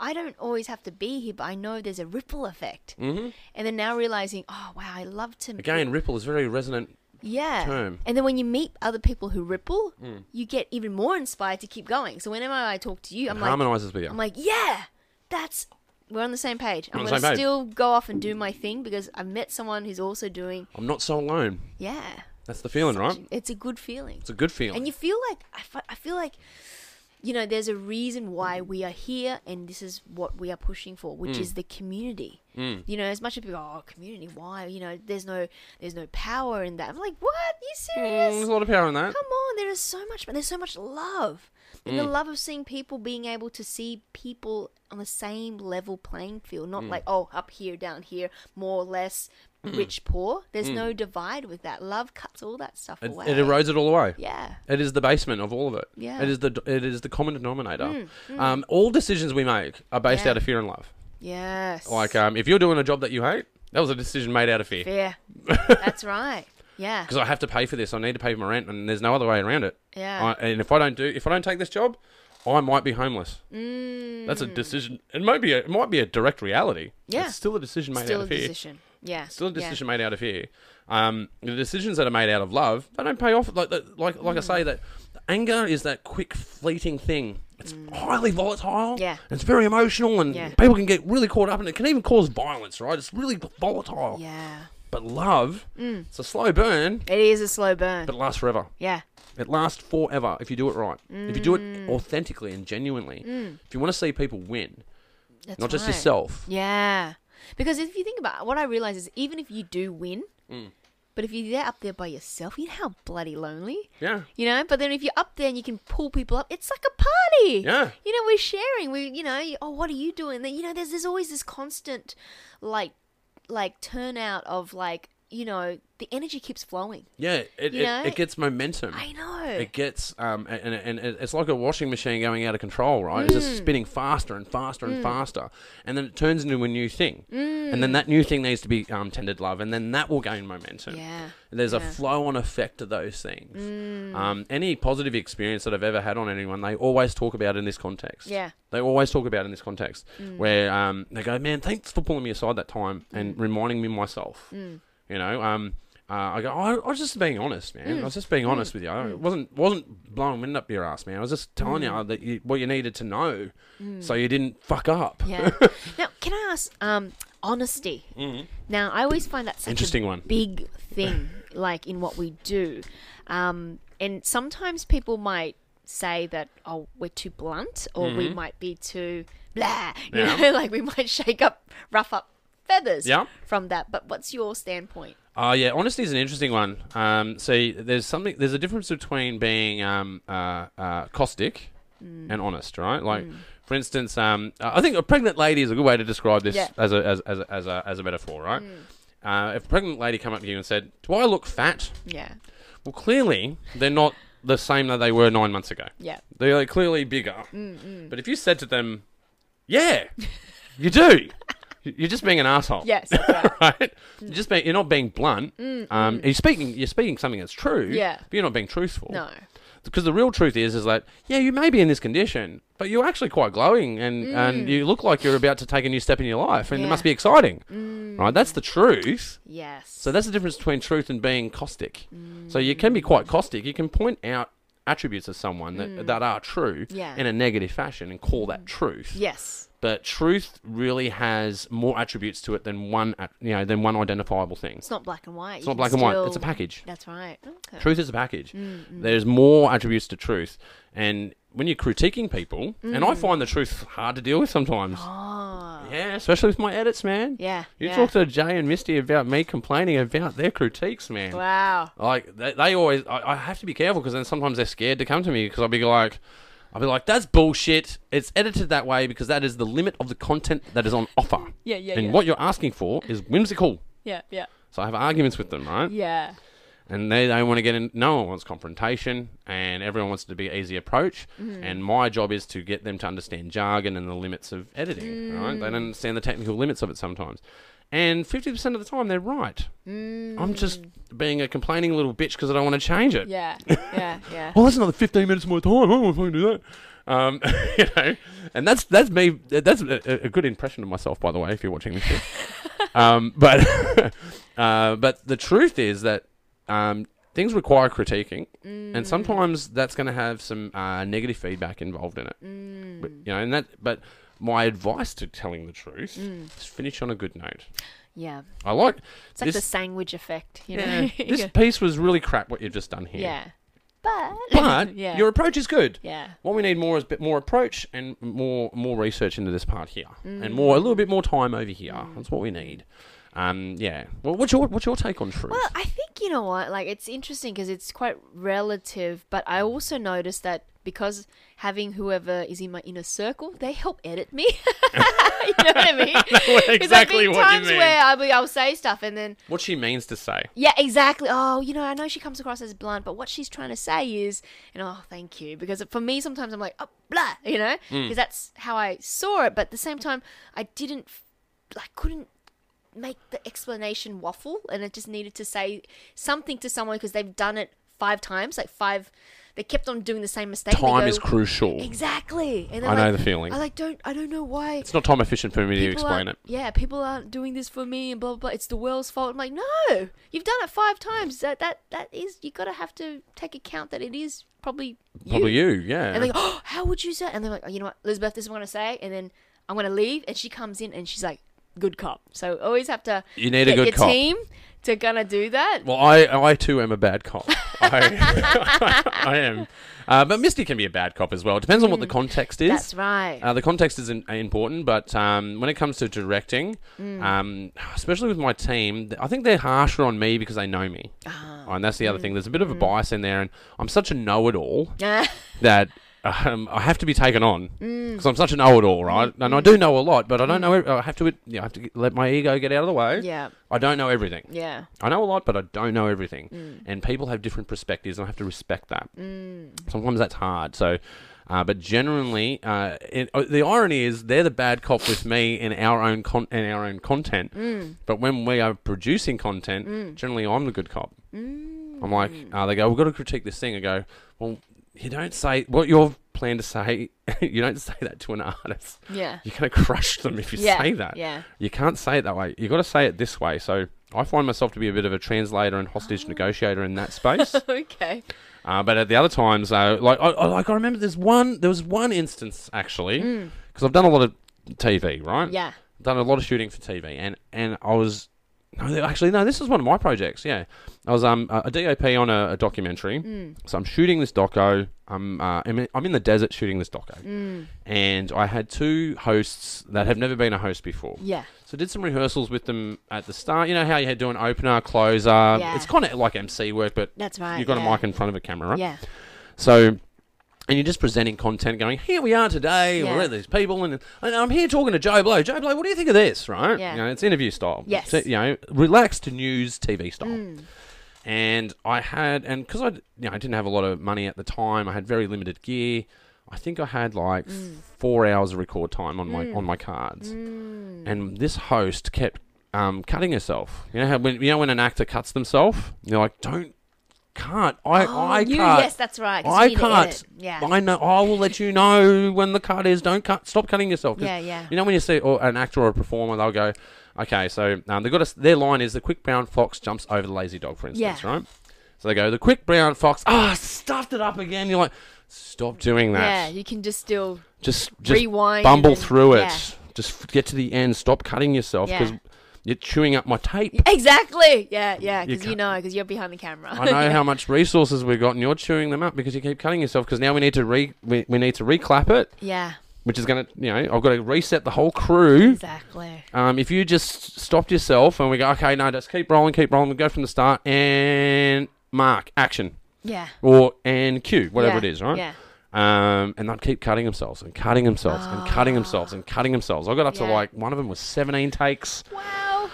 S2: I don't always have to be here, but I know there's a ripple effect. Mm-hmm. And then now realizing, oh wow, I love to
S1: Again, ripple is very resonant.
S2: yeah.
S1: term. Mm.
S2: And then when you meet other people who ripple, you get even more inspired to keep going. So whenever I talk to you, I'm like,
S1: harmonizes with you.
S2: I'm like, yeah, that's we're on the same page. I'm
S1: on the
S2: gonna
S1: same page.
S2: still go off and do my thing because I've met someone who's also doing
S1: I'm not so alone.
S2: yeah.
S1: That's the feeling, right?
S2: It's a good feeling.
S1: It's a good feeling.
S2: And you feel like I, fe- I feel like you know there's a reason why we are here and this is what we are pushing for which
S1: Mm.
S2: is the community you know as much as people go oh community why you know there's no there's no power in that i'm like what you
S1: Mm,
S2: serious
S1: there's a lot of power in that.
S2: come on there is so much there's so much love and
S1: Mm.
S2: the love of seeing people being able to see people on the same level playing field
S1: Mm.
S2: not like oh up here down here more less rich poor there's no divide with that love cuts all that stuff
S1: Mm. It,
S2: away
S1: it erodes it all away.
S2: yeah
S1: It is the basement of all of it.
S2: Yeah. Mm,
S1: It is the it is the common denominator. Um, all decisions we make are based
S2: Yeah.
S1: out of fear and love.
S2: yes
S1: Like, um, if you're doing a job that you hate, that was a decision made out of fear.
S2: yeah that's right yeah
S1: Because I have to pay for this. I need to pay for my rent, and there's no other way around it.
S2: Yeah.
S1: I, and if I don't do, if I don't take this job, I might be homeless. Mm. That's a decision. It might be. A, it might be a direct reality.
S2: Yeah.
S1: It's still a decision made
S2: still
S1: out
S2: a
S1: of fear.
S2: decision yeah
S1: Still a decision made out of fear. Um, the decisions that are made out of love, they don't pay off. Like, the- like,
S2: Mm.
S1: like I say, that anger is that quick, fleeting thing. It's highly volatile.
S2: Mm. Yeah.
S1: It's very emotional, and
S2: Yeah.
S1: people can get really caught up, and it can even cause violence. Right? It's really volatile.
S2: yeah. Mm. yeah
S1: But love, it's a slow burn,
S2: it is a slow burn
S1: but it lasts forever.
S2: yeah
S1: It lasts forever if you do it right. If you
S2: Mm.
S1: do it authentically and genuinely. If you want to see people win,
S2: that's
S1: not just
S2: right.
S1: yourself.
S2: Yeah. Because if you think about it, what I realize is even if you do win, but if you're there up there by yourself, you know how bloody lonely.
S1: Yeah.
S2: You know, but then if you're up there and you can pull people up, it's like a party.
S1: Yeah.
S2: You know, we're sharing. We, you know, oh, what are you doing? Then, You know, there's there's always this constant, like, like turnout of like you know, the energy keeps flowing.
S1: Yeah, it,
S2: You know?
S1: it, it gets momentum.
S2: I know.
S1: It gets um a- and, and it- it's like a washing machine going out of control, right? It's just spinning faster and faster and faster, and then it turns into a new thing, and then that new thing needs to be um, tended love, and then that will gain momentum.
S2: Yeah.
S1: There's
S2: Yeah. Mm.
S1: a flow-on effect to those things. Um, any positive experience that I've ever had on anyone, they always talk about in this context.
S2: Yeah. Mm.
S1: They always talk about in this context where um, they go, man, thanks for pulling me aside that time and
S2: Mm.
S1: reminding me myself. You know, um, uh, I go, "Oh, I was just being honest, man.
S2: Mm.
S1: I was just being honest with you. I wasn't wasn't blowing wind up your ass, man. I was just telling
S2: Mm.
S1: you that you, what you needed to know, so you didn't fuck up.
S2: Yeah. now, can I ask um, honesty? Now, I always find that such
S1: Mm-hmm. Interesting
S2: a
S1: one.
S2: big thing, like in what we do. Um, and sometimes people might say that, oh, we're too blunt, or we might be too blah. You
S1: Mm-hmm. Yeah.
S2: know, like we might shake up, rough up feathers
S1: Yeah.
S2: from that. But what's your standpoint?
S1: Oh yeah, honesty is an interesting one. Um, see, there's something. There's a difference between being um, uh, uh, caustic
S2: Mm.
S1: and honest, right? Like, for instance, um, uh, I think a pregnant lady is a good way to describe this
S2: Yeah. Mm.
S1: as a as as a, as a as a metaphor, right? Uh, if a pregnant lady come up to you and said, "Do I look fat?"
S2: Yeah.
S1: Well, clearly they're not the same that they were nine months ago.
S2: Yeah.
S1: They're like, clearly bigger.
S2: Mm,
S1: But if you said to them, "Yeah, you do," you're just being an asshole
S2: Yes. That's right.
S1: right? You're just being, you're not being blunt. Um, you're speaking you're speaking something that's true.
S2: Yeah.
S1: But you're not being truthful.
S2: no.
S1: Because the real truth is is that yeah, you may be in this condition, but you're actually quite glowing and and you look like you're about to take a new step in your life, and
S2: Mm. Yeah. Mm.
S1: it must be exciting. Right? That's the truth.
S2: Yes.
S1: So that's the difference between truth and being caustic. So you
S2: Mm.
S1: can be quite caustic. You can point out attributes of someone that, that are true
S2: Mm. Yeah. Mm.
S1: in a negative fashion and call that truth
S2: yes.
S1: but truth really has more attributes to it than one at- you know than one identifiable thing
S2: It's not black and white.
S1: it's not black and white it's a package
S2: That's right. Okay.
S1: truth is a package there's more attributes to truth and when you're critiquing people and i find the truth hard to deal with sometimes
S2: Oh.
S1: yeah especially with my edits man
S2: Yeah.
S1: you
S2: yeah.
S1: talk to jay and misty about me complaining about their critiques man
S2: Wow.
S1: like they, they always, I, I have to be careful because then sometimes they're scared to come to me because I'll be like, I'll be like, that's bullshit. It's edited that way because that is the limit of the content that is on offer.
S2: Yeah, yeah,
S1: And
S2: yeah.
S1: what you're asking for is whimsical.
S2: Yeah, yeah,
S1: So I have arguments with them, right?
S2: yeah.
S1: And they don't want to get in. No one wants confrontation, and everyone wants it to be easy approach. And my job is to get them to understand jargon and the limits of editing. Right? They don't understand the technical limits of it sometimes. And fifty percent of the time, they're right. I'm just being a complaining little bitch because I don't want to change it.
S2: Yeah, yeah, yeah.
S1: Well, Oh, that's another fifteen minutes of my time. I don't want to fucking do that. Um, you know, and that's that's me. That's a, a good impression of myself, by the way. If you're watching this, shit. um, but uh, but the truth is that um, things require critiquing,
S2: Mm.
S1: and sometimes that's going to have some uh, negative feedback involved in it.
S2: Mm.
S1: But, you know, and that. But my advice to telling the truth
S2: Mm.
S1: is finish on a good note.
S2: yeah.
S1: I like
S2: It's like the sandwich effect, you know?
S1: yeah, this piece was really crap. What you've just done here.
S2: yeah. But,
S1: But
S2: yeah.
S1: your approach is good.
S2: yeah.
S1: What we need more is a bit more approach and more more research into this part here,
S2: Mm.
S1: and more a little bit more time over here. That's what we need. Um, yeah. Well, what's your what's your take on truth?
S2: Well, I think you know what? Like, it's interesting because it's quite relative. But I also noticed that because having whoever is in my inner circle, they help edit me. you know what I mean? 'Cause there've
S1: exactly
S2: been
S1: what you
S2: times
S1: mean.
S2: where I'll, be, I'll say stuff and then
S1: what she means to say.
S2: Yeah, exactly. Oh, you know, I know she comes across as blunt, but what she's trying to say is, and oh, thank you, because for me sometimes I'm like, oh, blah, you know,
S1: Mm.
S2: because that's how I saw it. But at the same time, I didn't, f- I couldn't make the explanation waffle, and I just needed to say something to someone because they've done it five times, like five. They kept on doing the same mistake. They
S1: Time
S2: go,
S1: is crucial.
S2: Exactly. And
S1: I know
S2: like-
S1: the feeling.
S2: I like don't. I don't know why.
S1: It's not time efficient for me to
S2: People
S1: explain
S2: aren't-
S1: it.
S2: Yeah, people aren't doing this for me and blah blah blah. It's the world's fault. I'm like, no, you've done it five times. That that that is you gotta have to take account that it is probably you.
S1: Probably you, yeah.
S2: And they go, oh, how would you say? And they're like, oh, you know what, Elizabeth, this is what I'm gonna say, and then I'm gonna leave, and she comes in and she's like, good cop. So always have to
S1: You need a
S2: get
S1: good
S2: your
S1: cop.
S2: team to gonna do that.
S1: well, I I too am a bad cop. I, I am, uh, but Misty can be a bad cop as well. Depends on what the context is.
S2: Mm. That's right.
S1: Uh, the context is in, important, but um, when it comes to directing,
S2: Mm.
S1: um, especially with my team, th- I think they're harsher on me Oh, because they know
S2: Ah.
S1: me. And that's the other thing. There's a bit of a bias in there, and I'm such a know it all
S2: Mm. Yeah.
S1: that um, I have to be taken on
S2: Mm.
S1: because I'm such an know-it-all, right? And I do know a lot, but I don't know. ev- I have to, you know, I have to let my ego get out of the way.
S2: Yeah.
S1: I don't know everything.
S2: Yeah.
S1: I know a lot, but I don't know everything. And people have different perspectives, and I have to respect that. Sometimes that's hard. So, uh, but generally, uh, it, uh, the irony is they're the bad cop with me in our own con- in our own content.
S2: Mm.
S1: But when we are producing content, generally I'm the good cop.
S2: Mm.
S1: I'm like, uh, they go, we've got to critique this thing. I go, well, you don't say what you're planned to say. you don't say that to an artist.
S2: Yeah.
S1: You're going to crush them if you
S2: Yeah,
S1: say that.
S2: yeah.
S1: You can't say it that way. You've got to say it this way. So I find myself to be a bit of a translator and hostage negotiator in that space.
S2: Okay.
S1: uh, but at the other times, uh, like, I, I, like I remember there's one, there was one instance actually, because I've done a lot of TV, right?
S2: Mm. Yeah.
S1: Done a lot of shooting for TV, and and I was. No, th- actually, no. This is one of my projects. Yeah, I was um a a DOP on a, a documentary, so I'm shooting this doco. I'm uh, I'm in- I'm in the desert shooting this doco, and I had two hosts that have never been a host before.
S2: Yeah.
S1: So did some rehearsals with them at the start. You know how you had doing opener, closer. It's kind of like MC work, but
S2: That's right.
S1: you've got
S2: yeah.
S1: a mic in front of a camera, right?
S2: Yeah.
S1: So, and you're just presenting content, going, "Here we are today.
S2: Yeah.
S1: We're at these people, and, and I'm here talking to Joe Blow. Joe Blow, what do you think of this? Right?
S2: Yeah.
S1: You know, it's interview style.
S2: Yes. Mm.
S1: It's, you know, relaxed news TV style. And I had, and because I, you know, I didn't have a lot of money at the time. I had very limited gear. I think I had like
S2: Mm.
S1: four hours of record time on my on my cards
S2: Mm.
S1: and this host kept um, cutting herself. You know how when you know when an actor cuts themselves, you're like, don't, can't, I,
S2: Oh,
S1: I
S2: you,
S1: can't,
S2: yes, that's right. 'cause
S1: I
S2: you need to
S1: can't.
S2: edit. Yeah.
S1: I know. I will let you know when the cut is. Don't cut. Stop cutting yourself. 'Cause
S2: Yeah, yeah.
S1: You know when you see or an actor or a performer, they'll go, okay, so um, they got a, their line is the quick brown fox jumps over the lazy dog, for instance,
S2: Yeah.
S1: right? So they go, the quick brown fox, ah, stuffed it up again. You're like, stop doing that
S2: yeah. You can just still.
S1: just just
S2: Rewind
S1: bumble
S2: and-
S1: through it.
S2: yeah.
S1: Just f- get to the end. Stop cutting yourself
S2: Yeah.
S1: because you're chewing up my tape.
S2: Exactly. Yeah. Yeah.
S1: You
S2: Because you,
S1: can't-
S2: know, because you're behind the camera.
S1: I know how much resources we've got, and you're chewing them up because you keep cutting yourself. Because now we need to re we, we need to reclap it,
S2: yeah.
S1: which is gonna you know I've got to reset the whole crew.
S2: Exactly.
S1: Um, if you just stopped yourself and we go, okay, no, just keep rolling, keep rolling, we go from the start and mark action
S2: Yeah.
S1: or and cue whatever
S2: Yeah,
S1: it is, right?
S2: Yeah.
S1: Um, and they'd keep cutting themselves and cutting themselves and cutting themselves and cutting themselves. I got up
S2: Ah. Yeah.
S1: to like one of them was 17 takes.
S2: Wow.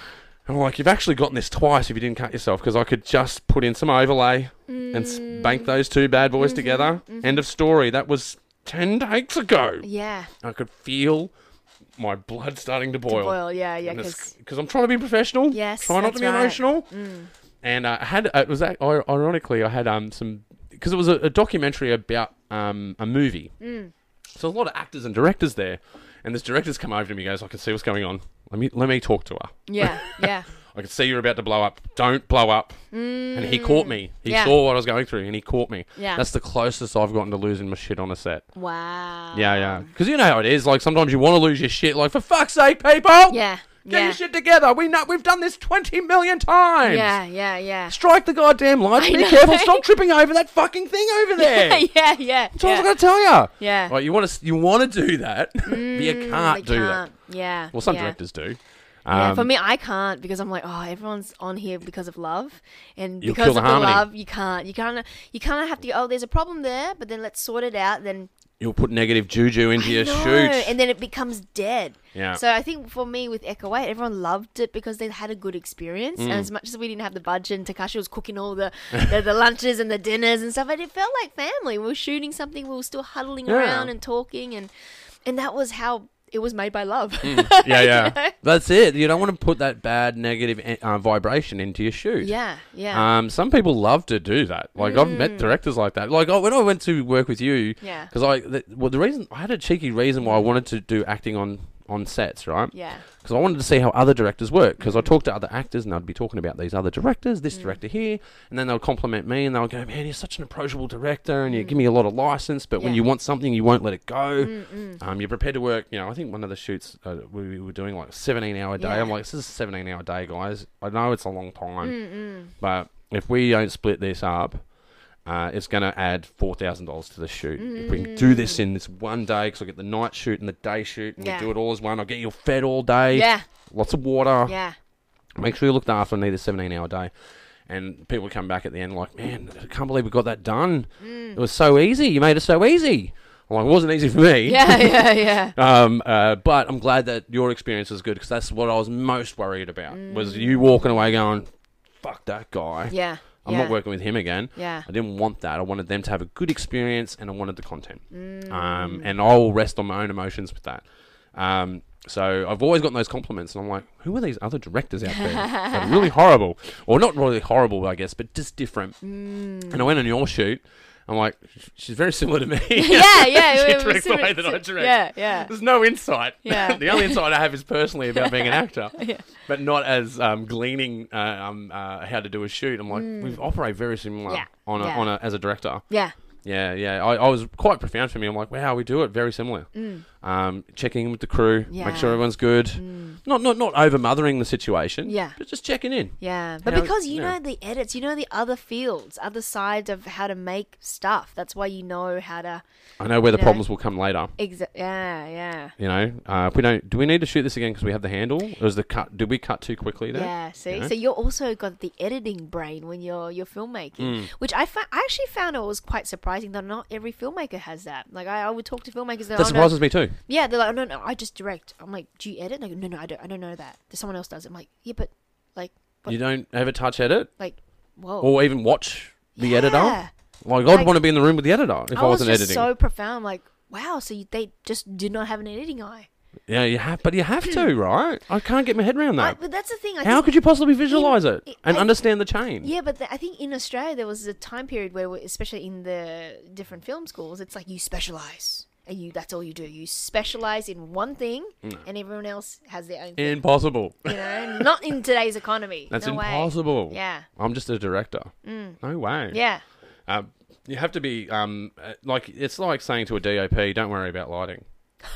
S1: And I'm like, you've actually gotten this twice if you didn't cut yourself because I could just put in some overlay and s-
S2: Mm.
S1: bank those two bad boys
S2: Mm-hmm.
S1: together. End of story. That was 10 takes ago.
S2: Yeah.
S1: I could feel my blood starting to boil.
S2: Well, yeah. Yeah. Because.
S1: Because I'm trying to be professional.
S2: Yes,
S1: Try not
S2: that's
S1: to be
S2: right. Mm.
S1: emotional. And uh, I had, uh, it was that, ir- ironically, I had um some, because it was a, a documentary about um a movie.
S2: Mm.
S1: So a lot of actors and directors there. And this director's come over to me and goes, I can see what's going on. Let me, let me talk to her.
S2: Yeah. Yeah.
S1: I can see you're about to blow up. Don't blow up. And he caught me. He
S2: Mm. Yeah.
S1: saw what I was going through and he caught me.
S2: Yeah.
S1: That's the closest I've gotten to losing my shit on a set.
S2: wow.
S1: Yeah, yeah. Because you know how it is. Like sometimes you want to lose your shit. Like for fuck's sake, people.
S2: Yeah.
S1: Get
S2: Yeah.
S1: your shit together. We know we've done this twenty million times.
S2: Yeah. Yeah. Yeah.
S1: Strike the goddamn lights.
S2: I
S1: Be
S2: know.
S1: careful. Stop tripping over that fucking thing over there.
S2: Yeah. Yeah. Yeah.
S1: That's all I gotta tell you.
S2: Yeah.
S1: Right, you want to you want to do that, but you can't do that.
S2: that. Yeah.
S1: Well, some
S2: yeah.
S1: directors do.
S2: Yeah,
S1: Um,
S2: for me, I can't because I'm like, oh, everyone's on here because of love, and
S1: You'll
S2: because
S1: kill
S2: of
S1: the
S2: the
S1: harmony.
S2: love, you can't, you can't, you can't have to. Oh, there's a problem there, but then let's sort it out. Then
S1: You'll put negative juju into your
S2: no,
S1: shoots.
S2: and then it becomes dead.
S1: Yeah.
S2: So I think for me with Echo Eight, everyone loved it because they had a good experience.
S1: Mm.
S2: And as much as we didn't have the budget, and Takashi was cooking all the, the the lunches and the dinners and stuff, and it felt like family. We were shooting something, we were still huddling
S1: Yeah.
S2: around and talking, and and that was how it was made by love.
S1: yeah, yeah. That's it. You don't want to put that bad negative eh, uh, vibration into your shoot.
S2: yeah, yeah. Mm.
S1: Um, some people love to do that. Like I've met directors like that. Like oh, when I went to work with you,
S2: Yeah.
S1: because I the, well the reason I had a cheeky reason why I wanted to do acting on on sets, right?
S2: yeah.
S1: because I wanted to see how other directors work. Because I
S2: Mm.
S1: talked to other actors, and I'd be talking about these other directors, this director here, and then they'll compliment me, and they'll go, "Man, you're such an approachable director, and you give me a lot of license, but when
S2: Mm. Yeah. Mm,
S1: you want something, you won't let it go. Um, you're prepared to work." You know, I think one of the shoots uh, we, we were doing like 17 hour day.
S2: Yeah. Mm,
S1: I'm like, "This is a 17 hour day, guys. I know it's a long time, but if we don't split this up." Uh, it's going to add four thousand dollars to the shoot. If we can do this in this one day, because I get the night shoot and the day shoot, and
S2: Mm. Yeah.
S1: we do it all as one. I'll get you fed all day
S2: Yeah.
S1: lots of water.
S2: Yeah.
S1: Make sure you're looked after and need a 17 hour day. And people
S2: Mm.
S1: come back at the end like, man, I can't believe we got that done. It was so easy. You made it so easy. I'm like, it wasn't easy for me.
S2: Yeah, yeah, yeah.
S1: Um, uh, but I'm glad that your experience was good because that's what I was most worried about was you walking away going, "Fuck that guy."
S2: Mm. Yeah.
S1: I'm
S2: yeah.
S1: not working with him again.
S2: Yeah.
S1: I didn't want that. I wanted them to have a good experience and I wanted the content.
S2: Mm.
S1: Um, and I will rest on my own emotions with that. Um, so I've always gotten those compliments and I'm like, who are these other directors out there? that are really horrible. Or not really horrible, I guess, but just different.
S2: Mm.
S1: And I went on your shoot. I'm like, she's very similar to me.
S2: Yeah, yeah.
S1: she
S2: we- we
S1: directs the
S2: similar-
S1: way that I direct.
S2: Yeah, yeah.
S1: There's no insight.
S2: Yeah.
S1: the only insight I have is personally about being an actor,
S2: Yeah.
S1: but not as um, gleaning uh, um, uh, how to do a shoot. I'm like, we operate very similar
S2: Mm. Yeah.
S1: on a,
S2: Yeah.
S1: on a, as a director.
S2: Yeah.
S1: Yeah, yeah. I, I was quite profound for me. I'm like, wow, we do it very similar. Um, checking in with the crew,
S2: Mm. Yeah. Mm.
S1: make sure everyone's good. Not not not over mothering the situation.
S2: Yeah.
S1: but just checking in.
S2: Yeah, but
S1: know,
S2: because you
S1: yeah.
S2: know the edits, you know the other fields, other sides of how to make stuff. That's why you know how to.
S1: I know where the
S2: Yeah.
S1: problems will come later.
S2: Exa- yeah, yeah,
S1: You know, uh, if we don't. Do we need to shoot this again because we have the handle? Or is the cut? Did we cut too quickly there?
S2: yeah. See,
S1: You know?
S2: so you're also got the editing brain when you're you're filmmaking,
S1: Mm.
S2: which I found I actually found it was quite surprising that not every filmmaker has that. Like I, I would talk to filmmakers, they're
S1: that
S2: like, oh, no.
S1: surprises me too.
S2: yeah, they're like, oh, no, no, I just direct. I'm like, do you edit? Like, no, no, I don't, I don't know that. There's someone else does. it. I'm like, yeah, but like, what,
S1: You don't ever touch edit
S2: like, whoa.
S1: or even watch the editor.
S2: Yeah.
S1: Like I'd
S2: Like-
S1: want to be in the room with the editor if I,
S2: I was
S1: wasn't
S2: just
S1: editing.
S2: so profound. like, wow. So you, they just did not have an editing eye.
S1: yeah, you have, but you have to, right? I can't get my head around
S2: I,
S1: that.
S2: but that's the thing. I
S1: How
S2: think,
S1: could you possibly visualize it
S2: it-
S1: and
S2: I-
S1: understand the chain?
S2: Yeah, but the, I think in Australia there was a time period where, we- especially in the different film schools, it's like you specialize and you that's all you do. You specialize in one thing,
S1: Mm.
S2: and everyone else has their own. thing.
S1: Impossible.
S2: You know, not in today's economy.
S1: That's
S2: no
S1: impossible.
S2: Way. Yeah, Mm.
S1: I'm just a director. No way.
S2: yeah,
S1: Um, you have to be um, uh, like it's like saying to a DOP, "Don't worry about lighting."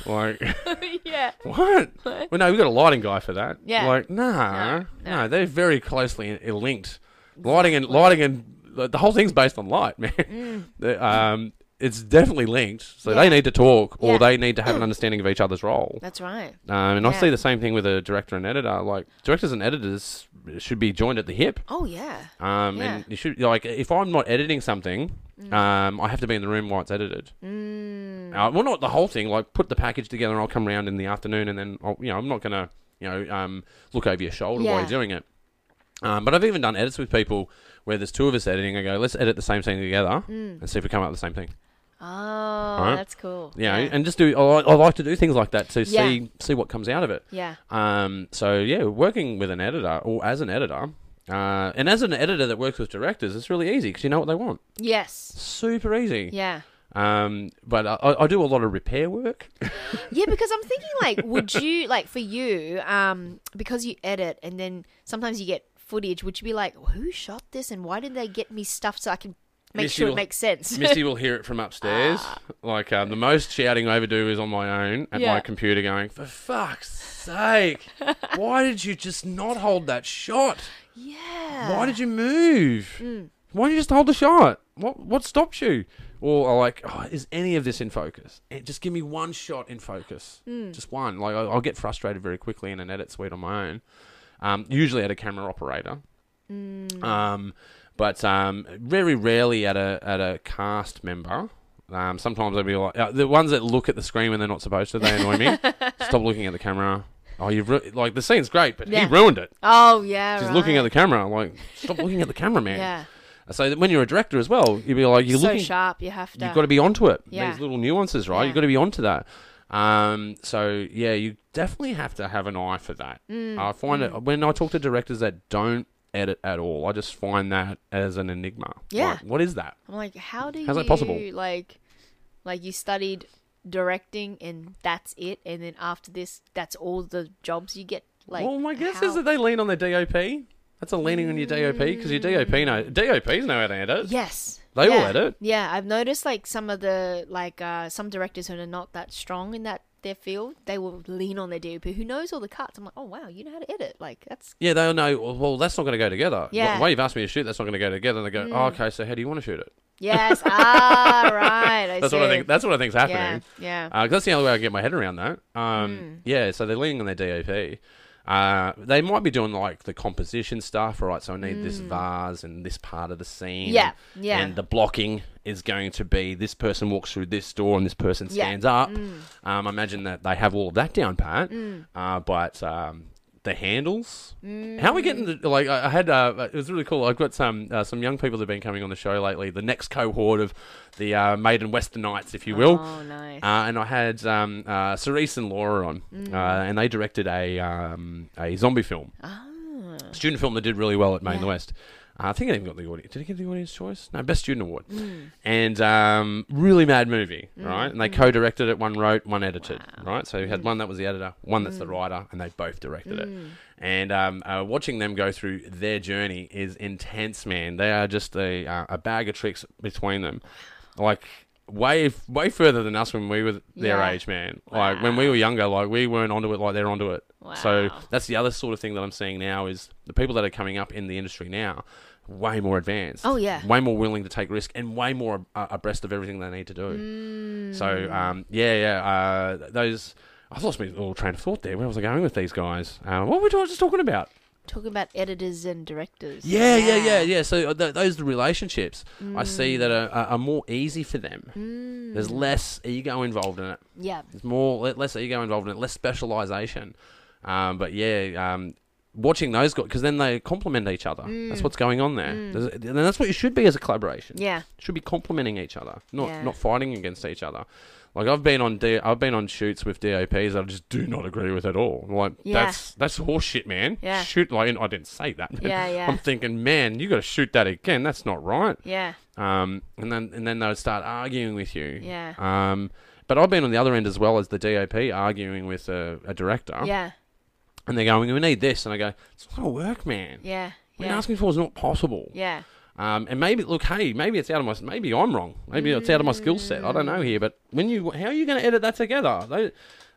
S1: Like
S2: yeah.
S1: what? Well, no, we've got a lighting guy for that.
S2: Yeah.
S1: Like nah, no,
S2: No, no.
S1: they're very closely i- linked. Lighting and lighting and the- the whole thing's based on light, man. The, um, it's definitely linked. So they
S2: Mm. Yeah.
S1: need to talk, or
S2: Yeah.
S1: they need to have an understanding of each other's role.
S2: That's right.
S1: Um, and I
S2: Yeah.
S1: see the same thing with a director and editor. Like directors and editors should be joined at the hip.
S2: Oh yeah.
S1: Um,
S2: Yeah.
S1: and you should like if I'm not editing something, um, I have to be in the room while it's edited.
S2: Mm,
S1: Uh, well, not the whole thing. Like put the package together, and I'll come around in the afternoon, and then I'll, you know I'm not gonna you know um, look over your shoulder while
S2: Yeah.
S1: you're doing it. Um, but I've even done edits with people where there's two of us editing. I go, let's edit the same thing together
S2: Mm.
S1: and see if we come up with the same thing.
S2: oh,
S1: right.
S2: that's cool.
S1: You know,
S2: yeah.
S1: and just do. I, like- I like to do things like that to
S2: Yeah.
S1: see see what comes out of it.
S2: yeah.
S1: Um, so yeah, working with an editor or as an editor, uh, and as an editor that works with directors, it's really easy because you know what they want.
S2: Yes.
S1: Super easy.
S2: Yeah.
S1: Um, but I- I, I do a lot of repair work.
S2: Yeah, because I'm thinking like, would you like for you, um, because you edit and then sometimes you get footage, would you be like, who shot this and why did they get me stuff so I can make
S1: Missy
S2: sure it
S1: will-
S2: makes sense?
S1: Misty will hear it from upstairs.
S2: Ah.
S1: Like um, the most shouting I ever do is on my own at my
S2: Yeah.
S1: computer, going for fuck's sake, why did you just not hold that shot?
S2: yeah. Mm.
S1: Why did you move? Why did you just hold the shot? What what stopped you? Or I like, oh, is any of this in focus? Eh, Just give me one shot in focus,
S2: Mm.
S1: just one. Like I, I'll get frustrated very quickly in an edit suite on my own. Um, usually at a camera operator.
S2: Mm.
S1: Um, but um, very rarely at a at a cast member. Um, sometimes I'll be like uh, the ones that look at the screen when they're not supposed to. They annoy me. Stop looking at the camera. Oh, you've ru- like the scene's great, but he
S2: Yeah.
S1: ruined it.
S2: Oh yeah.
S1: She's looking at
S2: right.
S1: the camera. I'm like, stop looking at the camera, man.
S2: Yeah.
S1: So that when you're a director as well, you'd be like, you're
S2: so
S1: looking,
S2: sharp you have to
S1: you've got to be onto it.
S2: Yeah.
S1: These little nuances, right?
S2: Yeah.
S1: You've got to be onto that. Um, so yeah, you definitely have to have an eye for that.
S2: Mm.
S1: I find it when I talk to directors that don't edit at all, I just find that as an enigma.
S2: Yeah.
S1: Like, what is that?
S2: I'm like, how do
S1: How's
S2: you
S1: that possible?
S2: like like you studied directing and that's it and then after this that's all the jobs you get like
S1: well, my guess
S2: how-
S1: is that they lean on their DOP. That's a leaning on your DOP because your DOP know DOPs know how to edit.
S2: Yes.
S1: They all
S2: Mm. yeah.
S1: edit.
S2: Yeah, I've noticed like some of the like uh some directors who are not that strong in that their field, they will lean on their DOP who knows all the cuts. I'm like, oh wow, you know how to edit. Like that's
S1: Yeah, they'll know. Well, well, that's not going to go together.
S2: Yeah. Mm.
S1: The way you've asked me to shoot, that's not going to go together. And they go, oh, okay. So how do you want to shoot it?
S2: yes. ah, right. I
S1: That's
S2: see.
S1: what I think. That's what I think's happening.
S2: yeah. Mm. Yeah.
S1: Uh, 'cause that's the only way I can get my head around that. Um, Yeah, so they're leaning on their DOP. Uh, they might be doing like the composition stuff, all right? So I need this vase and this part of the scene.
S2: Mm. Yeah,
S1: and-
S2: yeah.
S1: And the blocking is going to be this person walks through this door and this person
S2: Yeah. Mm.
S1: stands up. Um, I imagine that they have all of that down pat. Uh, but um, the handles,
S2: Mm.
S1: how are we getting the, like? I I had uh, it was really cool. I've got some uh, some young people that've been coming on the show lately. The next cohort of the uh, Maiden Westernites, if you will.
S2: Oh, nice.
S1: Uh, and I had um, uh, Cerise and Laura on, uh, and they directed a um, a zombie film,
S2: Ah.
S1: student film that did really well at Maine
S2: Yeah.
S1: the West. Uh, I think it even got the audience. Did it get the audience choice? No, best student award.
S2: Mm.
S1: And um, really mad movie, right? And they co-directed it. One wrote, one edited, right? So you had one that was the editor, one that's the
S2: Mm.
S1: writer, and they both directed it. And um, uh, watching them go through their journey is intense, man. They are just a uh, a bag of tricks between them, like way way further than us when we were their
S2: Yeah.
S1: age, man. Like when we were younger, like we weren't onto it like they're onto it. So
S2: Wow.
S1: that's the other sort of thing that I'm seeing now is the people that are coming up in the industry now, way more advanced.
S2: Oh, yeah.
S1: Way more willing to take risk and way more uh, abreast of everything they need to do.
S2: Hmm. Mm.
S1: So um, yeah, yeah. Uh, th- those I've lost my little train of thought there. Where was I going with these guys? Uh, what were we ta- just talking about?
S2: Talking about editors and directors.
S1: Yeah, yeah, yeah, yeah. So uh, th- those are the relationships I see
S2: Mm.
S1: that are, are are more easy for them. There's less ego involved in it.
S2: Yeah.
S1: There's more le- less ego involved in it, less specialization. Um, but yeah, um, watching those guys because then they complement each other. That's what's going on there. There's- And that's what you should be as a collaboration.
S2: Mm. Yeah.
S1: should be complementing each other, not
S2: Yeah.
S1: not fighting against each other. Like I've been on D- I've been on shoots with DOPs that I just do not agree with at all. I'm Like
S2: Yeah.
S1: that's that's horseshit, man.
S2: Yeah.
S1: Shoot like I didn't say that. but
S2: Yeah, yeah.
S1: I'm thinking, man, you got to shoot that again. That's not right.
S2: Yeah.
S1: Um, and then and then they'll start arguing with you.
S2: Yeah.
S1: Um, but I've been on the other end as well as the DOP arguing with a, a director.
S2: Yeah.
S1: And they're going, we need this. And I go, it's not going to work, man.
S2: Yeah.
S1: What
S2: Yeah.
S1: you're asking for is not possible.
S2: Yeah.
S1: Um, and maybe, look, hey, maybe it's out of my, maybe I'm wrong. Maybe it's out of my skill set. I don't know here. But when you, how are you going to edit that together? They,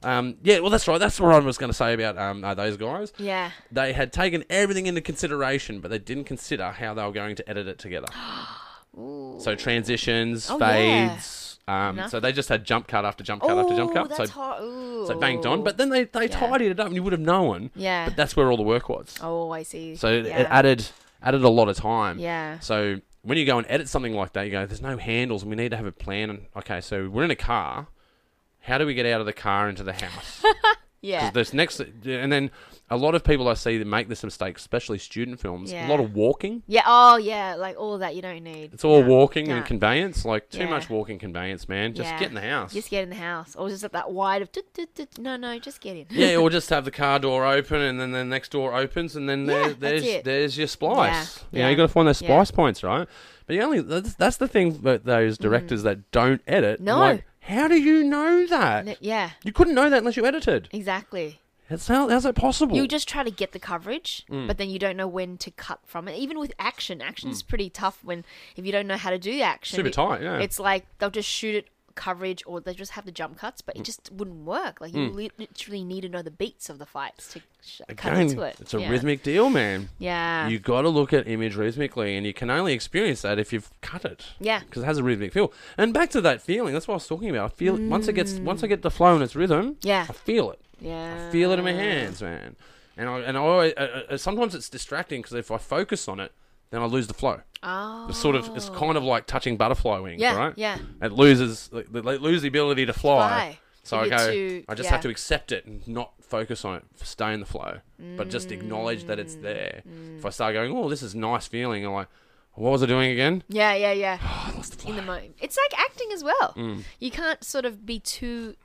S1: um, yeah, well, that's right. That's what I was going to say about um, uh, those guys.
S2: Yeah.
S1: They had taken everything into consideration, but they didn't consider how they were going to edit it together.
S2: Ooh.
S1: So transitions,
S2: Oh, yeah.
S1: fades. Um, so they just had jump cut after jump cut after jump
S2: Ooh,
S1: cut.
S2: That's
S1: so,
S2: hot. Ooh.
S1: so banked on. But then they, they
S2: Yeah.
S1: tidied it up and you would have known.
S2: Yeah.
S1: But that's where all the work was.
S2: oh, I see.
S1: So it-
S2: yeah.
S1: it added added a lot of time.
S2: Yeah.
S1: So when you go and edit something like that, you go, there's no handles and we need to have a plan. And okay, so we're in a car. How do we get out of the car into the house?
S2: Yeah.
S1: 'Cause This next, and then a lot of people I see that make this mistake, especially student films.
S2: Yeah.
S1: A lot of walking.
S2: yeah. Oh, yeah. Like all that you don't need.
S1: It's all walking
S2: nah.
S1: and conveyance. Like too
S2: Yeah.
S1: much walking conveyance, man. Just
S2: Yeah.
S1: get in the house.
S2: Just get in the house, or just at that wide of. tut, tut, tut. No, no, just get in.
S1: yeah, or just have the car door open and then the next door opens and then there,
S2: Yeah, that's
S1: there's
S2: it.
S1: there's your splice.
S2: Yeah,
S1: You know,
S2: yeah,
S1: you got to find those
S2: yeah.
S1: splice points, right? But you only that's, that's the thing that those directors that don't edit.
S2: Mm. No.
S1: like, how do you know that?
S2: N- yeah.
S1: You couldn't know that unless you edited.
S2: Exactly.
S1: It's how, how's that possible?
S2: You just try to get the coverage,
S1: Mm.
S2: but then you don't know when to cut from it. Even with action, action's pretty tough when if you don't know how to do the action.
S1: Mm. Super
S2: it-
S1: tight, yeah.
S2: It's like they'll just shoot it coverage or they just have the jump cuts,
S1: Mm.
S2: but it just wouldn't work. Like you li- literally need to know the beats of the fights to sh- cut
S1: Again,
S2: into it.
S1: It's a
S2: Yeah.
S1: rhythmic deal, man.
S2: Yeah.
S1: You got to look at image rhythmically, and you can only experience that if you've cut it.
S2: Yeah.
S1: because it has a rhythmic feel. And back to that feeling. That's what I was talking about. I feel once it gets once I get the flow and its
S2: Mm.
S1: rhythm.
S2: Yeah. Ah.
S1: I feel it.
S2: yeah.
S1: I feel it in my hands, man. And I and I always, uh, uh, sometimes it's distracting because if I focus on it, then I lose the flow.
S2: Oh.
S1: It's sort of it's kind of like touching butterfly wings,
S2: Yeah,
S1: right?
S2: yeah.
S1: It loses like, they lose the ability to fly.
S2: Fly.
S1: So
S2: If
S1: I
S2: you're
S1: go.
S2: too-
S1: I just
S2: yeah.
S1: have to accept it and not focus on it, stay in the flow, but just acknowledge that it's there. If I
S2: Mm.
S1: start going, oh, this is nice feeling, I'm like, what was I doing again?
S2: Yeah, yeah, yeah.
S1: I lost the flow.
S2: in the moment. It's like acting as well.
S1: Mm.
S2: You can't sort of be too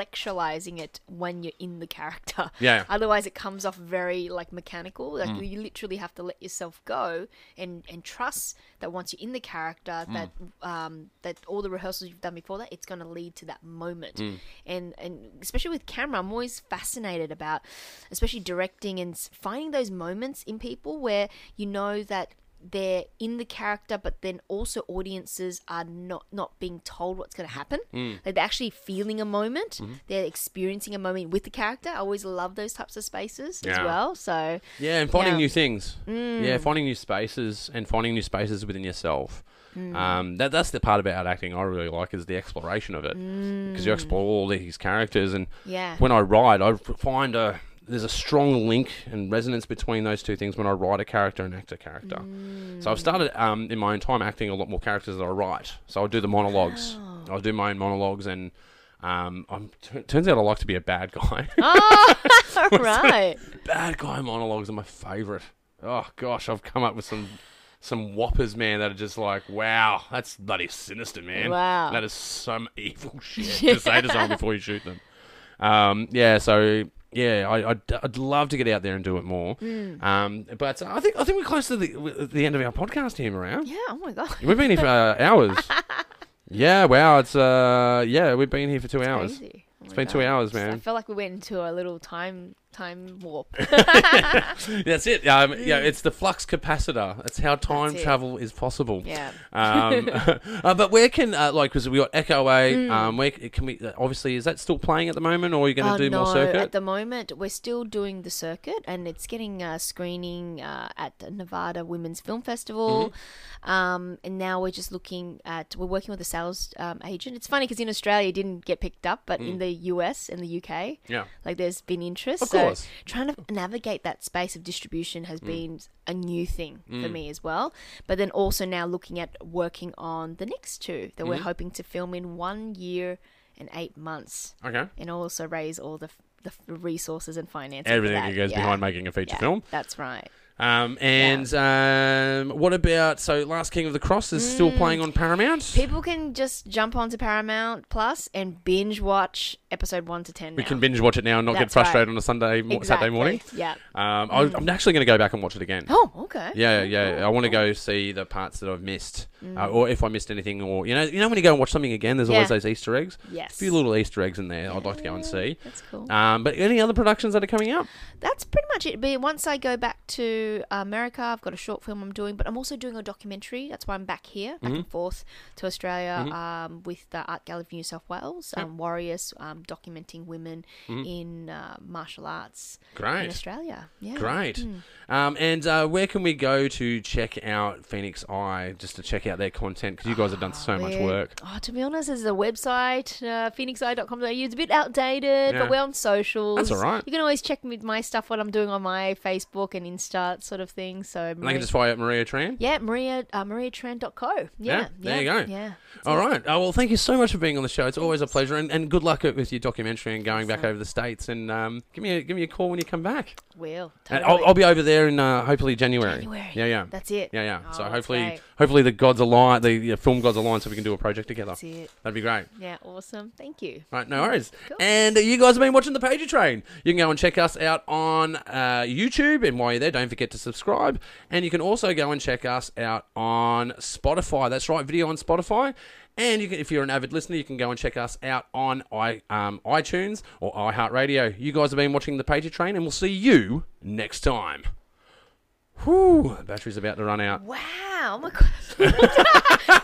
S2: intellectualizing it when you're in the character.
S1: Yeah. Mm.
S2: Otherwise, it comes off very like mechanical. Like you literally have to let yourself go and and trust that once you're in the
S1: Mm.
S2: character, that um that all the rehearsals you've done before that, it's going to lead to that moment.
S1: Mm.
S2: And and especially with camera, I'm always fascinated about, especially directing and s- finding those moments in people where you know that they're in the character, but then also audiences are not not being told what's going to happen.
S1: Mm.
S2: Like they're actually feeling a moment,
S1: Mm-hmm.
S2: they're experiencing a moment with the character. I always love those types of spaces as
S1: Yeah.
S2: well. So
S1: Yeah, and finding
S2: Yeah. Mm.
S1: new things. Yeah, finding new spaces and finding new spaces within yourself.
S2: Mm.
S1: Um, that that's the part about acting I really like is the exploration of it because you explore all these characters and
S2: Mm. Yeah.
S1: when I write, I f- find a there's a strong link and resonance between those two things when I write a character and act a character.
S2: Mm.
S1: So I've started um, in my own time acting a lot more characters that I write. So I'll do the monologues. I'll do my own monologues, and um, I'm, t- turns out I like to be a bad guy.
S2: Oh, right.
S1: bad guy monologues are my favorite. Oh gosh, I've come up with some some whoppers, man, that are just like, wow, that's bloody sinister, man.
S2: Wow.
S1: that is some evil shit to say to someone before you shoot them. Um, yeah, so yeah, I, I'd, I'd love to get out there and do it more.
S2: Hmm.
S1: Um, but I think I think we're close to the w- the end of our podcast here, Mariah.
S2: Yeah. Oh my god.
S1: We've been here for uh, hours. yeah, wow, it's uh, yeah, we've been here for two hours.
S2: Crazy. Oh my
S1: been two
S2: God.
S1: hours,
S2: Just- I
S1: man.
S2: felt like we went into a little time time warp.
S1: That's it. Um, Yeah, it's the flux capacitor. That's how time
S2: Mm. That's it.
S1: travel is possible.
S2: Yeah.
S1: Um, uh, but where can uh, like because we got Echo A?
S2: Mm.
S1: Um, where c- can we? uh, Obviously, is that still playing at the moment, or are you going to
S2: Oh,
S1: do
S2: no,
S1: more circuit?
S2: At the moment, we're still doing the circuit, and it's getting uh, screening uh, at the Nevada Women's Film Festival.
S1: Mm-hmm.
S2: Um, and now we're just looking at we're working with a sales um, agent. It's funny because in Australia it didn't get picked up, but in the US and the UK,
S1: Mm. Yeah.
S2: like there's been interest.
S1: Of
S2: so
S1: course. Mm.
S2: trying to navigate that space of distribution has been a new thing for me as well. But then also now looking at working on the next two that
S1: Mm-hmm.
S2: we're hoping to film in one year and eight months
S1: okay.
S2: and also raise all the the f- resources and finance. for
S1: Everything
S2: that.
S1: that goes
S2: Yeah.
S1: behind making a feature
S2: Yeah,
S1: film.
S2: That's right.
S1: Um, and um, what about so Last King of the Cross is still playing on Paramount?
S2: Mm. People can just jump onto Paramount Plus and binge watch episode one to ten.
S1: we
S2: now.
S1: can binge watch it now and not get
S2: That's right.
S1: frustrated on a Sunday mo-
S2: Exactly. Mm.
S1: Saturday morning.
S2: Yeah.
S1: Um, I, I'm actually going to go back and watch it again.
S2: Oh, okay.
S1: Yeah, yeah. I want to go see the parts that I've missed, uh, or if I missed anything, or you know, you know, when you go and watch something again, there's always
S2: Mm. Yeah.
S1: those Easter eggs.
S2: Yes.
S1: a few little Easter eggs in there. I'd like to go and see.
S2: That's cool.
S1: Um, but any other productions that are coming up?
S2: That's pretty much it. But once I go back to uh, America, I've got a short film I'm doing, but I'm also doing a documentary. That's why I'm back here, back
S1: Mm-hmm.
S2: and forth to Australia um, with the Art Gallery of New South Wales, um, Warriors, um, documenting women in uh, martial arts in
S1: Mm-hmm. Great,
S2: Australia. Yeah. Hmm.
S1: great. Um, and uh, where can we go to check out Phoenix Eye just to check out their content? Because you guys have done so much
S2: We're-
S1: work.
S2: Oh, to be honest, there's a website, uh, phoenixeye.com.au. It's a bit outdated,
S1: Yeah.
S2: but we're on socials.
S1: That's all right.
S2: You can always check me my stuff, what I'm doing on my Facebook and Insta sort of thing. So,
S1: And they
S2: Maria,
S1: can just follow up Maria Tran.
S2: yeah, Maria, uh, mariatran.co. Yeah,
S1: Yeah, there
S2: yeah,
S1: you go.
S2: Yeah.
S1: All right. Oh, well, thank you so much for being on the show. It's always a pleasure, and, and good luck with your documentary and going back over the states. And um, give me a, give me a call when you come back.
S2: Will.
S1: And
S2: Totally.
S1: I'll, I'll be over there in uh, hopefully January.
S2: January.
S1: Yeah, yeah.
S2: That's it.
S1: yeah, yeah.
S2: Oh,
S1: so
S2: that's
S1: hopefully,
S2: great.
S1: hopefully the gods align, the yeah, film gods align, so we can do a project together.
S2: That's it.
S1: That'd be great.
S2: Yeah, awesome. Thank you.
S1: Right, no worries.
S2: Cool.
S1: And you guys have been watching the Pager Train. You can go and check us out on uh, YouTube, and while you're there, don't forget to subscribe. And you can also go and check us out on Spotify. That's right, video on Spotify. And you can, if you're an avid listener, you can go and check us out on i um, iTunes or iHeartRadio. You guys have been watching the Pager Train, and we'll see you next time. Whew, the battery's about to run out.
S2: Wow. Oh my God.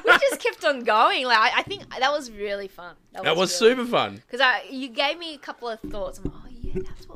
S2: we just kept on going. Like, I, I think that was really fun.
S1: That was
S2: really
S1: super fun.
S2: Because you gave me a couple of thoughts. I'm like, oh, yeah, that's what